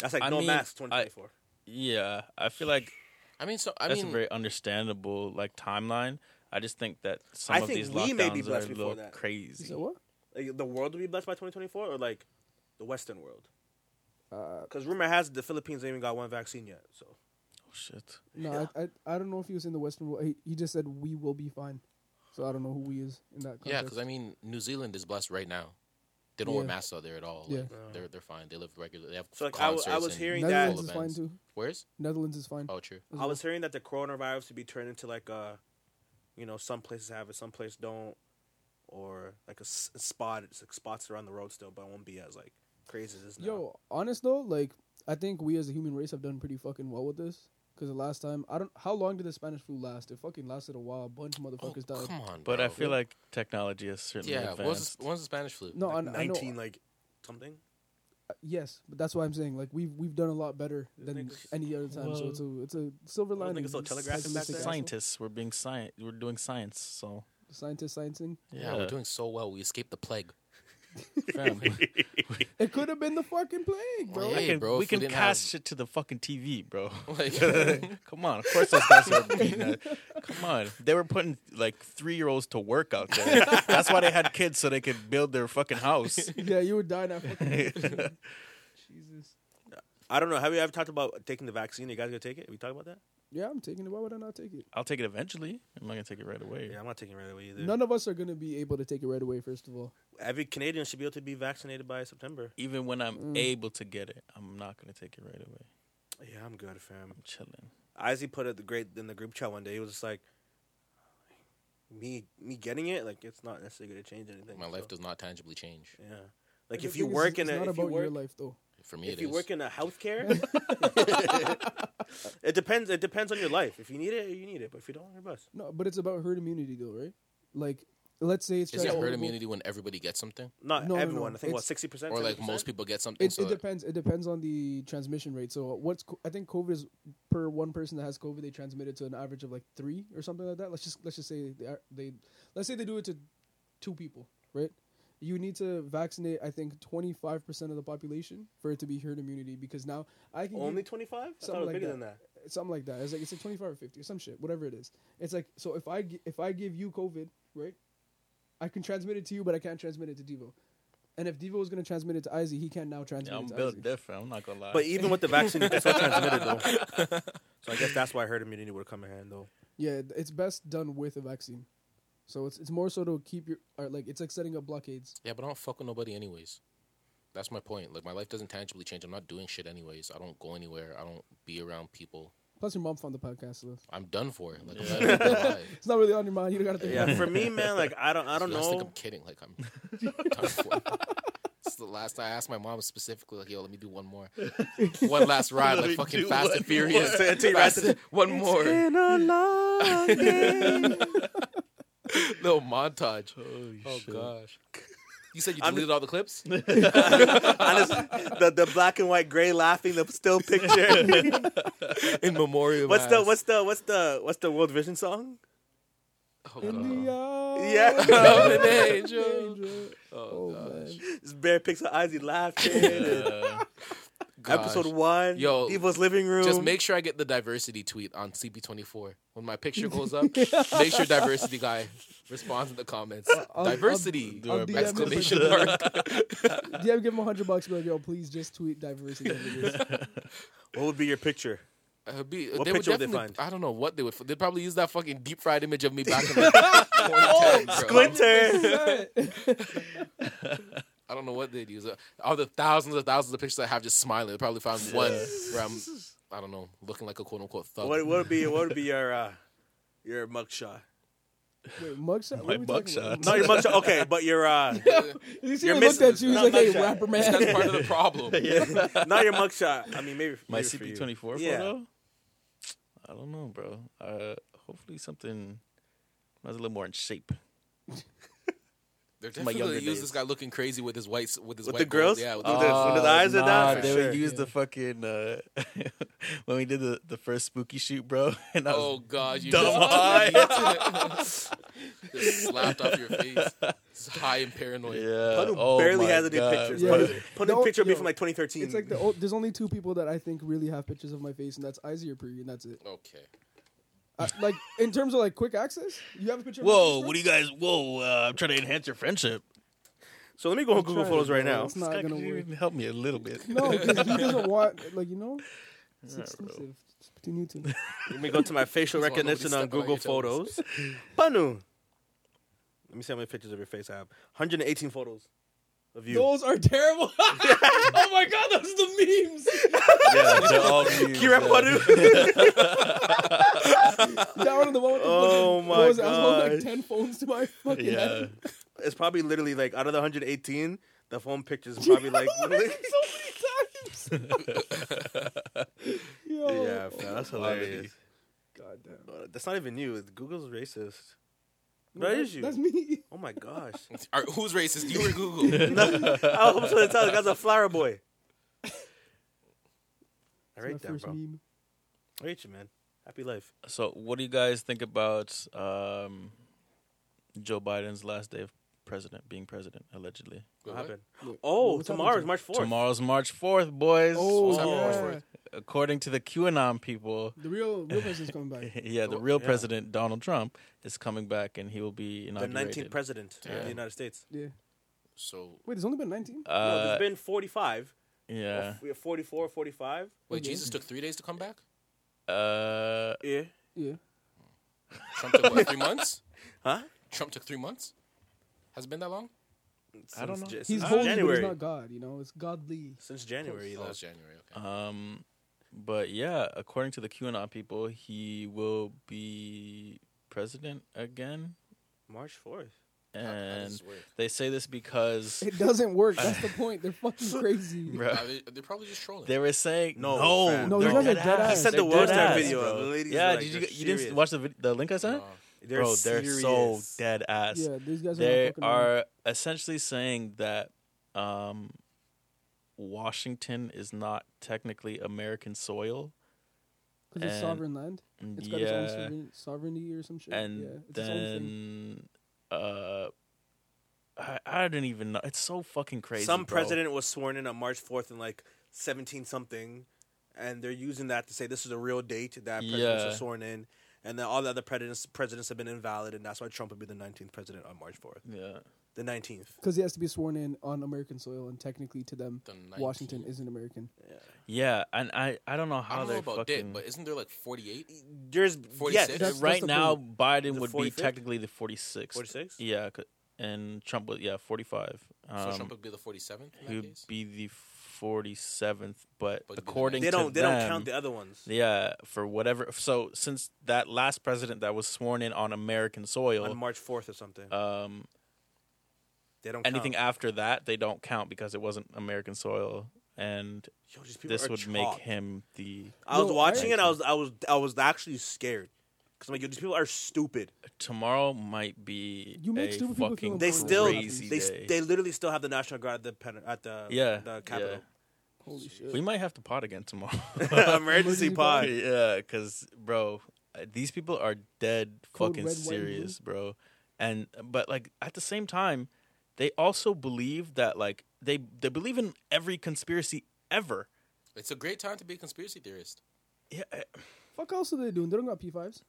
Speaker 4: That's like
Speaker 3: I
Speaker 4: no
Speaker 3: mean,
Speaker 4: mask
Speaker 3: I-
Speaker 4: 2024.
Speaker 3: yeah, I feel like
Speaker 5: I mean, so I
Speaker 3: that's
Speaker 5: mean,
Speaker 3: a very understandable like timeline. I just think that some
Speaker 4: I
Speaker 3: of
Speaker 4: think
Speaker 3: these
Speaker 4: we may be
Speaker 3: lockdowns are a
Speaker 4: blessed before
Speaker 3: little
Speaker 4: that.
Speaker 6: He
Speaker 3: crazy.
Speaker 6: said, "What?
Speaker 4: Like, the world will be blessed by 2024, or like the Western world.
Speaker 6: Uh,
Speaker 4: Because rumor has it the Philippines ain't even got one vaccine yet. So
Speaker 3: Oh shit.
Speaker 6: no, I, I I don't know if he was in the Western world. He, he just said we will be fine. So I don't know who we is in that. Context.
Speaker 5: yeah, because I mean, New Zealand is blessed right now. They don't wear
Speaker 6: Yeah.
Speaker 5: masks out there at all.
Speaker 6: Yeah.
Speaker 5: Like, they're they're fine. They live regular. They have
Speaker 4: So, like, I w-
Speaker 5: concerts.
Speaker 4: I was
Speaker 5: and
Speaker 4: hearing that-
Speaker 6: Netherlands
Speaker 5: full
Speaker 6: is fine
Speaker 5: events.
Speaker 6: too.
Speaker 5: Where's?
Speaker 6: Netherlands is fine.
Speaker 5: Oh, true.
Speaker 4: I
Speaker 6: as well.
Speaker 4: was hearing that the coronavirus to be turned into like a, you know, some places have it, some places don't, or like a, s- a spot. It's like spots around the road still, but it won't be as like crazy as it is now.
Speaker 6: Yo, honest though, like I think we as a human race have done pretty fucking well with this. Because the last time, I don't. How long did the Spanish flu last? It fucking lasted a while. A bunch of
Speaker 5: Oh,
Speaker 6: motherfuckers died.
Speaker 5: come on,
Speaker 3: But
Speaker 5: bro.
Speaker 3: I feel like technology has certainly
Speaker 5: yeah. What was,
Speaker 3: advanced.
Speaker 5: the, what was the Spanish flu?
Speaker 6: No,
Speaker 4: like
Speaker 6: I, I know.
Speaker 4: nineteen, like something.
Speaker 6: uh, yes, but that's why I'm saying like we've we've done a lot better
Speaker 4: This
Speaker 6: than
Speaker 4: nigga's-
Speaker 6: any other time. so
Speaker 3: Well-
Speaker 6: it's a it's a silver
Speaker 4: Those
Speaker 6: lining.
Speaker 4: niggas still
Speaker 6: you
Speaker 4: telegraphing back
Speaker 6: pessimistic
Speaker 4: then?
Speaker 6: asshole.
Speaker 3: Scientists, we're being science. We're doing science. So
Speaker 6: scientist, sciencing.
Speaker 5: yeah, we're doing so well. We escaped the plague. Fam.
Speaker 6: It could have been the fucking plague, bro.
Speaker 4: Oh,
Speaker 5: yeah.
Speaker 3: I
Speaker 5: Hey,
Speaker 3: can,
Speaker 5: bro,
Speaker 3: we
Speaker 5: if we
Speaker 3: can
Speaker 5: didn't
Speaker 3: cast
Speaker 5: have-
Speaker 3: shit to the fucking TV, bro.
Speaker 5: Like,
Speaker 3: Come on, of course those guys are beating that. Come on, they were putting like three year olds to work out there. That's why they had kids so they could build their fucking house.
Speaker 6: Yeah, you would die now. Fucking Jesus.
Speaker 4: I don't know. Have you ever talked about taking the vaccine? you guys gonna take it? Have we talked about that?
Speaker 6: Yeah, I'm taking it. Why would I not take it?
Speaker 3: I'll take it eventually. I'm not gonna take it right away.
Speaker 4: Yeah, I'm not taking it right away either.
Speaker 6: None of us are gonna be able to take it right away. First of all,
Speaker 4: Every Canadian should be able to be vaccinated by September.
Speaker 3: Even when I'm
Speaker 4: Mm.
Speaker 3: able to get it, I'm not gonna take it right away.
Speaker 4: Yeah, I'm good, fam.
Speaker 3: I'm chilling.
Speaker 4: Izzy put it the great in the group chat one day. He was just like, me me getting it, like it's not necessarily gonna change anything.
Speaker 5: my
Speaker 4: so,
Speaker 5: life does not tangibly change.
Speaker 4: Yeah, like
Speaker 6: The
Speaker 4: if you
Speaker 6: thing is,
Speaker 4: work in
Speaker 6: it's
Speaker 4: a
Speaker 6: not
Speaker 4: if you
Speaker 6: about your
Speaker 4: work
Speaker 6: life though.
Speaker 5: For me, it
Speaker 4: if
Speaker 5: is.
Speaker 4: you work in a healthcare, it depends. It depends on your life. If you need it, you need it. But if you don't, you're bust.
Speaker 6: No, but it's about herd immunity though, right? Like, let's say it's Oh,
Speaker 5: is it
Speaker 6: transferable-
Speaker 5: herd immunity when everybody gets something,
Speaker 4: Not
Speaker 6: No, no,
Speaker 4: everyone.
Speaker 6: no.
Speaker 4: I think what
Speaker 6: It's-
Speaker 4: sixty percent
Speaker 5: or like most people get something?
Speaker 6: It,
Speaker 5: so
Speaker 6: it depends. It depends on the transmission rate. So what's co- I think COVID is per one person that has COVID, they transmit it to an average of like three or something like that. Let's just let's just say they, are, they let's say they do it to two people, right? You need to vaccinate. I think twenty five percent of the population for it to be herd immunity because now I can
Speaker 4: Only
Speaker 6: give-
Speaker 4: twenty five. I thought it
Speaker 6: Something
Speaker 4: was
Speaker 6: like
Speaker 4: bigger
Speaker 6: that.
Speaker 4: than that.
Speaker 6: something like that. It's like it's like twenty five or fifty or some shit, whatever it is. It's like so if I gi- if I give you COVID, right? I can transmit it to you, but I can't transmit it to Devo. And if Devo is going to transmit it to Izzy, he can now transmit
Speaker 3: Yeah, I'm
Speaker 6: it to
Speaker 3: built
Speaker 6: Izzy.
Speaker 3: different. I'm not gonna lie.
Speaker 4: But e- even with the vaccine, it's still transmitted though. So I guess that's why herd immunity would come in hand though.
Speaker 6: Yeah, th- it's best done with a vaccine. So it's it's more so to keep your or like it's like setting up blockades.
Speaker 5: Yeah, but I don't fuck with nobody anyways. That's my point. Like my life doesn't tangibly change. I'm not doing shit anyways. I don't go anywhere. I don't be around people.
Speaker 6: Plus your mom found the podcast, so
Speaker 5: I'm done for it. Like I'm not even alive.
Speaker 6: it's not really on your mind. You don't gotta think.
Speaker 4: Yeah,
Speaker 6: about
Speaker 4: for me, man, like I don't, I don't
Speaker 5: You guys think
Speaker 4: know.
Speaker 5: I'm kidding. Like I'm done for it. It's the last I asked my mom specifically, like, yo, let me do one more. one last ride, like fucking Fast and Furious.
Speaker 4: Until you
Speaker 5: Fast
Speaker 4: ride
Speaker 5: and- one more. Little montage.
Speaker 3: Holy
Speaker 5: Oh
Speaker 3: shit.
Speaker 5: gosh. You said you
Speaker 4: I'm-
Speaker 5: deleted all the clips?
Speaker 4: Honest, the the black and white gray laughing the still picture.
Speaker 5: In memoriam.
Speaker 4: what's the
Speaker 5: ass.
Speaker 4: what's the what's the what's the World Vision song?
Speaker 5: Oh,
Speaker 6: it. In the eye
Speaker 4: Yeah,
Speaker 5: God. An
Speaker 6: of
Speaker 5: angel.
Speaker 6: danger.
Speaker 5: Oh,
Speaker 6: Oh,
Speaker 5: gosh.
Speaker 6: man.
Speaker 4: It's bare pics of Izzy laughing. and
Speaker 3: Uh,
Speaker 5: Gosh.
Speaker 4: episode one,
Speaker 5: Yo,
Speaker 4: Evil's living room.
Speaker 5: Just make sure I get the diversity tweet on CP24. When my picture goes up, make sure diversity guy responds in the comments.
Speaker 6: I'll-
Speaker 5: diversity!
Speaker 3: I'll DM him
Speaker 5: exclamation
Speaker 6: for
Speaker 5: mark.
Speaker 6: DM give him hundred bucks. Be like, yo, please just tweet diversity. over this."
Speaker 4: what would be your picture?
Speaker 5: Uh, be,
Speaker 4: What
Speaker 5: they would
Speaker 4: picture would they
Speaker 5: definitely-
Speaker 4: find?
Speaker 5: I don't know what they would. They'd probably use that fucking deep fried image of me back in the
Speaker 6: Oh,
Speaker 5: 2010, bro.
Speaker 4: Winter.
Speaker 5: I don't know what they'd use. Uh, All the thousands and thousands of pictures I have just smiling. They probably found one where I'm, I don't know, looking like a quote unquote thug.
Speaker 4: what what would be what would be your uh, your mugshot?
Speaker 6: Wait, mugshot. What
Speaker 3: My
Speaker 6: are we talking about?
Speaker 3: mugshot.
Speaker 4: Not your mugshot. Okay, but your uh,
Speaker 6: You see,
Speaker 4: You're
Speaker 6: he looked
Speaker 4: missing
Speaker 6: at you.
Speaker 4: this.
Speaker 6: He's like,
Speaker 4: Not
Speaker 6: hey,
Speaker 4: mugshot.
Speaker 6: rapper
Speaker 5: That's
Speaker 6: man.
Speaker 5: part of the problem.
Speaker 4: not your mugshot. I mean, maybe
Speaker 3: my
Speaker 4: maybe for you.
Speaker 3: CP24
Speaker 4: Yeah.
Speaker 3: photo. I don't know, bro. Uh, hopefully something. I was a little more in shape.
Speaker 5: They're
Speaker 3: My
Speaker 5: definitely
Speaker 3: younger
Speaker 5: gonna use
Speaker 3: days.
Speaker 5: this guy looking crazy with his white, with his
Speaker 4: With
Speaker 5: white
Speaker 4: the
Speaker 5: gold.
Speaker 4: girls?
Speaker 5: Yeah, with
Speaker 4: Oh,
Speaker 5: the
Speaker 4: the- when his eyes are down, for
Speaker 3: Uh, they
Speaker 4: sure.
Speaker 3: would use the fucking uh, when we did the, the first spooky shoot, bro. And I was
Speaker 5: Oh God, you
Speaker 3: Dumb
Speaker 5: just, just slapped off your face. It's high and paranoid.
Speaker 3: yeah,
Speaker 4: Padu
Speaker 3: oh
Speaker 4: barely
Speaker 3: my
Speaker 4: has any
Speaker 3: God,
Speaker 4: pictures.
Speaker 6: Yeah.
Speaker 3: bro.
Speaker 4: Padu, Padu
Speaker 6: No,
Speaker 4: picture of me
Speaker 6: yo,
Speaker 4: from like 2013.
Speaker 6: It's like the old, there's only two people that I think really have pictures of my face, and that's Izzy or Pre, and that's it.
Speaker 5: Okay.
Speaker 6: I, like in terms of like quick access, you have a picture. Of
Speaker 3: Whoa, what do you guys? Whoa, uh, I'm trying to enhance your friendship.
Speaker 4: so let me go on Google Photos right now.
Speaker 6: It's not
Speaker 3: Scott,
Speaker 6: gonna
Speaker 3: could you
Speaker 6: work.
Speaker 3: even help me a little bit.
Speaker 6: No, because he doesn't want like you know. It's
Speaker 3: Yeah, bro.
Speaker 6: exclusive. It's between you two.
Speaker 4: Let me go to my facial
Speaker 5: Just want nobody
Speaker 4: recognition on
Speaker 5: stepping on
Speaker 4: Google
Speaker 5: your toes.
Speaker 4: Photos. Panu. Let me see how many pictures of your face I have. 118 photos of you.
Speaker 6: Those are terrible. oh my god, those are the memes.
Speaker 3: yeah, they're all views,
Speaker 4: Kira
Speaker 3: yeah.
Speaker 4: Panu.
Speaker 6: That one of the one with the
Speaker 4: Oh
Speaker 6: fucking-
Speaker 4: my
Speaker 6: what was it? I was holding
Speaker 4: God.
Speaker 6: like ten phones to my fucking
Speaker 3: Yeah,
Speaker 6: head.
Speaker 4: it's probably literally like out of the 118, the phone pictures probably like.
Speaker 6: so many times. Yo,
Speaker 4: yeah, fam, that's hilarious.
Speaker 6: goddamn.
Speaker 4: Uh, That's not even you. Google's racist. That is you.
Speaker 6: That's me.
Speaker 4: Oh my gosh.
Speaker 5: All right, who's racist? You or Google?
Speaker 4: I was going to tell the guy's a flower boy. I
Speaker 6: That's my
Speaker 4: rate that,
Speaker 6: first
Speaker 4: bro.
Speaker 6: meme.
Speaker 4: I rate you, man. Happy life.
Speaker 3: So, what do you guys think about um, Joe Biden's last day of president being president allegedly.
Speaker 5: Wait,
Speaker 4: What
Speaker 5: what?
Speaker 4: happened?
Speaker 6: Look,
Speaker 4: Oh,
Speaker 6: what's
Speaker 4: tomorrow is
Speaker 6: happening
Speaker 4: March fourth.
Speaker 3: Tomorrow's March fourth, boys.
Speaker 6: Oh,
Speaker 5: What's happening
Speaker 6: yeah.
Speaker 5: on March
Speaker 3: According to the QAnon people,
Speaker 6: to- The real, real person's coming back.
Speaker 3: yeah, the
Speaker 5: Oh,
Speaker 3: real
Speaker 5: yeah.
Speaker 3: president Donald Trump is coming back, and he will be
Speaker 4: the
Speaker 3: inaugurated.
Speaker 4: nineteenth president of
Speaker 5: Yeah.
Speaker 4: the United States.
Speaker 6: Yeah.
Speaker 5: So
Speaker 6: Wait, there's only been 19?
Speaker 4: no,
Speaker 3: Uh,
Speaker 4: there's been forty-five.
Speaker 3: yeah.
Speaker 4: We have 44, 45.
Speaker 5: wait,
Speaker 6: Okay.
Speaker 5: Jesus took three days to come back.
Speaker 3: Uh,
Speaker 4: Yeah.
Speaker 6: Yeah.
Speaker 5: Trump took what, three months.
Speaker 4: Huh?
Speaker 5: Trump took three months. Has it been that long?
Speaker 3: I don't know.
Speaker 4: Since,
Speaker 6: He's
Speaker 4: since
Speaker 6: holy,
Speaker 4: uh, January.
Speaker 6: but he's not God. You know, it's godly.
Speaker 4: Since January, he
Speaker 5: Oh, it's
Speaker 4: left.
Speaker 5: January. Okay.
Speaker 3: Um, but yeah, according to the QAnon people, he will be president again,
Speaker 4: March fourth.
Speaker 5: How- how does
Speaker 3: and
Speaker 5: this work?
Speaker 3: they say this because
Speaker 6: It doesn't work. That's the point. They're fucking crazy.
Speaker 3: bro,
Speaker 5: Are they, are probably just trolling.
Speaker 3: they were saying
Speaker 4: No,
Speaker 3: no,
Speaker 4: fam.
Speaker 6: No, you
Speaker 3: they're
Speaker 6: guys are
Speaker 3: dead
Speaker 6: dead
Speaker 3: ass.
Speaker 6: ass. I sent
Speaker 3: They're
Speaker 4: the
Speaker 3: dead
Speaker 4: Worldstar
Speaker 3: ass,
Speaker 4: video.
Speaker 3: bro.
Speaker 4: The ladies
Speaker 3: yeah,
Speaker 4: were like,
Speaker 3: did you
Speaker 4: "They're
Speaker 3: you didn't
Speaker 4: serious."
Speaker 3: watch the vid- the link I sent?
Speaker 5: No.
Speaker 4: They're
Speaker 3: bro, they're so
Speaker 4: serious.
Speaker 3: dead ass.
Speaker 6: Yeah, these guys are not
Speaker 3: they
Speaker 6: fucking around.
Speaker 3: are essentially saying that um, Washington is not technically American soil.
Speaker 6: 'Cause it's
Speaker 3: and-
Speaker 6: sovereign land. It's got its own sovereign, sovereignty or some shit.
Speaker 3: and
Speaker 6: yeah, it's its own thing.
Speaker 3: then uh I, I don't even know. It's so fucking crazy.
Speaker 4: Some
Speaker 3: bro.
Speaker 4: president was sworn in on March fourth in like seventeen something, and they're using that to say this is a real date that presidents
Speaker 3: Yeah.
Speaker 4: are sworn in, and then all the other presidents presidents have been invalid, and that's why Trump would be the nineteenth president on March fourth.
Speaker 3: Yeah.
Speaker 4: The nineteenth.
Speaker 6: Because he has to be sworn in on American soil, and technically to them,
Speaker 5: The 19th.
Speaker 6: Washington isn't American.
Speaker 3: Yeah, and I I don't know
Speaker 5: I
Speaker 3: how
Speaker 5: don't know
Speaker 3: they're
Speaker 5: about
Speaker 3: fucking
Speaker 5: that, but isn't there like 48?
Speaker 4: There's
Speaker 5: 46?
Speaker 4: yeah,
Speaker 6: That's-
Speaker 3: Uh, right
Speaker 6: the
Speaker 3: now Biden
Speaker 4: The
Speaker 3: would be
Speaker 4: 45th?
Speaker 3: technically the 46th.
Speaker 4: 46th?
Speaker 3: Yeah, c- and Trump was yeah, 45. Um,
Speaker 5: so Trump would be the 47th in
Speaker 3: he
Speaker 5: that
Speaker 3: would
Speaker 5: case?
Speaker 3: be the 47th, but,
Speaker 5: But he'd be the
Speaker 3: according
Speaker 4: they
Speaker 3: to
Speaker 4: don't they
Speaker 3: them,
Speaker 4: don't count the other ones.
Speaker 3: yeah, for whatever. So since that last president that was sworn in on American soil,
Speaker 4: on March fourth or something.
Speaker 3: um,
Speaker 4: they don't
Speaker 3: anything
Speaker 4: Count.
Speaker 3: after that they don't count because it wasn't American soil, and
Speaker 4: Yo, these people
Speaker 3: this
Speaker 4: are
Speaker 3: would
Speaker 4: chalked.
Speaker 3: make him the
Speaker 4: I was
Speaker 6: No, I-
Speaker 4: watching it. I was I was I was actually scared because I'm like, yo, these people are stupid.
Speaker 3: tomorrow might be
Speaker 6: You make
Speaker 3: a
Speaker 6: stupid people feel
Speaker 3: fucking
Speaker 4: They
Speaker 6: Oh,
Speaker 4: still
Speaker 3: crazy
Speaker 4: they
Speaker 3: day.
Speaker 4: they literally still have the national guard at the pen, at the
Speaker 3: yeah
Speaker 4: the capital
Speaker 6: Holy
Speaker 3: yeah.
Speaker 6: shit!
Speaker 3: We might have to pot again tomorrow.
Speaker 4: emergency
Speaker 6: Emergency
Speaker 4: pod.
Speaker 3: yeah, because bro, uh, these people are dead
Speaker 6: Code
Speaker 3: fucking
Speaker 6: red, white, and blue.
Speaker 3: serious, bro. And but like at the same time, they also believe that like they they believe in every conspiracy ever.
Speaker 5: It's a great time to be a conspiracy theorist.
Speaker 3: Yeah, uh,
Speaker 6: Fuck else are they doing? They don't got P fives.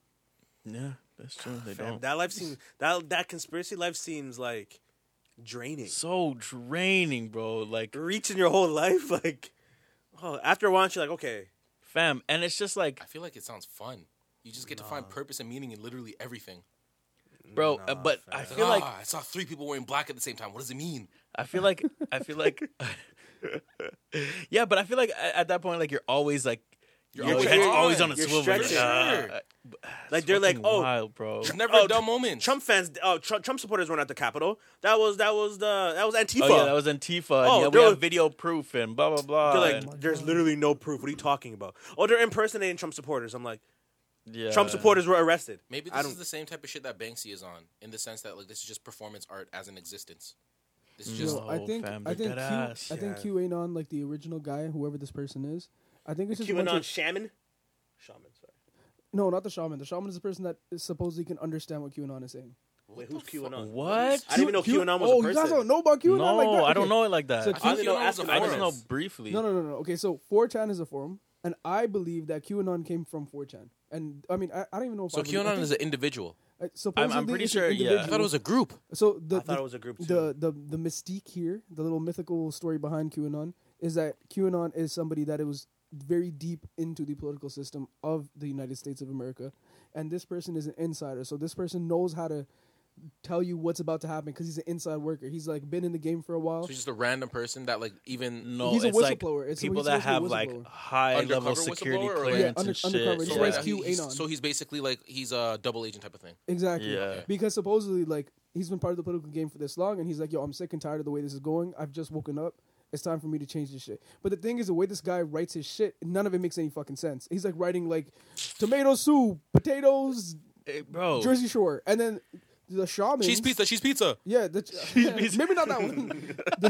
Speaker 3: yeah, that's true. They
Speaker 4: Fam,
Speaker 3: don't.
Speaker 4: That life seems that that conspiracy life seems like draining.
Speaker 3: so draining, bro. Like
Speaker 4: Reaching your whole life, like oh, after a while, you're like, okay,
Speaker 3: fam and it's just like
Speaker 5: I feel like it sounds fun. You just get to find purpose and meaning in literally everything.
Speaker 3: bro
Speaker 4: Nah,
Speaker 3: uh, but i
Speaker 5: It's
Speaker 3: feel
Speaker 5: like,
Speaker 3: like
Speaker 5: ah, I saw three people wearing black at the same time. What does it mean?
Speaker 3: i feel like i feel like yeah but i feel like a- at that point like you're always like
Speaker 5: You're
Speaker 3: your
Speaker 5: always
Speaker 3: head's
Speaker 5: on.
Speaker 3: always on a
Speaker 4: You're
Speaker 3: swivel You're like,
Speaker 4: stretching.
Speaker 3: ah,
Speaker 4: like
Speaker 3: it's
Speaker 4: they're like,
Speaker 3: fucking
Speaker 4: oh,
Speaker 3: wild, bro
Speaker 5: There's never
Speaker 4: Oh,
Speaker 5: a dull moment.
Speaker 4: Trump fans, oh, Trump, Trump supporters weren't at the Capitol. That was that was the that was Antifa.
Speaker 3: oh yeah that was antifa and
Speaker 4: Oh,
Speaker 3: yeah, we
Speaker 4: dude.
Speaker 3: have video proof and blah blah blah
Speaker 4: they're
Speaker 3: and-
Speaker 4: like, there's literally no proof. What are you talking about? Oh, they're impersonating Trump supporters. I'm like,
Speaker 3: yeah.
Speaker 4: Trump supporters were arrested.
Speaker 5: Maybe
Speaker 4: I
Speaker 5: this
Speaker 4: don't.
Speaker 5: is the same type of shit that Banksy is on, in the sense that like this is just performance art as an existence. This is just
Speaker 6: Yo, I
Speaker 3: No,
Speaker 6: think
Speaker 3: Oh, fam,
Speaker 6: I
Speaker 3: they're
Speaker 6: think
Speaker 3: dead
Speaker 6: Q,
Speaker 3: ass.
Speaker 6: I think
Speaker 4: Yeah.
Speaker 6: QAnon, like the original guy, whoever this person is, I think it's just a bunch
Speaker 4: QAnon
Speaker 6: of-
Speaker 4: shaman. Shaman, sorry.
Speaker 6: no, not the shaman. The shaman is the person that is supposedly can understand what QAnon is saying.
Speaker 4: Wait, who's QAnon?
Speaker 3: what
Speaker 4: I didn't even know
Speaker 6: Q-
Speaker 4: QAnon was
Speaker 6: oh,
Speaker 4: a person.
Speaker 6: you guys don't know about QAnon?
Speaker 3: no
Speaker 6: like that?
Speaker 3: i don't
Speaker 6: Okay.
Speaker 3: know it like that
Speaker 6: So
Speaker 5: I
Speaker 3: I,
Speaker 5: thought
Speaker 6: Q-
Speaker 5: QAnon was a
Speaker 3: I just
Speaker 5: forum.
Speaker 3: know briefly
Speaker 6: No, no, no, no. Okay, so 4chan is a forum, and I believe that QAnon came from 4chan. And I mean, I, I don't even know if
Speaker 5: So
Speaker 6: I believe- I
Speaker 5: QAnon is an individual.
Speaker 6: think- uh, supposedly
Speaker 3: I'm- I'm pretty
Speaker 6: it's an
Speaker 3: sure, yeah.
Speaker 5: I
Speaker 6: individual.
Speaker 5: thought it was a group.
Speaker 6: So the,
Speaker 4: I thought
Speaker 6: the-
Speaker 4: it was a group,
Speaker 6: The, the the mystique here, the little mythical story behind QAnon is that QAnon is somebody that it was very deep into the political system of the United States of America, and this person is an insider. So this person knows how to tell you what's about to happen because he's an inside worker. He's like been in the game for a while.
Speaker 5: So he's just a random person that like even
Speaker 3: no
Speaker 6: He's a
Speaker 3: it's like
Speaker 6: whistleblower. It's-
Speaker 3: people
Speaker 6: he's
Speaker 3: that
Speaker 6: supposed to be a
Speaker 3: have like
Speaker 6: whistleblower.
Speaker 3: high level
Speaker 5: Undercover
Speaker 3: security
Speaker 5: whistleblower or, like-
Speaker 3: clearance
Speaker 6: Yeah,
Speaker 3: and
Speaker 6: under- undercover.
Speaker 3: shit
Speaker 6: He's
Speaker 5: So,
Speaker 3: yeah.
Speaker 6: wears
Speaker 5: like,
Speaker 6: Q
Speaker 5: he's,
Speaker 6: anon.
Speaker 5: so he's basically like he's a double agent type of thing.
Speaker 6: Exactly.
Speaker 3: Yeah.
Speaker 6: Because supposedly, like, he's been part of the political game for this long, and he's like, yo, I'm sick and tired of the way this is going. I've just woken up. It's time for me to change this shit. But the thing is, the way this guy writes his shit, none of it makes any fucking sense. He's like writing, like, tomato soup, potatoes,
Speaker 3: Hey, bro
Speaker 6: Jersey Shore. And then the shaman.
Speaker 5: Cheese pizza, cheese pizza.
Speaker 6: Yeah, the, maybe not that one. the,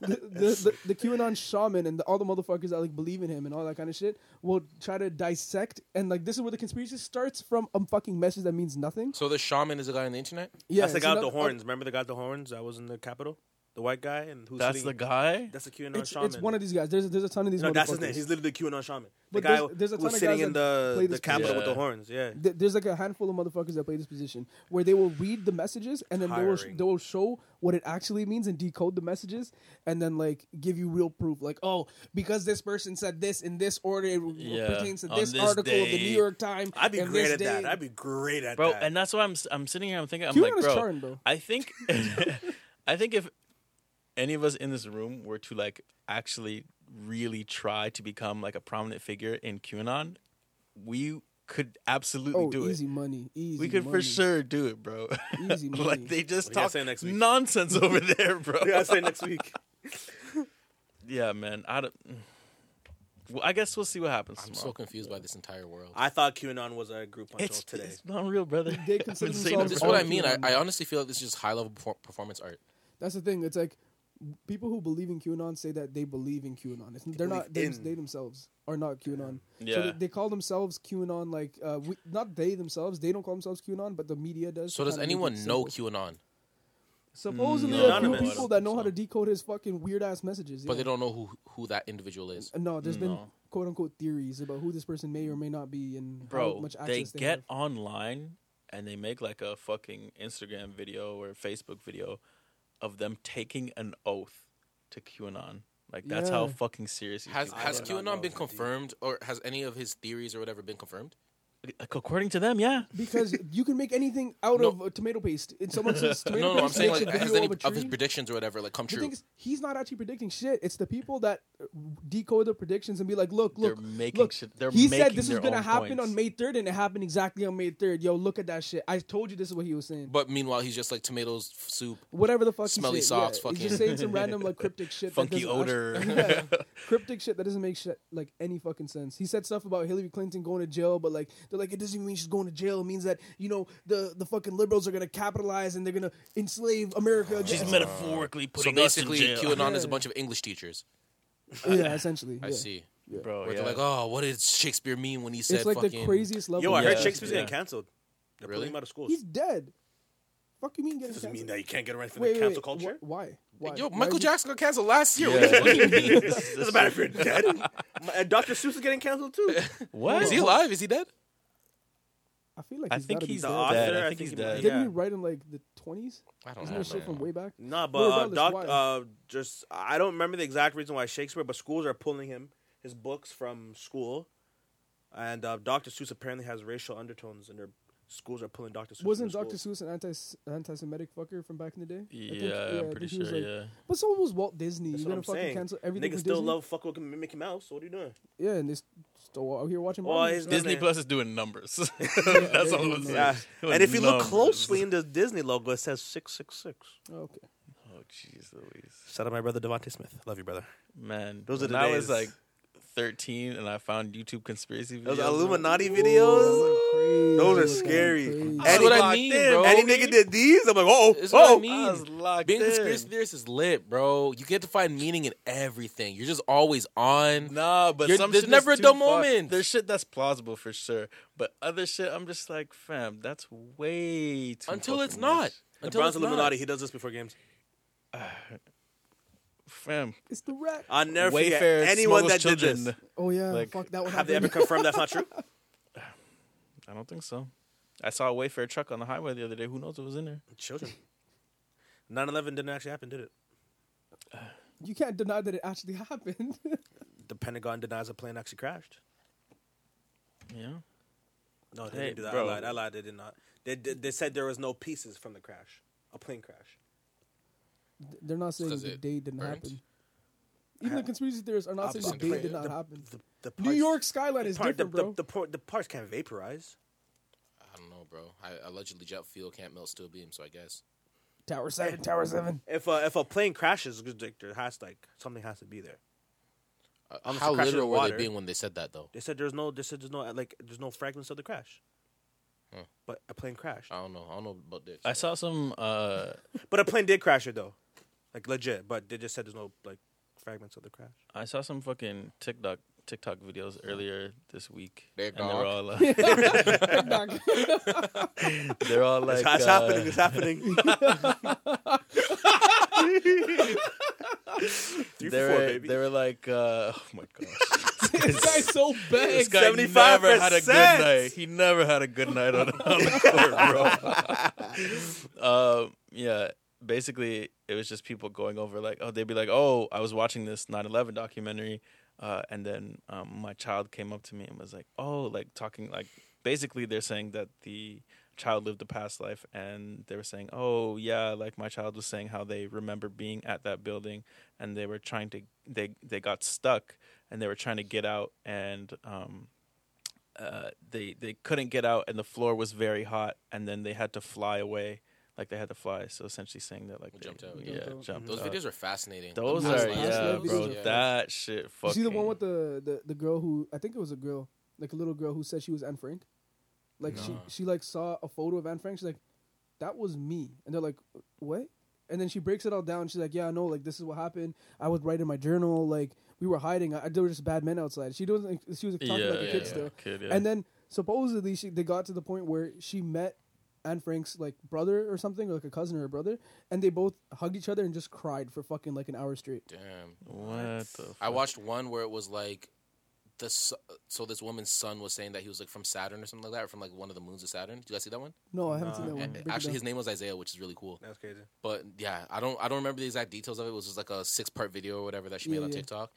Speaker 6: the, the, the, the QAnon shaman and the, all the motherfuckers that like believe in him and all that kind of shit will try to dissect and like this is where the conspiracy starts from a fucking message that means nothing.
Speaker 5: So the shaman is a guy on the internet?
Speaker 6: Yeah,
Speaker 4: that's the
Speaker 6: so
Speaker 4: guy with
Speaker 6: that-
Speaker 4: the horns. Remember the guy with the horns that was in the Capitol? The white guy and who's
Speaker 3: That's
Speaker 4: sitting-
Speaker 3: the guy.
Speaker 4: That's the QAnon
Speaker 6: It's,
Speaker 4: shaman.
Speaker 6: it's one of these guys. There's there's a ton of these.
Speaker 4: no, that's his
Speaker 6: motherfuckers.
Speaker 4: name. He's literally the QAnon shaman. The
Speaker 6: But
Speaker 4: guy
Speaker 6: there's- there's a
Speaker 4: who was
Speaker 6: ton of
Speaker 4: sitting
Speaker 6: guys
Speaker 4: in
Speaker 6: that
Speaker 4: the
Speaker 6: play
Speaker 4: the
Speaker 6: this
Speaker 4: Capitol with the
Speaker 3: position.
Speaker 4: horns. Yeah,
Speaker 6: Th- there's like a handful of motherfuckers that play this position where they will read the messages and then they will,
Speaker 4: Hiring.
Speaker 6: they will show what it actually means and decode the messages and then like give you real proof like oh because this person said this in this order it w-
Speaker 3: Yeah,
Speaker 6: pertains to
Speaker 3: on
Speaker 6: this,
Speaker 3: this
Speaker 6: article of the
Speaker 3: day.
Speaker 6: New York Times
Speaker 4: I'd be
Speaker 6: and
Speaker 4: great
Speaker 6: this
Speaker 4: at that.
Speaker 6: day-
Speaker 4: I'd be great at
Speaker 3: bro.
Speaker 4: that.
Speaker 3: And that's why I'm s- I'm sitting here. I'm thinking. I'm
Speaker 6: QAnon
Speaker 3: like,
Speaker 6: is
Speaker 3: bro.
Speaker 6: charting, bro.
Speaker 3: I think, I think if any of us in this room were to like actually really try to become like a prominent figure in QAnon, we could absolutely
Speaker 6: oh
Speaker 3: do
Speaker 6: easy
Speaker 3: it.
Speaker 6: money easy
Speaker 3: We could
Speaker 6: money.
Speaker 3: for sure do it, bro.
Speaker 6: Easy money.
Speaker 3: like they just
Speaker 4: What do you guys
Speaker 3: talk
Speaker 4: say next week?
Speaker 3: nonsense over there, bro.
Speaker 4: yeah, I say next week.
Speaker 3: Yeah, man. I don't. mm. Well, I guess we'll see what happens
Speaker 5: I'm so
Speaker 3: tomorrow.
Speaker 5: confused by this entire world.
Speaker 4: I thought QAnon was a group until
Speaker 3: it's
Speaker 4: today.
Speaker 3: it's not real, brother.
Speaker 6: They consider
Speaker 3: I've been saying
Speaker 6: themselves
Speaker 5: This
Speaker 3: it
Speaker 5: is
Speaker 3: for-
Speaker 5: what
Speaker 6: all
Speaker 5: I mean. I,
Speaker 6: QAnon.
Speaker 5: I honestly feel like this is just high level perfor- performance art.
Speaker 6: that's the thing it's like people who believe in QAnon say that they believe in QAnon it's, they're not they,
Speaker 4: believe in.
Speaker 6: they themselves are not QAnon so
Speaker 3: Yeah.
Speaker 6: they, they call themselves QAnon like uh, we, not they themselves they don't call themselves QAnon but the media does
Speaker 5: So does
Speaker 6: kinda make it
Speaker 5: anyone know
Speaker 6: simple.
Speaker 5: QAnon?
Speaker 6: Supposedly,
Speaker 3: No.
Speaker 6: a few
Speaker 4: Anonymous.
Speaker 6: people that know how to decode his fucking weird ass messages.
Speaker 5: But
Speaker 6: yeah.
Speaker 5: they don't know who who that individual is.
Speaker 6: Uh, No, there's been
Speaker 3: No.
Speaker 6: quote unquote theories about who this person may or may not be and how
Speaker 3: bro
Speaker 6: much
Speaker 3: they
Speaker 6: access they,
Speaker 3: get
Speaker 6: have.
Speaker 3: online and they make like a fucking instagram video or facebook video of them taking an oath to qanon like that's how
Speaker 6: Yeah.
Speaker 3: fucking serious these
Speaker 5: Has
Speaker 3: people
Speaker 5: has
Speaker 3: are.
Speaker 4: don't know
Speaker 5: QAnon been
Speaker 4: if they do.
Speaker 5: confirmed, or has any of his theories or whatever been confirmed?
Speaker 3: Ac- according to them yeah
Speaker 6: because you can make anything out
Speaker 5: No.
Speaker 6: of a tomato paste. And someone says tomato
Speaker 5: No, no, I'm
Speaker 6: paste
Speaker 5: saying
Speaker 6: makes
Speaker 5: like
Speaker 6: a
Speaker 5: has
Speaker 6: video
Speaker 5: any
Speaker 6: of, a
Speaker 5: of his
Speaker 6: tree.
Speaker 5: predictions or whatever like come
Speaker 6: The
Speaker 5: true?
Speaker 6: thing is, he's not actually predicting shit. It's the people that uh, decode the predictions and be like, "Look,
Speaker 3: They're
Speaker 6: look,
Speaker 3: making
Speaker 6: look."
Speaker 3: shit- they're
Speaker 6: he said
Speaker 3: making
Speaker 6: this was
Speaker 3: their
Speaker 6: gonna
Speaker 3: own
Speaker 6: happen
Speaker 3: points.
Speaker 6: on May 3rd, and it happened exactly on May 3rd. Yo, look at that shit. I told you this is what he was saying.
Speaker 5: But meanwhile, he's just like tomatoes f- soup.
Speaker 6: whatever the fuck he
Speaker 5: Smelly
Speaker 6: said,
Speaker 5: socks,
Speaker 6: yeah. He's
Speaker 5: fucking-
Speaker 6: just saying some random like cryptic shit that
Speaker 3: Funky
Speaker 6: doesn't
Speaker 3: odor.
Speaker 6: actually- yeah. cryptic shit that doesn't make shit like any fucking sense he said stuff about hillary clinton going to jail but like they're like it doesn't even mean she's going to jail it means that you know the the fucking liberals are gonna capitalize and they're gonna enslave america again.
Speaker 3: she's
Speaker 4: Uh,
Speaker 3: metaphorically
Speaker 5: So
Speaker 3: putting us in
Speaker 5: basically,
Speaker 3: jail
Speaker 5: QAnon is a
Speaker 6: Yeah.
Speaker 5: bunch of English teachers.
Speaker 6: yeah essentially
Speaker 5: I
Speaker 6: yeah.
Speaker 5: see.
Speaker 3: bro
Speaker 5: Where
Speaker 3: yeah.
Speaker 5: they're
Speaker 4: uh,
Speaker 5: like, oh, what did Shakespeare mean when he said
Speaker 6: it's like
Speaker 5: fucking?
Speaker 6: the craziest level
Speaker 4: Yo, I heard
Speaker 3: Yeah,
Speaker 4: Shakespeare's
Speaker 3: yeah.
Speaker 4: getting canceled. They're
Speaker 5: Really?
Speaker 4: pulling him out of schools.
Speaker 6: he's dead fuck you mean getting
Speaker 4: Doesn't mean
Speaker 6: canceled?
Speaker 4: that you can't get around for the
Speaker 6: wait, wait,
Speaker 4: cancel
Speaker 6: wait.
Speaker 4: culture.
Speaker 6: Wh- why why
Speaker 5: Yo,
Speaker 6: Why
Speaker 5: Michael
Speaker 6: would you-
Speaker 5: Jackson got canceled last year.
Speaker 3: Yeah.
Speaker 5: What do you mean?
Speaker 4: Doesn't matter if you're dead. My- and Dr. Seuss is getting canceled too.
Speaker 3: what
Speaker 5: Is he alive? Is he dead?
Speaker 6: i feel like
Speaker 3: i
Speaker 6: he's
Speaker 3: think
Speaker 6: gotta be
Speaker 3: he's
Speaker 4: The
Speaker 6: dead.
Speaker 4: author,
Speaker 3: dead
Speaker 4: I
Speaker 3: i think
Speaker 4: think
Speaker 3: he's
Speaker 4: he
Speaker 3: dead
Speaker 4: might-
Speaker 6: didn't
Speaker 4: yeah.
Speaker 6: he write in like the 20s
Speaker 5: I don't
Speaker 6: isn't there shit
Speaker 5: know.
Speaker 6: from way back
Speaker 4: Nah, but uh,
Speaker 6: regardless,
Speaker 4: doc,
Speaker 6: why?
Speaker 4: uh, just I don't remember the exact reason why Shakespeare, but schools are pulling him his books from school, and uh, Dr. Seuss apparently has racial undertones, and their schools are pulling Dr. Seuss.
Speaker 6: Wasn't
Speaker 4: from their
Speaker 6: Dr.
Speaker 4: schools.
Speaker 6: Seuss an anti anti-Semitic fucker from back in the day? I think-
Speaker 3: yeah
Speaker 6: I
Speaker 3: i'm
Speaker 6: think
Speaker 3: pretty
Speaker 6: he
Speaker 3: sure
Speaker 6: was like-
Speaker 3: yeah
Speaker 6: But so was Walt Disney.
Speaker 4: That's what
Speaker 6: You're gonna
Speaker 4: I'm
Speaker 6: fucking
Speaker 4: saying.
Speaker 6: cancel everything.
Speaker 4: Niggas
Speaker 6: for
Speaker 4: still
Speaker 6: Disney?
Speaker 4: love fuck with Mickey Mouse. So what are you doing?
Speaker 6: Yeah, and they s- still out here watching.
Speaker 4: Well,
Speaker 6: Barney.
Speaker 4: his
Speaker 6: Yeah,
Speaker 3: disney
Speaker 4: man.
Speaker 3: plus is doing numbers
Speaker 6: they're
Speaker 3: that's all
Speaker 6: doing
Speaker 3: i'm saying
Speaker 4: Yeah.
Speaker 3: Doing
Speaker 4: And if you look
Speaker 3: numbers.
Speaker 4: closely in the Disney logo, it says six six six.
Speaker 6: Okay.
Speaker 3: oh jeez louise
Speaker 4: Shout out my brother Devontae Smith. Love you, brother.
Speaker 3: Man,
Speaker 4: Those are
Speaker 3: when
Speaker 4: the
Speaker 3: I
Speaker 4: days.
Speaker 3: was like 13 and I found YouTube conspiracy videos.
Speaker 4: Those
Speaker 3: bro.
Speaker 4: Illuminati videos. Those are scary.
Speaker 6: Crazy.
Speaker 3: I
Speaker 5: That's
Speaker 3: was
Speaker 5: what I
Speaker 3: locked
Speaker 5: mean,
Speaker 3: in,
Speaker 5: bro.
Speaker 4: Any nigga did these? I'm like, oh,
Speaker 5: That's what I
Speaker 4: oh.
Speaker 5: mean.
Speaker 3: I was locked
Speaker 5: Being a
Speaker 3: in.
Speaker 5: conspiracy theorist is lit, bro. You get to find meaning in everything. You're just always on.
Speaker 3: Nah, but
Speaker 5: You're-
Speaker 3: some
Speaker 5: there's
Speaker 3: shit
Speaker 5: never
Speaker 3: is
Speaker 5: a
Speaker 3: too
Speaker 5: dull
Speaker 3: far-
Speaker 5: moment.
Speaker 3: There's shit that's plausible for sure, but other shit, I'm just like, fam, that's way too.
Speaker 5: Until it's
Speaker 3: fucking
Speaker 5: not.
Speaker 3: much.
Speaker 5: Until
Speaker 4: LeBron's
Speaker 5: it's not.
Speaker 4: Illuminati. He does this before games.
Speaker 3: fam.
Speaker 6: It's the rat.
Speaker 4: I'll never
Speaker 3: Wayfair
Speaker 4: forget anyone that
Speaker 3: smuggles children.
Speaker 4: did this.
Speaker 6: Oh yeah.
Speaker 3: Like,
Speaker 6: fuck that one.
Speaker 4: Have they ever
Speaker 6: happened.
Speaker 4: confirmed that's not true?
Speaker 3: I don't think so. I saw a Wayfair truck on the highway the other day. Who knows what was in there?
Speaker 4: Children. 9-11 didn't actually happen, did it?
Speaker 6: You can't deny that it actually happened.
Speaker 4: The Pentagon denies a plane actually crashed.
Speaker 3: Yeah.
Speaker 4: No, they
Speaker 3: Hey,
Speaker 4: didn't do that.
Speaker 3: bro.
Speaker 4: I lied. I lied. They did not. They, they, they said there was no pieces from the crash, a plane crash.
Speaker 6: They're not saying
Speaker 5: 'cause
Speaker 6: the
Speaker 5: it
Speaker 6: day didn't
Speaker 5: burnt.
Speaker 6: happen. Even the conspiracy theorists are not saying the
Speaker 5: Obviously,
Speaker 6: day did
Speaker 4: the-
Speaker 6: not happen.
Speaker 4: The, the
Speaker 6: New
Speaker 4: parts-
Speaker 6: York skyline is
Speaker 4: part- the,
Speaker 6: different,
Speaker 4: the, the
Speaker 6: bro.
Speaker 4: por- the parts can't vaporize.
Speaker 5: I don't know, bro. I, allegedly, jet fuel can't melt steel beams, so I guess.
Speaker 6: Tower seven. Tower seven.
Speaker 4: If a, if a plane crashes, like, there has like something has to be there.
Speaker 5: Uh,
Speaker 4: Unless
Speaker 5: how
Speaker 4: it crashes in
Speaker 5: literal were they
Speaker 4: water.
Speaker 5: being when they said that, though?
Speaker 4: They said there's no. They said there's no like there's no fragments of the crash. But a plane crashed.
Speaker 5: I don't know. I don't know about this.
Speaker 3: I saw some. Uh,
Speaker 4: But a plane did crash it though, like legit. But they just said there's no like fragments of the crash.
Speaker 3: I saw some fucking TikTok TikTok videos earlier this week.
Speaker 5: Their
Speaker 3: and they're
Speaker 5: dog.
Speaker 3: all uh, like, they're all like,
Speaker 4: It's, it's
Speaker 3: uh,
Speaker 4: happening. It's happening. Three
Speaker 3: They
Speaker 4: for
Speaker 3: were,
Speaker 4: four, baby.
Speaker 3: they were like, uh, oh my gosh.
Speaker 6: this guy's so
Speaker 3: This
Speaker 6: bad.
Speaker 3: guy
Speaker 4: 75%.
Speaker 3: never had a good night. He never had a good night on, on the court, bro. um, yeah, basically, it was just people going over like, oh, they'd be like, oh, I was watching this 9/11 documentary, uh, and then um, my child came up to me and was like, oh, like talking like basically they're saying that the child lived a past life and they were saying oh yeah like my child was saying how they remember being at that building and they were trying to they they got stuck and they were trying to get out and um uh they they couldn't get out and the floor was very hot and then they had to fly away like they had to fly so essentially saying that like they,
Speaker 5: Jumped out,
Speaker 3: yeah
Speaker 6: Jumped out.
Speaker 3: jumped
Speaker 5: Those
Speaker 3: out.
Speaker 5: videos are fascinating.
Speaker 3: uh, those
Speaker 6: Those
Speaker 3: are
Speaker 6: last
Speaker 3: yeah
Speaker 6: love
Speaker 3: bro
Speaker 6: videos
Speaker 5: are-
Speaker 3: that shit
Speaker 6: You
Speaker 3: fucking
Speaker 6: see the one with the, the the girl who I think it was a girl, like a little girl who said she was Anne Frank. Like she she like saw a photo of Anne Frank. She's like, that was me, and they're like, what? And then she breaks it all down. She's like, yeah, no, like this is what happened. I was writing my journal. Like we were hiding. I, there were just bad men outside. She doesn't. She was like, talking
Speaker 3: yeah,
Speaker 6: about the
Speaker 3: yeah,
Speaker 6: kids
Speaker 3: yeah,
Speaker 6: still.
Speaker 3: kid, yeah.
Speaker 6: And then supposedly she they got to the point where she met Anne Frank's like brother or something, or like a cousin or a brother, and they both hugged each other and just cried for fucking like an hour straight.
Speaker 5: Damn.
Speaker 3: what the fuck?
Speaker 5: I watched one where it was like the s- so this woman's son was saying that he was like from Saturn or something like that, or from like one of the moons of Saturn. Did you guys see that one?
Speaker 6: No, I haven't seen that one.
Speaker 5: And
Speaker 6: Break it
Speaker 5: actually,
Speaker 6: down.
Speaker 5: his name was Isaiah, which is really cool.
Speaker 4: That's crazy.
Speaker 5: But yeah, I don't I don't remember the exact details of it. It was just like a six part video or whatever that she made
Speaker 6: Yeah,
Speaker 5: on
Speaker 6: yeah.
Speaker 5: TikTok.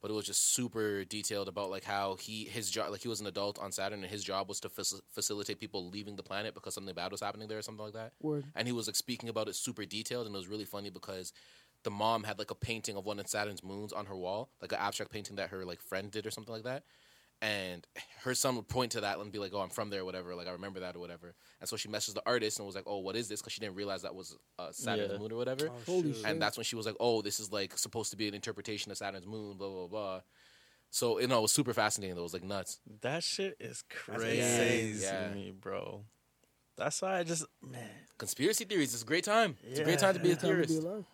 Speaker 5: But it was just super detailed about like how he his job like he was an adult on Saturn and his job was to faci- facilitate people leaving the planet because something bad was happening there or something like that.
Speaker 6: Word.
Speaker 5: And he was like speaking about it super detailed and it was really funny because the mom had like a painting of one of Saturn's moons on her wall, like an abstract painting that her like friend did or something like that and her son would point to that and be like, "Oh, I'm from there, or whatever." Like I remember that or whatever. And so she messaged the artist and was like, "Oh, what is this?" Because she didn't realize that was uh, Saturn's
Speaker 3: Yeah.
Speaker 5: moon or whatever.
Speaker 6: Holy shit.
Speaker 5: and that's when she was like, "Oh, this is like supposed to be an interpretation of Saturn's moon." Blah blah blah. So you know, it was super fascinating. Though it was like nuts.
Speaker 3: That shit is crazy,
Speaker 4: insane.
Speaker 5: Yeah.
Speaker 3: me, bro. That's why I just man.
Speaker 5: Conspiracy theories. It's a great time. It's a great time to be a
Speaker 6: Good time to be
Speaker 5: theorist.
Speaker 6: alive.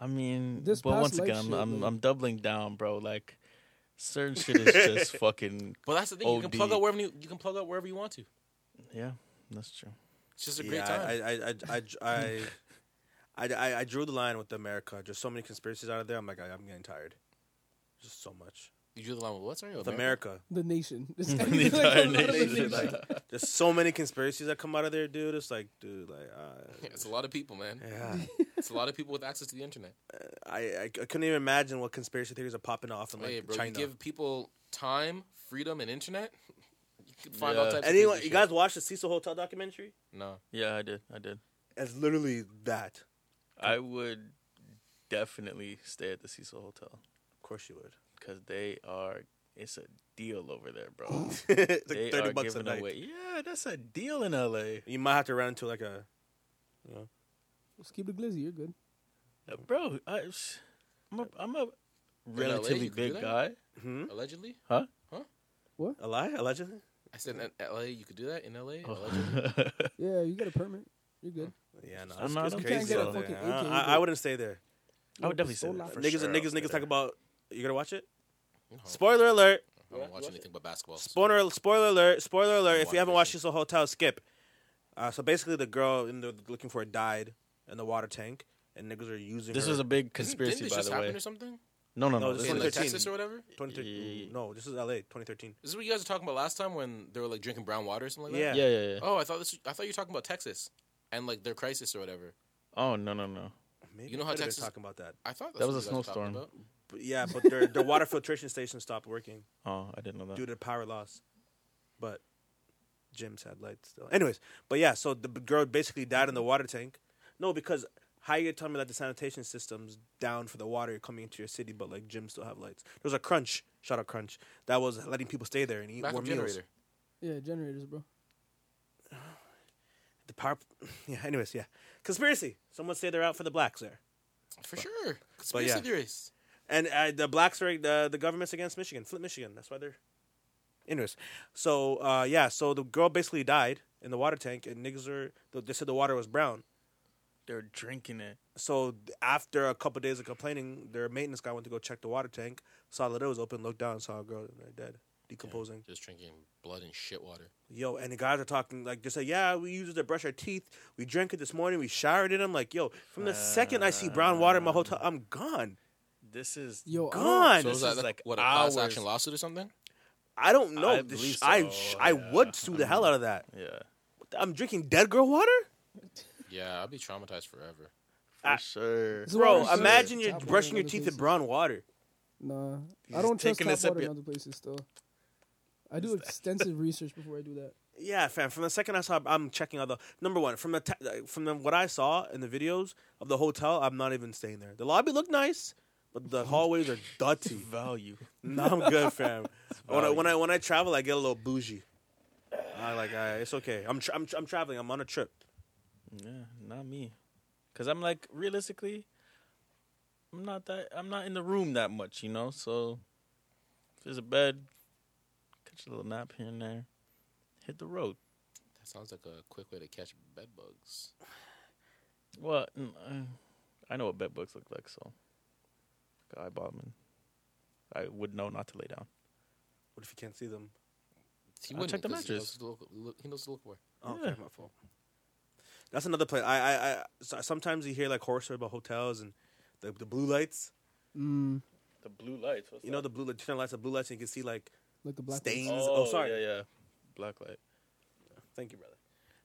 Speaker 3: I mean,
Speaker 6: This
Speaker 3: but
Speaker 6: past
Speaker 3: once
Speaker 6: life
Speaker 3: again, I'm
Speaker 6: shit,
Speaker 3: I'm,
Speaker 6: like-
Speaker 3: I'm doubling down, bro. Like certain shit is just fucking
Speaker 5: But that's the thing. You can
Speaker 3: OD.
Speaker 5: plug out wherever you, you can plug out wherever you want to.
Speaker 3: yeah. That's true.
Speaker 5: It's just a great time.
Speaker 4: I, I, I, I, I, I, I, I drew the line with America. Just so many conspiracies out of there. I'm like, I, I'm getting tired. Just so much.
Speaker 5: you drew the line with what? Sorry,
Speaker 4: With America.
Speaker 6: The nation.
Speaker 3: The entire nation. like,
Speaker 4: There's so many conspiracies that come out of there, dude. It's like, dude, like, uh,
Speaker 5: Yeah, it's a lot of people, man.
Speaker 4: yeah.
Speaker 5: It's a lot of people with access to the internet.
Speaker 4: I, I, I couldn't even imagine what conspiracy theories are popping off in like
Speaker 5: Hey, bro,
Speaker 4: China.
Speaker 5: you give people time, freedom, and internet. You can find all
Speaker 3: Yeah.
Speaker 5: types.
Speaker 4: Anyone,
Speaker 5: of crazy
Speaker 4: you
Speaker 5: shit.
Speaker 4: guys watch the Cecil Hotel documentary?
Speaker 5: No,
Speaker 3: yeah, I did. I did.
Speaker 4: It's literally that.
Speaker 3: I would definitely stay at the Cecil Hotel
Speaker 4: Of course you would.
Speaker 3: because they are. It's a deal over there, bro.
Speaker 4: it's
Speaker 3: they
Speaker 4: like thirty
Speaker 3: are
Speaker 4: bucks a
Speaker 3: giving
Speaker 4: night.
Speaker 3: away. Yeah, that's a deal in LA,
Speaker 4: You might have to run into like a.
Speaker 6: Just keep the glizzy. You're good.
Speaker 3: Uh, bro. I, I'm a, I'm a
Speaker 5: LA, you
Speaker 3: relatively
Speaker 5: could do
Speaker 3: big
Speaker 5: that?
Speaker 3: guy.
Speaker 5: allegedly.
Speaker 3: Huh?
Speaker 4: A lie? Allegedly?
Speaker 5: I said in L.A. You could do that in L.A.
Speaker 3: Oh.
Speaker 5: Allegedly.
Speaker 6: Yeah, you got a permit. You're good.
Speaker 4: Yeah, no.
Speaker 3: I'm
Speaker 4: it's-
Speaker 3: not-
Speaker 4: it's
Speaker 3: I'm
Speaker 4: crazy
Speaker 3: trying to get a
Speaker 4: out there.
Speaker 6: fucking
Speaker 4: I,
Speaker 6: AK,
Speaker 4: I, I
Speaker 6: but-
Speaker 4: wouldn't stay there.
Speaker 3: I would definitely say
Speaker 6: Pistola.
Speaker 3: that. For
Speaker 4: niggas
Speaker 3: sure,
Speaker 4: and niggas,
Speaker 3: I'll
Speaker 4: niggas
Speaker 3: say
Speaker 4: talk about. You gonna watch it?
Speaker 5: No,
Speaker 4: Spoiler alert!
Speaker 5: I don't watch anything but basketball. so-
Speaker 4: Spoiler, spoiler alert! Spoiler alert! If
Speaker 5: watching
Speaker 4: you haven't
Speaker 5: this
Speaker 4: watched
Speaker 5: shit.
Speaker 4: this hotel, skip. Uh, so basically, the girl in the looking for it died in the water tank, and niggas are using.
Speaker 3: This
Speaker 4: her.
Speaker 3: was a big
Speaker 5: Isn't-
Speaker 3: conspiracy,
Speaker 5: Didn't this
Speaker 3: by
Speaker 5: just
Speaker 3: the
Speaker 5: happen
Speaker 3: way.
Speaker 5: or something?
Speaker 3: No,
Speaker 4: No,
Speaker 3: no, no.
Speaker 4: Oh, this
Speaker 3: this
Speaker 5: In
Speaker 3: was
Speaker 5: like
Speaker 4: 2013.
Speaker 5: Texas or whatever.
Speaker 4: 2013. No, this is LA, 2013.
Speaker 5: This is what you guys were talking about last time when they were like drinking brown water or something like
Speaker 3: yeah,
Speaker 5: that.
Speaker 4: Yeah.
Speaker 3: yeah, yeah.
Speaker 5: Oh, I thought this. I thought you were talking about Texas and like their crisis or whatever.
Speaker 3: Oh no, no, no.
Speaker 4: Maybe
Speaker 5: You know
Speaker 4: I
Speaker 5: how
Speaker 4: could've been
Speaker 5: Texas-
Speaker 4: talking about that?
Speaker 5: I thought that's
Speaker 3: That
Speaker 5: what
Speaker 3: was a
Speaker 5: you guys were talking
Speaker 3: snowstorm.
Speaker 5: about.
Speaker 4: But yeah, but their their water filtration station stopped working
Speaker 3: Oh, I didn't know that.
Speaker 4: due to power loss, but gyms had lights still. Anyways, but yeah, so the b- girl basically died in the water tank. No, because how you telling me that the sanitation system's down for the water coming into your city, but like gyms still have lights? There was a crunch. Shout out crunch that was letting people stay there and eat
Speaker 5: Backup
Speaker 4: warm meals.
Speaker 5: generator.
Speaker 6: Yeah, generators, bro.
Speaker 4: The power. Yeah. Anyways, yeah. Conspiracy. Someone say they're out for the blacks there.
Speaker 5: For sure. Conspiracy
Speaker 4: yeah.
Speaker 5: theorists.
Speaker 4: And uh, the blacks are uh, the government's against Michigan, Flint, Michigan. That's why they're. Anyways, so uh, yeah, so the girl basically died in the water tank, and niggas are they said the water was brown.
Speaker 3: They're drinking it.
Speaker 4: So after a couple days of complaining, their maintenance guy went to go check the water tank, saw that it was open, looked down, saw a girl dead, decomposing.
Speaker 5: Just drinking blood and shit water.
Speaker 4: Yo, and the guys are talking like they say, yeah, we use it to brush our teeth. We drank it this morning. We showered it. I'm like, yo, from the second I see brown water in my hotel, I'm gone,
Speaker 3: This is
Speaker 6: Yo, I don't-
Speaker 4: gone.
Speaker 5: Oh, So
Speaker 3: This
Speaker 5: is that
Speaker 3: is
Speaker 5: like
Speaker 3: like
Speaker 5: what a class
Speaker 3: hours.
Speaker 5: action lawsuit or something?
Speaker 4: I don't know.
Speaker 3: I
Speaker 4: This-
Speaker 3: believe
Speaker 4: I,
Speaker 3: so,
Speaker 4: I
Speaker 3: yeah.
Speaker 4: would sue the hell out of that.
Speaker 3: yeah,
Speaker 4: I'm drinking dead girl water.
Speaker 5: Yeah, I'll be traumatized forever.
Speaker 3: for
Speaker 4: I-
Speaker 3: sure.
Speaker 6: This is
Speaker 4: Bro,
Speaker 6: why I said
Speaker 4: imagine you're
Speaker 6: tap water
Speaker 4: brushing
Speaker 6: in
Speaker 4: your
Speaker 6: other
Speaker 4: teeth in
Speaker 6: places.
Speaker 4: brown water.
Speaker 6: Nah,
Speaker 3: He's
Speaker 6: I don't trust
Speaker 3: taking a
Speaker 6: tap
Speaker 3: sip
Speaker 6: water in
Speaker 3: of-
Speaker 6: other places. Still, I do extensive research before I do that.
Speaker 4: Yeah, fam. From the second I saw, I'm checking out the number one from the ta- uh, from the, what I saw in the videos of the hotel. I'm not even staying there. The lobby looked nice, but the hallways are dirty.
Speaker 3: Value.
Speaker 4: no, I'm good, fam. When I, when I when I travel, I get a little bougie. I like, I, it's okay. I'm, tra- I'm tra- I'm traveling. I'm on a trip.
Speaker 3: Yeah, not me. Cause I'm like realistically, I'm not that. I'm not in the room that much, you know. So if there's a bed, catch a little nap here and there, hit the road.
Speaker 5: That sounds like a quick way to catch bed bugs.
Speaker 3: Well, mm, uh, I know what bed bugs look like, so I bought them. I would know not to lay down.
Speaker 4: What if you can't see them?
Speaker 5: He
Speaker 3: I'll
Speaker 5: wouldn't
Speaker 3: check the
Speaker 5: 'cause He knows
Speaker 3: mattress.
Speaker 5: the look, look- he knows the look for.
Speaker 4: Oh,
Speaker 3: Yeah.
Speaker 4: okay, my fault. That's another place. I, I, I so- sometimes you hear like horror stories about hotels and the, the blue lights.
Speaker 6: Mm,
Speaker 3: The blue lights. What's
Speaker 4: You know the blue light, turn on lights, the blue lights, and you can see like
Speaker 6: like the black.
Speaker 4: stains.
Speaker 6: ones.
Speaker 4: Oh, sorry.
Speaker 3: Yeah, yeah. Black light.
Speaker 4: Thank you, brother.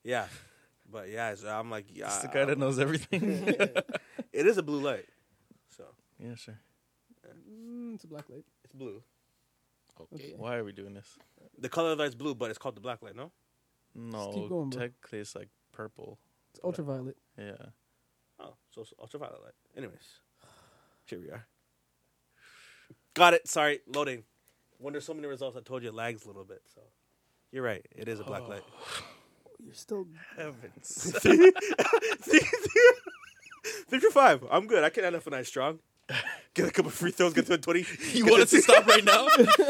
Speaker 4: Yeah, but yeah, so I'm like, yeah,
Speaker 3: It's the guy that knows everything.
Speaker 4: it is a blue light, so
Speaker 3: yeah, sure.
Speaker 6: Mm, it's a black light.
Speaker 4: it's blue.
Speaker 5: Okay.
Speaker 6: Okay.
Speaker 3: Why are we doing this?
Speaker 4: The color of the light's blue, but it's called the black light. No,
Speaker 3: No,
Speaker 6: going, bro.
Speaker 3: technically it's like purple.
Speaker 6: It's ultraviolet.
Speaker 3: Yeah.
Speaker 4: oh, so it's ultraviolet light. Anyways, here we are. Got it. Sorry, loading. When there's so many results, I told you it lags a little bit. So you're right. It is a black light.
Speaker 6: You're still.
Speaker 3: Heavens.
Speaker 4: Three for five. I'm good. I can end up a night strong. Get a couple free throws. Get to a twenty.
Speaker 3: you want us to stop right now?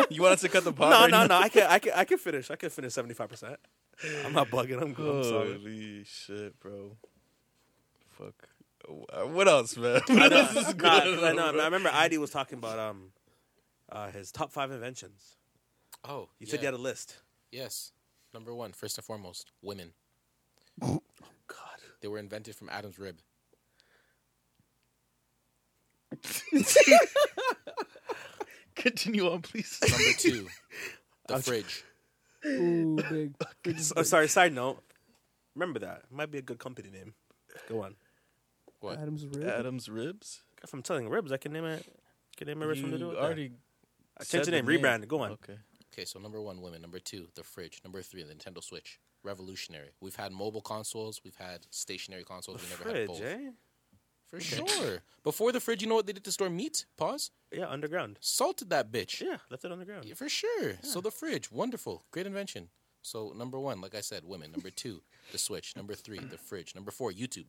Speaker 3: You want us to cut the pod?
Speaker 4: No,
Speaker 3: right
Speaker 4: no, no.
Speaker 3: now?
Speaker 4: I can, I can, I can finish. I can finish seventy five percent. I'm not bugging. I'm good. I'm sorry.
Speaker 3: Holy shit, bro. Fuck. Uh, What else, man?
Speaker 4: I know,
Speaker 3: This is good.
Speaker 4: nah, 'cause I, know, I remember ID was talking about um, uh, his top five inventions.
Speaker 5: Oh,
Speaker 4: You said you
Speaker 5: yeah.
Speaker 4: had a list.
Speaker 5: yes. Number one, first and foremost, women.
Speaker 4: God,
Speaker 5: They were invented from Adam's rib.
Speaker 3: Continue on, please.
Speaker 5: Number two, the fridge.
Speaker 6: Ooh, big.
Speaker 4: oh, sorry. Side note. Remember that. Might be a good company name. Go on.
Speaker 5: What?
Speaker 6: Adam's rib.
Speaker 3: Adam's ribs.
Speaker 4: If I'm telling ribs, I can name it. Can name it ribs from the
Speaker 3: You already
Speaker 4: I
Speaker 3: said
Speaker 4: changed the name. Rebranded. Go on.
Speaker 3: Okay.
Speaker 5: Okay, so number one, women. Number two, the fridge. Number three, the Nintendo Switch. Revolutionary. We've had mobile consoles. We've had stationary consoles. we never had both.
Speaker 4: Fridge, eh?
Speaker 5: For sure. Before the fridge, you know what they did to store meat? Pause.
Speaker 4: Yeah, underground.
Speaker 5: Salted that bitch.
Speaker 4: Yeah, left it underground.
Speaker 5: Yeah, for sure. So the fridge, wonderful, great invention. So number one, like I said, women. Number two, the switch. Number three, the fridge. Number four, YouTube.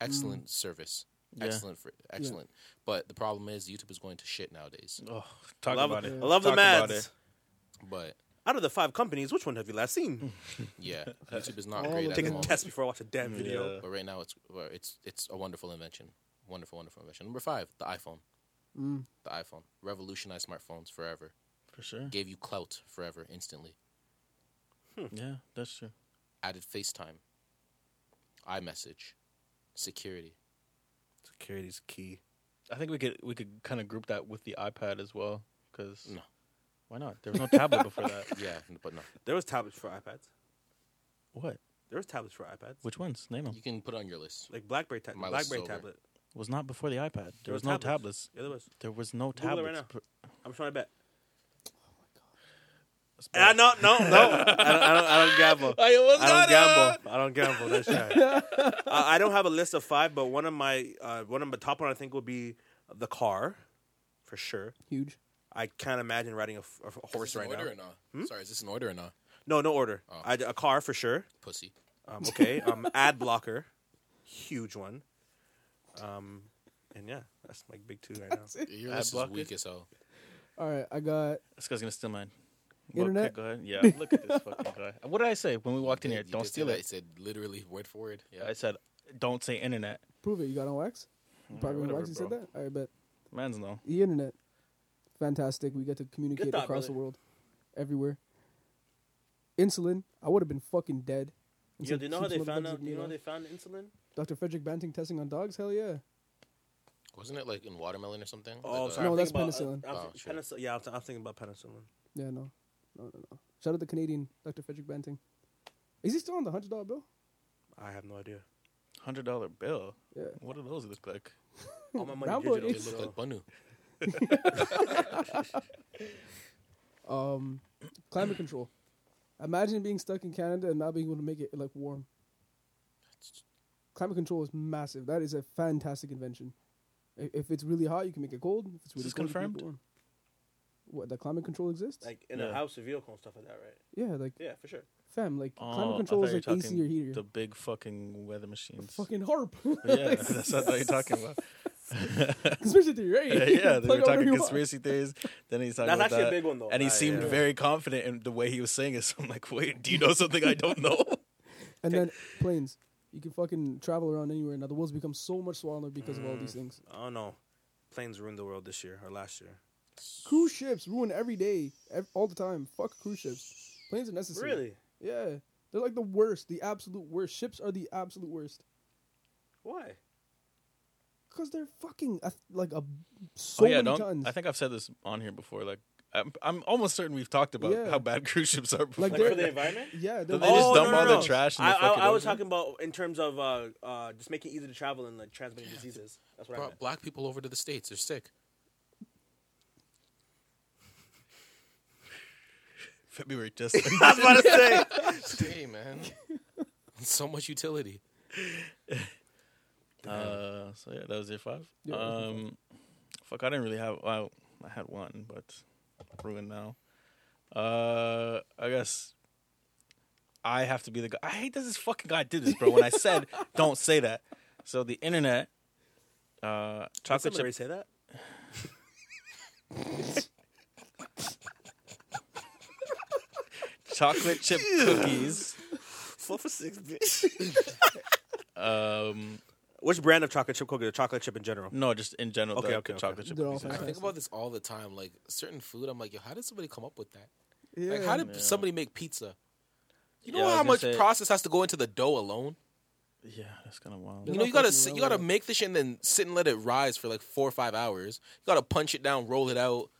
Speaker 5: Excellent service.
Speaker 3: Yeah.
Speaker 5: Excellent, fri- excellent. But the problem is, YouTube is going to shit nowadays.
Speaker 3: Oh, talk
Speaker 4: love,
Speaker 3: about it.
Speaker 4: I love the
Speaker 3: Talk about
Speaker 4: ads.
Speaker 3: it.
Speaker 5: But
Speaker 4: Out of the five companies, which one have you last seen?
Speaker 5: yeah, YouTube is not
Speaker 6: All
Speaker 5: great
Speaker 6: of
Speaker 5: at
Speaker 4: Take
Speaker 5: the
Speaker 4: a
Speaker 6: them.
Speaker 5: moment.
Speaker 4: test before I watch a damn video.
Speaker 3: Yeah.
Speaker 5: But right now, it's well, it's it's a wonderful invention. Wonderful, wonderful invention. Number five, the iPhone.
Speaker 6: Mm.
Speaker 5: The iPhone revolutionized smartphones forever.
Speaker 3: For sure.
Speaker 5: Gave you clout forever, instantly.
Speaker 4: Hmm.
Speaker 3: Yeah, that's true.
Speaker 5: Added FaceTime, iMessage, security.
Speaker 4: Security's key.
Speaker 3: I think we could we could kind of group that with the iPad as well because
Speaker 5: No.
Speaker 3: why not? There was no tablet before that.
Speaker 5: Yeah, but no.
Speaker 4: There was tablets for iPads.
Speaker 3: What?
Speaker 4: There was tablets for iPads.
Speaker 3: Which ones? Name them.
Speaker 5: You can put it on your list.
Speaker 4: Like BlackBerry, ta-
Speaker 5: My list is
Speaker 4: BlackBerry
Speaker 5: over.
Speaker 4: tablet.
Speaker 3: Was not before the iPad. There was
Speaker 4: was
Speaker 3: no
Speaker 4: tablets.
Speaker 3: tablets.
Speaker 4: Yeah, there was.
Speaker 3: There was no
Speaker 4: Google it right
Speaker 3: tablets.
Speaker 4: now. I'm trying to bet.
Speaker 3: That's
Speaker 4: And I, no, no, no. I don't, I don't, I don't gamble.
Speaker 3: I almost
Speaker 4: I don't
Speaker 3: got it.
Speaker 4: gamble. I don't gamble. That's right. uh, I don't have a list of five, but one of my uh, one of my top one I think would be the car, for sure.
Speaker 6: Huge.
Speaker 4: I can't imagine riding a, f- a horse right now.
Speaker 5: order or not? Sorry, is this an order or not?
Speaker 4: No, no order.
Speaker 5: Oh.
Speaker 4: I, a car for sure.
Speaker 5: Pussy.
Speaker 4: Um, okay. Um, ad blocker, huge one. Um, and yeah, that's my big two right now.
Speaker 5: Your
Speaker 3: Ad
Speaker 5: list is
Speaker 3: blocker?
Speaker 5: weak as hell.
Speaker 6: All right, I got
Speaker 3: This guy's gonna steal mine. Well, okay,
Speaker 6: Internet?
Speaker 3: go ahead. Yeah, look at this fucking guy. What did I say when we walked in here?
Speaker 5: You
Speaker 3: Don't
Speaker 5: just
Speaker 3: steal
Speaker 5: said I
Speaker 3: it.
Speaker 5: said literally word for word. Yeah.
Speaker 3: I said, don't say internet.
Speaker 6: Prove it. You got on wax? You probably on
Speaker 3: whatever,
Speaker 6: wax you said
Speaker 3: bro.
Speaker 6: that? I bet.
Speaker 3: Man's no.
Speaker 6: The internet. Fantastic. We get to communicate
Speaker 4: Good thought,
Speaker 6: across the
Speaker 4: brother.
Speaker 6: world. Everywhere. Insulin. I would have been fucking dead.
Speaker 4: Yo, do you know how they found out? Do you know how
Speaker 6: how
Speaker 4: they found insulin?
Speaker 6: Dr. Frederick Banting testing on dogs? Hell yeah.
Speaker 5: Wasn't it like in watermelon or something?
Speaker 4: Oh,
Speaker 5: Like, uh,
Speaker 4: sorry.
Speaker 6: No,
Speaker 4: I'm thinking
Speaker 6: that's
Speaker 4: about-
Speaker 6: penicillin.
Speaker 4: uh, I'm
Speaker 5: Oh,
Speaker 4: thi-
Speaker 5: shit.
Speaker 4: penicillin. Yeah, I'm, th- I'm thinking about penicillin.
Speaker 6: Yeah, no. No, no, no. Shout out to Canadian Dr. Frederick Banting. Is he still on the $100 bill?
Speaker 4: I have no idea.
Speaker 3: Hundred dollar bill.
Speaker 6: Yeah.
Speaker 3: What do those look like?
Speaker 4: All my
Speaker 6: That
Speaker 4: money
Speaker 6: boy
Speaker 5: uh,
Speaker 4: digital.
Speaker 5: It looked like
Speaker 4: so-
Speaker 5: Bunu.
Speaker 6: Um, climate control. Imagine being stuck in Canada and not being able to make it like warm. Climate control is massive. That is a fantastic invention. I- If it's really hot, you can make it cold. If it's really
Speaker 3: this
Speaker 6: cold, you can make
Speaker 3: confirmed?
Speaker 6: it warm. What that climate control exists?
Speaker 4: Like in a
Speaker 3: Yeah.
Speaker 4: house, a vehicle, and stuff like that, right?
Speaker 6: yeah, like
Speaker 4: Yeah, for sure.
Speaker 6: fam, like
Speaker 3: Oh,
Speaker 6: climate
Speaker 3: I
Speaker 6: control
Speaker 3: thought
Speaker 6: is
Speaker 3: you
Speaker 6: like
Speaker 3: were
Speaker 6: AC or
Speaker 3: talking
Speaker 6: heater.
Speaker 3: The big fucking weather machines.
Speaker 6: Fucking harp,
Speaker 3: yeah, that's what you're talking about.
Speaker 6: conspiracy theory, right?
Speaker 3: yeah, yeah,
Speaker 6: Plug
Speaker 3: they were
Speaker 6: it whenever
Speaker 3: talking
Speaker 6: you want.
Speaker 3: conspiracy theories. Then he's talking
Speaker 4: That's
Speaker 3: about
Speaker 4: actually a
Speaker 3: that,
Speaker 4: big one, though.
Speaker 3: And he
Speaker 4: Ah,
Speaker 3: seemed
Speaker 4: yeah.
Speaker 3: very confident in the way he was saying it. So I'm like, wait, do you know something I don't know?
Speaker 6: And then planes. You can fucking travel around anywhere. Now the world's become so much smaller because of all
Speaker 3: Mm.
Speaker 6: these things.
Speaker 4: I don't know. Planes ruined the world this year or last year.
Speaker 6: Cruise ships ruin every day, ev- all the time. Fuck cruise ships. Planes are necessary.
Speaker 4: Really?
Speaker 6: Yeah. They're like the worst, the absolute worst. Ships are the absolute worst.
Speaker 4: Why?
Speaker 6: Because they're fucking uh, like a so
Speaker 3: oh yeah,
Speaker 6: many
Speaker 3: don't.
Speaker 6: tons.
Speaker 3: I think I've said this on here before. Like, I'm, I'm almost certain we've talked about
Speaker 6: Yeah.
Speaker 3: how bad cruise ships are. Before.
Speaker 6: Like,
Speaker 4: Like
Speaker 6: they're-
Speaker 4: for the environment?
Speaker 6: yeah,
Speaker 3: Do
Speaker 6: they're
Speaker 3: they just
Speaker 4: Oh,
Speaker 6: all-
Speaker 3: dump all their trash in the
Speaker 4: I, I,
Speaker 3: fucking
Speaker 4: I was
Speaker 3: ocean?
Speaker 4: talking about in terms of uh, uh, just making it easy to travel and like transmitting diseases. That's what I
Speaker 5: Brought
Speaker 4: meant.
Speaker 5: black people over to the states. They're sick.
Speaker 3: February just. I was about to say.
Speaker 5: hey man, so much utility.
Speaker 3: Uh, so yeah, that was year five.
Speaker 6: Yeah, that was
Speaker 3: um, fuck, I didn't really have. Well, I had one, but ruined now. Uh, I guess I have to be the guy. I hate that this fucking guy did this, bro. When I said don't say that, so the internet, uh,
Speaker 4: Did
Speaker 3: chocolate
Speaker 4: somebody
Speaker 3: chip.
Speaker 4: say that?
Speaker 3: chocolate chip cookies.
Speaker 4: Four for six, bitch.
Speaker 3: Um,
Speaker 4: Which brand of chocolate chip cookie? Or chocolate chip in general?
Speaker 3: no, just in general.
Speaker 4: Okay,
Speaker 3: the
Speaker 4: okay, okay.
Speaker 3: chocolate chip
Speaker 6: They're all
Speaker 3: cookies.
Speaker 5: I think
Speaker 6: Fantastic.
Speaker 5: about this all the time. Like certain food, I'm like, yo, how did somebody come up with that?
Speaker 6: Yeah.
Speaker 5: Like, how did
Speaker 3: Yeah.
Speaker 5: somebody make pizza? You know
Speaker 3: Yeah, I was
Speaker 5: how
Speaker 3: gonna
Speaker 5: much
Speaker 3: say-
Speaker 5: process has to go into the dough alone.
Speaker 3: Yeah, that's kind of wild.
Speaker 6: They're
Speaker 5: You know,
Speaker 6: not
Speaker 5: you gotta
Speaker 6: fucking
Speaker 5: sit, you
Speaker 6: around
Speaker 5: gotta
Speaker 6: with it.
Speaker 5: make the shit and then sit and let it rise for like four or five hours. You gotta punch it down, roll it out.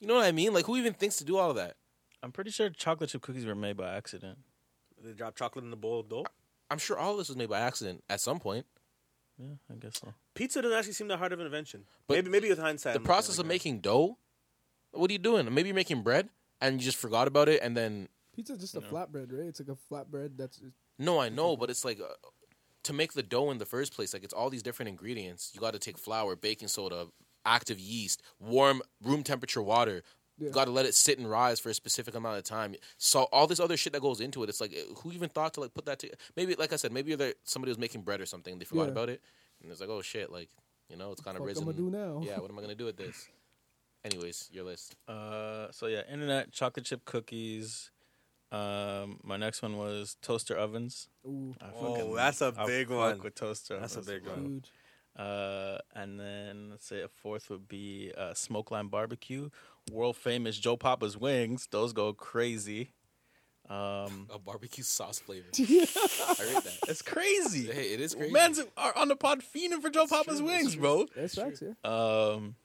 Speaker 5: You know what I mean? Like, who even thinks to do all of that?
Speaker 3: I'm pretty sure chocolate chip cookies were made by accident.
Speaker 4: They drop chocolate in the bowl of dough.
Speaker 5: I'm sure all of this was made by accident at some point.
Speaker 3: Yeah, I guess so.
Speaker 4: Pizza doesn't actually seem that hard of an invention.
Speaker 5: But
Speaker 4: maybe, maybe with hindsight.
Speaker 5: the
Speaker 4: I'm looking
Speaker 5: process of
Speaker 4: like that.
Speaker 5: making dough. What are you doing? Maybe you're making bread and you just forgot about it, and then
Speaker 6: Pizza's just a flatbread, right? It's like a flatbread that's
Speaker 5: no, I know, but it's like uh, to make the dough in the first place. Like it's all these different ingredients. You got to take flour, baking soda, active yeast, warm room temperature water.
Speaker 6: Yeah.
Speaker 5: You got to let it sit and rise for a specific amount of time. So all this other shit that goes into it, it's like eh, who even thought to like put that to? Maybe like I said, maybe there, somebody was making bread or something. and They forgot
Speaker 6: Yeah.
Speaker 5: about it, and it's like oh shit, like you know, it's kind of
Speaker 6: Fuck,
Speaker 5: risen.
Speaker 6: I'ma do now.
Speaker 5: Yeah, what am I gonna do with this? Anyways, your list.
Speaker 3: Uh, so yeah, internet chocolate chip cookies. Um, my next one was toaster ovens.
Speaker 6: ooh,
Speaker 3: I
Speaker 4: Oh, that's a
Speaker 3: I
Speaker 4: big
Speaker 3: fuck
Speaker 4: one.
Speaker 3: with toaster.
Speaker 4: That's a
Speaker 3: ovens,
Speaker 4: big
Speaker 3: bro.
Speaker 4: one.
Speaker 6: huge.
Speaker 3: Uh, and then let's say a fourth would be uh, smoke line barbecue, world famous Joe Papa's wings. Those go crazy. Um,
Speaker 5: A barbecue sauce flavor. I read that.
Speaker 3: it's crazy.
Speaker 5: Hey, it is crazy.
Speaker 3: Man's are on the pod fiending for Joe Papa's
Speaker 5: true, that's
Speaker 3: wings,
Speaker 5: true.
Speaker 3: bro.
Speaker 6: That's facts, yeah.
Speaker 3: Um,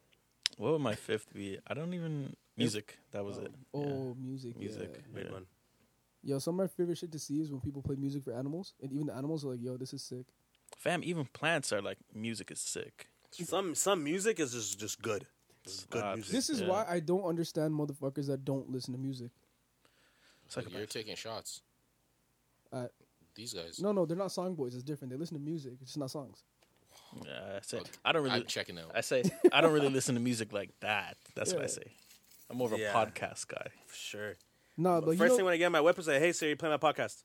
Speaker 3: what would my fifth be? I don't even music. That was it. Yeah.
Speaker 6: Oh, music.
Speaker 3: Music.
Speaker 6: yeah.
Speaker 4: Big
Speaker 3: Yeah.
Speaker 4: one.
Speaker 6: Yo, some of my favorite shit to see is when people play music for animals, and even the animals are like, "Yo, this is sick."
Speaker 3: Fam, even plants are like music is sick.
Speaker 4: Some some music is just just good. It's good
Speaker 3: Slaps.
Speaker 4: music.
Speaker 6: This is
Speaker 3: Yeah.
Speaker 6: why I don't understand motherfuckers that don't listen to music.
Speaker 3: It's like a
Speaker 5: You're taking shots.
Speaker 6: Uh,
Speaker 5: These guys.
Speaker 6: No, no, they're not song boys. It's different. They listen to music. It's just not songs.
Speaker 3: Yeah, I say I don't really.
Speaker 5: I'm checking out.
Speaker 3: I say I don't really listen to music like that. That's what I
Speaker 6: Yeah.
Speaker 3: say. I'm more of a
Speaker 4: Yeah.
Speaker 3: podcast guy.
Speaker 4: for sure.
Speaker 6: No, but
Speaker 4: First
Speaker 6: you know,
Speaker 4: thing when I get my weapon, say, "Hey Siri, play my podcast."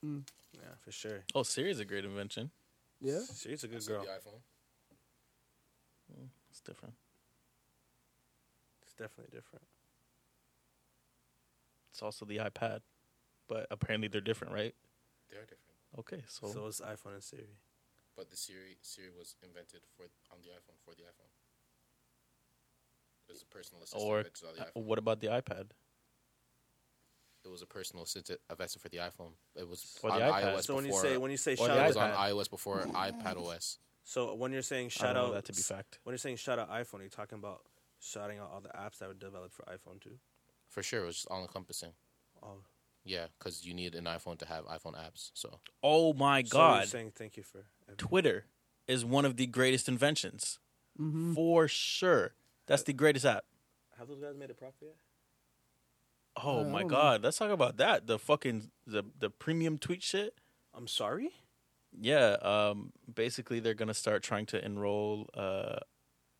Speaker 4: Yeah, for sure.
Speaker 3: Oh, Siri is a great invention.
Speaker 6: yeah,
Speaker 4: Siri's a good
Speaker 5: The
Speaker 4: girl.
Speaker 5: iPhone.
Speaker 3: It's different.
Speaker 4: It's definitely different.
Speaker 3: it's also the iPad, but apparently they're different, right?
Speaker 5: They are different,
Speaker 3: Okay, so,
Speaker 4: So it's iPhone and Siri.
Speaker 5: but the Siri Siri was invented for on the iPhone for the iPhone. It was a personal assistant
Speaker 3: or
Speaker 5: invented on the
Speaker 3: uh,
Speaker 5: iPhone.
Speaker 3: what about the iPad?
Speaker 5: It was a personal assistant invented for the iPhone. It was
Speaker 3: For the
Speaker 5: on
Speaker 3: iPad.
Speaker 5: iOS
Speaker 4: So when you
Speaker 5: before.
Speaker 4: say when you say
Speaker 3: or
Speaker 4: shout
Speaker 3: the
Speaker 5: it was
Speaker 4: out,
Speaker 5: on
Speaker 3: iPad.
Speaker 5: iOS before iPad OS.
Speaker 4: so when you're saying
Speaker 3: I
Speaker 4: shout
Speaker 3: don't know
Speaker 4: out
Speaker 3: that to be fact.
Speaker 4: when you're saying shout out iPhone, you're talking about shouting out all the apps that were developed for iPhone too.
Speaker 5: For sure, it was just all encompassing.
Speaker 4: Oh,
Speaker 5: Yeah, because you need an iPhone to have iPhone apps. So
Speaker 3: Oh my
Speaker 4: so you're
Speaker 3: God!
Speaker 4: saying thank you for. every-
Speaker 3: Twitter is one of the greatest inventions,
Speaker 6: Mm-hmm.
Speaker 3: for sure. That's the greatest app.
Speaker 4: Have those guys made a profit yet?
Speaker 3: Oh
Speaker 6: I
Speaker 3: my
Speaker 6: don't know.
Speaker 3: God! Let's talk about that. The fucking the the premium tweet shit.
Speaker 4: I'm sorry.
Speaker 3: Yeah. Um. Basically, they're gonna start trying to enroll. Uh.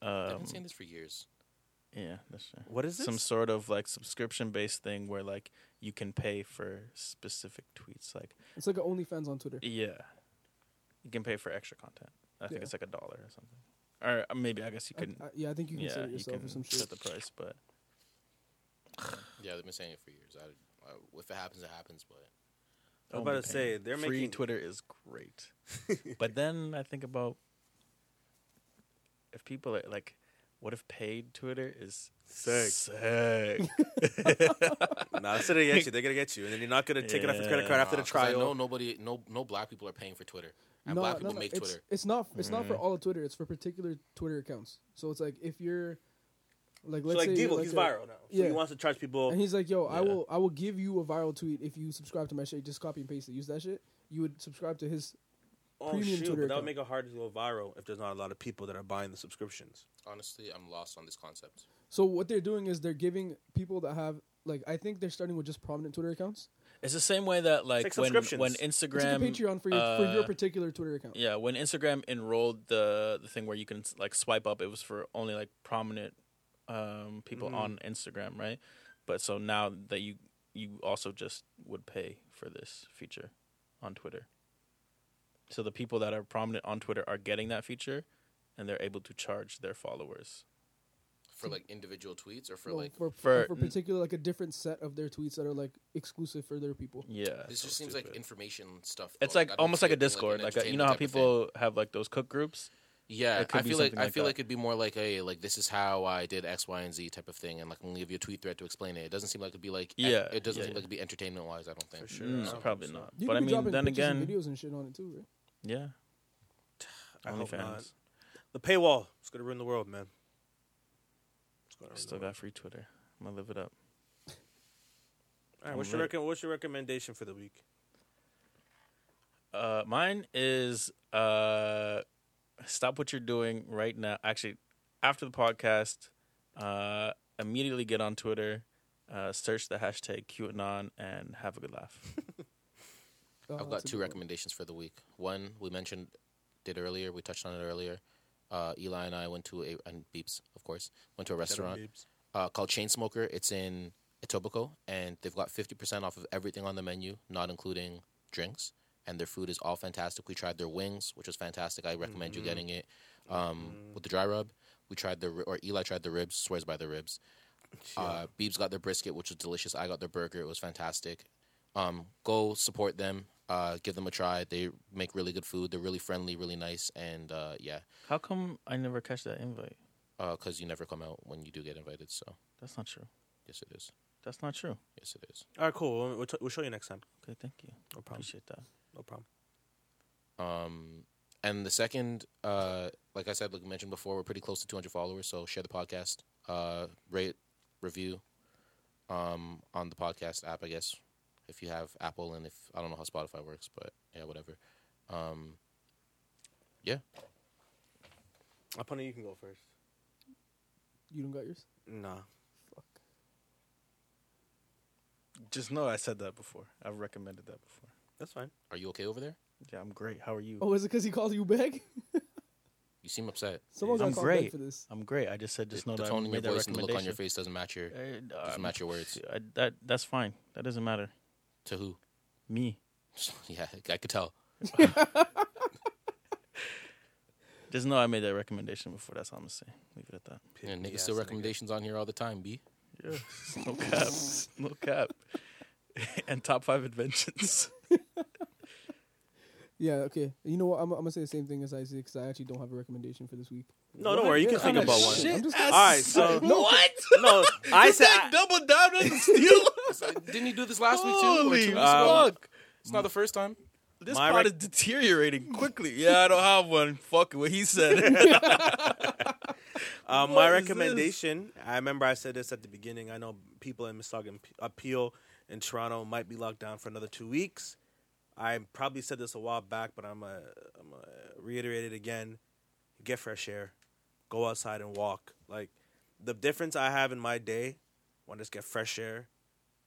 Speaker 5: I've
Speaker 3: Um,
Speaker 5: been saying this for years.
Speaker 3: yeah. That's right.
Speaker 4: What is this?
Speaker 3: Some sort of like subscription based thing where like you can pay for specific tweets. Like
Speaker 6: It's like a OnlyFans on Twitter.
Speaker 3: yeah, you can pay for extra content. I think
Speaker 6: Yeah.
Speaker 3: it's like a dollar or something. Or uh, maybe I guess you
Speaker 6: I-
Speaker 3: can.
Speaker 6: I- yeah, I think you can set
Speaker 3: yeah,
Speaker 6: it
Speaker 3: you
Speaker 6: yourself
Speaker 3: can
Speaker 6: or some
Speaker 3: set
Speaker 6: shit.
Speaker 3: the price, but
Speaker 5: Yeah, they've been saying it for years. I, I, if it happens, it happens. But
Speaker 4: I was about
Speaker 3: only
Speaker 4: to say
Speaker 3: paying.
Speaker 4: they're
Speaker 3: free
Speaker 4: making
Speaker 3: Twitter is great, but then I think about if people are like, what if paid Twitter is
Speaker 4: Sick.
Speaker 3: sick.
Speaker 4: Nah, so they get you. They're gonna get you, and then you're not gonna take it off your credit card after the
Speaker 5: Nah, 'cause I
Speaker 4: trial.
Speaker 5: know nobody, no, no black people are paying for Twitter, and black people make
Speaker 6: it's,
Speaker 5: Twitter.
Speaker 6: It's not. It's not
Speaker 3: Mm-hmm.
Speaker 6: for all of Twitter. It's for particular Twitter accounts. So it's like if you're, like,
Speaker 4: So
Speaker 6: let's
Speaker 4: like
Speaker 6: say,
Speaker 4: Devo,
Speaker 6: like
Speaker 4: he's
Speaker 6: a-
Speaker 4: viral now. So
Speaker 6: yeah.
Speaker 4: he wants to charge people.
Speaker 6: and he's like, "Yo, I
Speaker 3: Yeah.
Speaker 6: will, I will give you a viral tweet if you subscribe to my shit. Just copy and paste it. Use that shit. You would subscribe to his.
Speaker 4: oh
Speaker 6: premium
Speaker 4: shoot,
Speaker 6: Twitter
Speaker 4: but that would
Speaker 6: account.
Speaker 4: make it hard to go viral if there's not a lot of people that are buying the subscriptions.
Speaker 5: Honestly, I'm lost on this concept.
Speaker 6: So what they're doing is they're giving people that have like I think they're starting with just prominent Twitter accounts.
Speaker 3: It's the same way that like,
Speaker 4: like
Speaker 3: when when
Speaker 4: subscriptions. It's
Speaker 6: It's like
Speaker 3: Instagram
Speaker 6: a Patreon for your for your
Speaker 3: uh,
Speaker 6: particular Twitter account.
Speaker 3: yeah when Instagram enrolled the the thing where you can like swipe up, it was for only like prominent um, people
Speaker 6: Mm-hmm.
Speaker 3: on Instagram, right? But so now that you you also just would pay for this feature on Twitter. So the people that are prominent on Twitter are getting that feature, and they're able to charge their followers.
Speaker 5: For like individual tweets or for
Speaker 6: No,
Speaker 5: like
Speaker 6: for,
Speaker 3: for-
Speaker 6: for particular like a different set of their tweets that are like exclusive for their people.
Speaker 3: Yeah,
Speaker 5: this
Speaker 3: so
Speaker 5: just seems like
Speaker 3: stupid.
Speaker 5: information stuff. though.
Speaker 3: it's like
Speaker 5: I don't
Speaker 3: almost
Speaker 5: see
Speaker 3: like
Speaker 5: it
Speaker 3: a
Speaker 5: being,
Speaker 3: Discord,
Speaker 5: an
Speaker 3: like, a, you know how
Speaker 5: entertainment type of thing.
Speaker 3: people have like those cook groups.
Speaker 5: Yeah,
Speaker 3: it could
Speaker 5: I
Speaker 3: be
Speaker 5: feel like
Speaker 3: something
Speaker 5: I
Speaker 3: like
Speaker 5: feel
Speaker 3: that.
Speaker 5: like it'd be more like hey, like this is how I did X, Y, and Z type of thing, and like I'm gonna give you a tweet thread to explain it. It doesn't seem like it'd be like e-
Speaker 3: Yeah,
Speaker 5: it doesn't
Speaker 3: yeah,
Speaker 5: seem
Speaker 3: yeah.
Speaker 5: like it'd be entertainment wise. I don't think.
Speaker 4: sure.
Speaker 3: Mm,
Speaker 4: I don't
Speaker 3: probably
Speaker 4: think so.
Speaker 3: not.
Speaker 6: You
Speaker 3: but
Speaker 6: could
Speaker 3: I
Speaker 6: be
Speaker 3: mean,
Speaker 6: dropping
Speaker 3: then
Speaker 6: pictures and
Speaker 3: again,
Speaker 6: videos and shit on it too, right?
Speaker 3: yeah,
Speaker 4: I hope not.
Speaker 3: OnlyFans
Speaker 4: The paywall is gonna ruin the world, man. It's gonna ruin
Speaker 3: still
Speaker 4: the world.
Speaker 3: got free Twitter. I'm gonna live it up.
Speaker 4: All right, what's your recom- what's your recommendation for the week?
Speaker 3: Uh, mine is uh, stop what you're doing right now. Actually, after the podcast, uh, immediately get on Twitter, uh, search the hashtag QAnon, and have a good laugh.
Speaker 6: Uh,
Speaker 5: I've
Speaker 6: that's
Speaker 5: got
Speaker 6: a
Speaker 5: two
Speaker 6: good one.
Speaker 5: recommendations for the week. One we mentioned did earlier. We touched on it earlier. Uh, Eli and I went to a and Beeps, of course, went to a restaurant
Speaker 4: Beeps.
Speaker 5: uh, called Chainsmoker. It's in Etobicoke, and they've got fifty percent off of everything on the menu, not including drinks. And their food is all fantastic. We tried their wings, which was fantastic. I recommend you getting it um, with the dry rub. We tried the ri- or Eli tried the ribs. Swears by the ribs. Uh, Beebs got their brisket, which was delicious. I got their burger; it was fantastic. Um, go support them. Uh, give them a try. They make really good food. They're really friendly, really nice, and uh, yeah,
Speaker 3: How come I never catch that invite?
Speaker 5: because you never come out when you do get invited. So
Speaker 3: That's not true.
Speaker 5: yes, it is.
Speaker 3: That's not true.
Speaker 5: Yes, it is.
Speaker 4: All right, cool. We'll, we'll, t- we'll show you next time.
Speaker 3: Okay, thank you.
Speaker 4: No problem.
Speaker 3: Appreciate that.
Speaker 4: No problem.
Speaker 5: Um, and the second, uh, like I said, like I mentioned before, we're pretty close to 200 followers. So share the podcast, uh, rate, review, um, on the podcast app, I guess, if you have Apple, and if I don't know how Spotify works, but yeah, whatever. Um, yeah,
Speaker 4: Upon you can go first.
Speaker 6: You don't got yours?
Speaker 4: Nah.
Speaker 6: Fuck.
Speaker 3: Just know I said that before. I've recommended that before.
Speaker 4: That's fine.
Speaker 5: are you okay over there?
Speaker 3: Yeah, I'm great. How are you?
Speaker 6: Oh, is it because he called you back?
Speaker 5: You seem upset.
Speaker 6: Someone got
Speaker 3: I'm
Speaker 6: called back
Speaker 3: great.
Speaker 6: for this.
Speaker 3: I'm great. I just said just know
Speaker 5: the
Speaker 3: that
Speaker 5: tone in
Speaker 3: I
Speaker 5: your
Speaker 3: made that
Speaker 5: voice and the look on
Speaker 3: recommendation.
Speaker 5: your face doesn't match your
Speaker 3: Uh,
Speaker 5: doesn't
Speaker 3: um,
Speaker 5: match your words.
Speaker 3: I, that that's fine. That doesn't matter.
Speaker 5: To who?
Speaker 3: Me.
Speaker 5: yeah, I could tell.
Speaker 3: Just know I made that recommendation before. That's all I'm gonna say. Leave it at that.
Speaker 5: Yeah, niggas
Speaker 4: ass
Speaker 5: still
Speaker 4: nigga.
Speaker 5: recommendations on here all the time. B.
Speaker 3: Yeah. no cap. No cap. and top five inventions.
Speaker 6: Yeah, okay. You know what? I'm, I'm gonna say the same thing as Isaac because I actually don't have a recommendation for this week.
Speaker 4: No, don't worry. You can
Speaker 6: Yeah,
Speaker 4: think
Speaker 6: I'm
Speaker 4: about
Speaker 6: just-
Speaker 4: one.
Speaker 6: I'm just-
Speaker 3: All
Speaker 4: right, so-
Speaker 3: what?
Speaker 4: No, I said.
Speaker 3: That double down on the steal.
Speaker 5: Didn't you do this last week too? Or two
Speaker 3: Holy
Speaker 5: weeks ago?
Speaker 3: fuck!
Speaker 5: It's not the first time.
Speaker 3: This
Speaker 4: Uh, My
Speaker 3: part
Speaker 4: rec-
Speaker 3: is deteriorating quickly. Yeah, I don't have one. Fuck what he said.
Speaker 4: Um,
Speaker 3: What
Speaker 4: my
Speaker 3: is
Speaker 4: recommendation. I remember I said this at the beginning. I know people in Mississauga and P- uh, Peel and Toronto might be locked down for another two weeks. I probably said this a while back, but I'm gonna I'm uh, reiterate it again. Get fresh air, go outside and walk. Like the difference I have in my day when I just get fresh air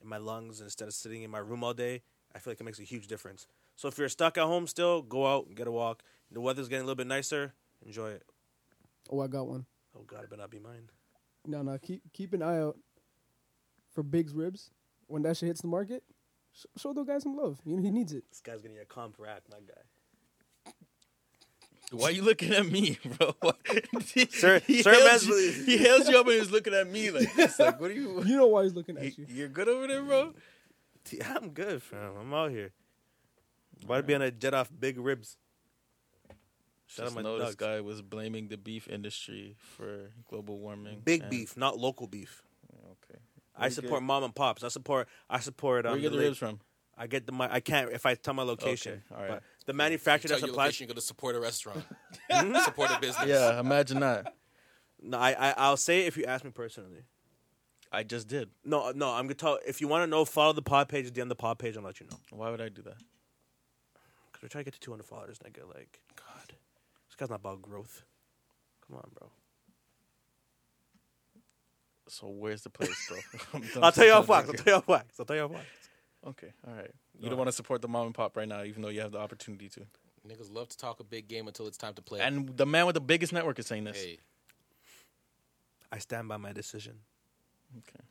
Speaker 4: in my lungs instead of sitting in my room all day, I feel like it makes a huge difference. So if you're stuck at home still, go out and get a walk. The weather's getting a little bit nicer. Enjoy it.
Speaker 6: Oh, I got one.
Speaker 4: Oh God, it better not be mine.
Speaker 6: No, no. Keep keep an eye out for Big's ribs when that shit hits the market. Sh- show the guy some love. You know, he needs it.
Speaker 4: This guy's gonna get a comp rack, my guy.
Speaker 3: Why you looking at me, bro?
Speaker 4: Sir-
Speaker 3: he,
Speaker 4: Sir
Speaker 3: hails you,
Speaker 4: Mesli.
Speaker 3: he hails you up and he's looking at me like this. Like, what are you?
Speaker 6: You know why he's looking at you.
Speaker 3: You're good over there, bro.
Speaker 4: I'm good, fam. I'm out here. Why be on a jet off big ribs? Shout out
Speaker 3: Just
Speaker 4: my
Speaker 3: know
Speaker 4: dogs.
Speaker 3: this guy was blaming the beef industry for global warming.
Speaker 4: Big
Speaker 3: and-
Speaker 4: beef, not local beef.
Speaker 3: Okay.
Speaker 4: I support mom and pops. I support. I support.
Speaker 3: Where
Speaker 4: Um,
Speaker 3: you get
Speaker 4: the
Speaker 3: the ribs
Speaker 4: la-
Speaker 3: from?
Speaker 4: I get the. My, I can't if I tell my location.
Speaker 3: Okay, all right.
Speaker 4: But the
Speaker 5: You
Speaker 4: manufacturer
Speaker 5: tell
Speaker 4: that
Speaker 5: your
Speaker 4: supplies.
Speaker 5: location you're going to support a restaurant, support a business.
Speaker 3: Yeah, imagine that.
Speaker 4: No, I, I. I'll say it if you ask me personally.
Speaker 3: I just did.
Speaker 4: No, no. I'm gonna tell. If you want to know, follow the pod page. DM the pod page. I'll let you know.
Speaker 3: Why would I do that?
Speaker 4: Cause we're trying to get to 200 followers, nigga. Like, God, this guy's not about growth. Come on, bro.
Speaker 3: So where's the place, bro? I'm done
Speaker 4: I'll tell you off
Speaker 3: sometimes,
Speaker 4: wax. I'll
Speaker 3: okay.
Speaker 4: tell you off wax. I'll tell you off wax.
Speaker 3: Okay, all right. You don't want to support the mom and pop right now, even though you have the opportunity to.
Speaker 5: Niggas love to talk a big game until it's time to play.
Speaker 3: And the man with the biggest network is saying this.
Speaker 5: hey,
Speaker 4: I stand by my decision.
Speaker 3: Okay.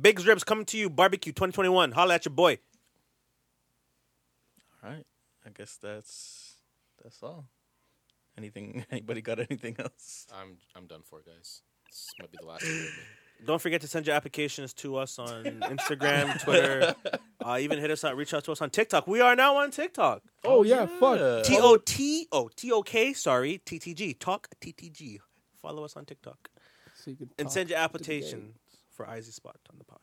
Speaker 4: Big Drips coming to you, barbecue 2021. Holla at your boy.
Speaker 3: All right. I guess that's that's all. Anything? Anybody got anything else?
Speaker 4: Uh.
Speaker 5: I'm I'm done for, guys. This might be the last. Year
Speaker 4: Don't forget to send your applications to us on Instagram, Twitter. Uh, even hit us out, reach out to us on TikTok. We are now on TikTok.
Speaker 6: Oh, yeah,
Speaker 3: yeah.
Speaker 6: fuck.
Speaker 4: T O T O T O K, sorry, T T G. Talk T T G. Follow us on TikTok.
Speaker 6: So you can
Speaker 4: And
Speaker 6: talk
Speaker 4: send your
Speaker 6: to the
Speaker 4: application for Izzy Spot on the pod.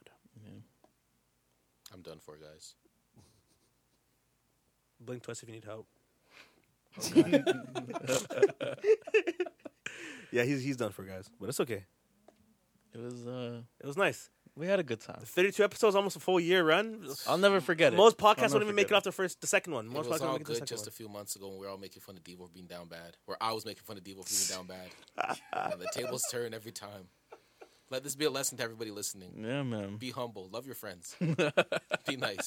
Speaker 5: I'm done for, guys.
Speaker 4: Blink twice if you need help. yeah, he's he's done for guys, but it's okay.
Speaker 3: It was. uh
Speaker 4: It was nice.
Speaker 3: We had a good time.
Speaker 4: 32 episodes, almost a full year run.
Speaker 3: I'll never forget it.
Speaker 4: Most
Speaker 3: I'll
Speaker 4: podcasts
Speaker 3: never
Speaker 4: wouldn't even make it
Speaker 3: forget
Speaker 4: off the first, the second one. Most
Speaker 5: it was
Speaker 4: podcasts
Speaker 5: all
Speaker 4: wouldn't make it to
Speaker 5: good
Speaker 4: the
Speaker 5: just a
Speaker 4: second
Speaker 5: few months ago when we were all making fun of Devo for being down bad, or I was making fun of Devo for being down bad. and the tables turn every time. Let this be a lesson to everybody listening.
Speaker 3: Yeah, man.
Speaker 5: Be humble. Love your friends. be nice.
Speaker 4: one.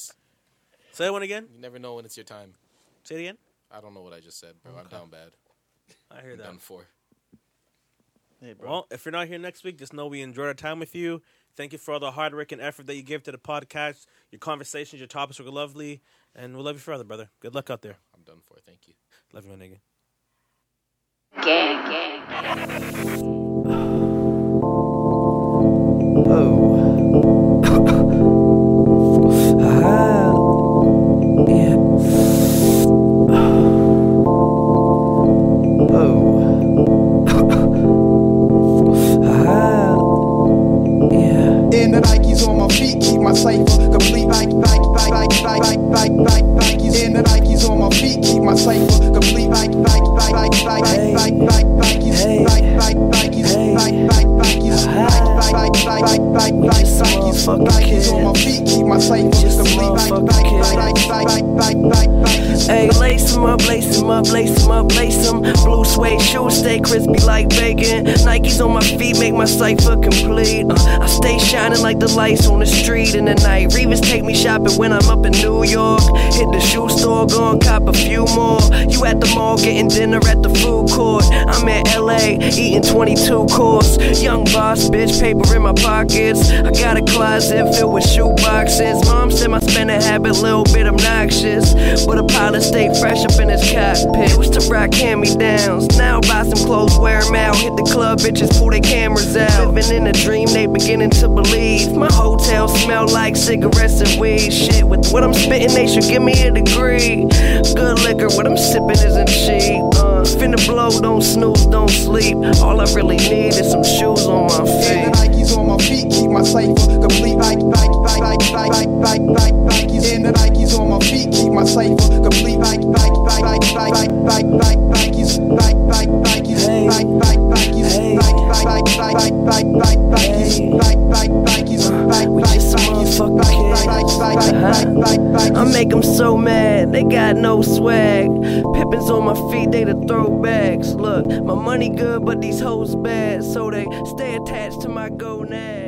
Speaker 4: Say that one again.
Speaker 5: You never know when it's your time.
Speaker 4: Say it again.
Speaker 5: I don't know what I just said, bro. I'm down bad.
Speaker 4: I hear
Speaker 5: I'm
Speaker 4: that.
Speaker 5: done for.
Speaker 3: Hey, bro.
Speaker 4: Well, if you're not here next week, just know we enjoyed our time with you. Thank you for all the hard work and effort that you give to the podcast. Your conversations, your topics were lovely, and we love you forever, brother. Good luck out there.
Speaker 5: I'm done for. Thank you.
Speaker 4: Love you, my nigga.
Speaker 1: gang, gang.
Speaker 7: In the Nikes on my feet, keep my cipher complete. Like, like, like, like, like, like, like, like, Nikes in the Nikes on my feet, keep my cipher complete. Like, like, like, like, like, like, like, like, Nikes, like, like, Nikes, like, like, Nikes, like, like, like, like, like, like, like, Nikes, Nikes on my feet, keep my cipher complete. Like, like, like, like, like, like, like, Nikes.
Speaker 8: Ayy, lace 'em up, lace 'em up, lace 'em up, lace 'em. Blue suede shoes stay crispy like bacon. Nikes on my feet make my cipher complete. Uh, I stay shining like the lights on the street in the night. Revis take me shopping when I'm up in New York. Hit the shoe store, go and cop a few more. You at the mall getting dinner at the food court. I'm in LA eating 22 course. Young boss, bitch, paper in my pockets. I got a closet filled with shoe boxes. taxes. Mom said my spending habit, little bit obnoxious. But a pilot stayed fresh up in his cockpit. Used to rock hand me downs. Now buy some clothes, wear 'em out. Hit the club, bitches pull their cameras out. Living in a dream, they beginning to believe. My hotel smell like cigarettes and weed. Shit, with what I'm spitting, they should give me a degree. Good liquor, what I'm sipping isn't cheap. Uh, finna blow, don't snooze, don't sleep. All I really need is some shoes on my
Speaker 7: And the
Speaker 8: feet.
Speaker 7: Nikes on my feet keep my cipher complete. Like, like, like, like, like, like, like, like, Nikes. And the Nikes on my feet keep my cipher complete. Like, like, like, like, like, like, like, like, Nikes. Like, like, Nikes. Like, like, Nikes. Like, like, like, like, like, like, like, Nikes. Like, like, Nikes. Like,
Speaker 8: We
Speaker 7: like,
Speaker 8: just
Speaker 7: Nikes.
Speaker 8: motherfucking
Speaker 7: Like, like,
Speaker 8: kids.
Speaker 7: like, like, like, like, like,
Speaker 8: I
Speaker 7: Nikes.
Speaker 8: make them so mad, they got no swag. Pippins on my feet, they the throwbacks. Look, my money good, but these hoes bad, so they stay attached to my gonads. uh,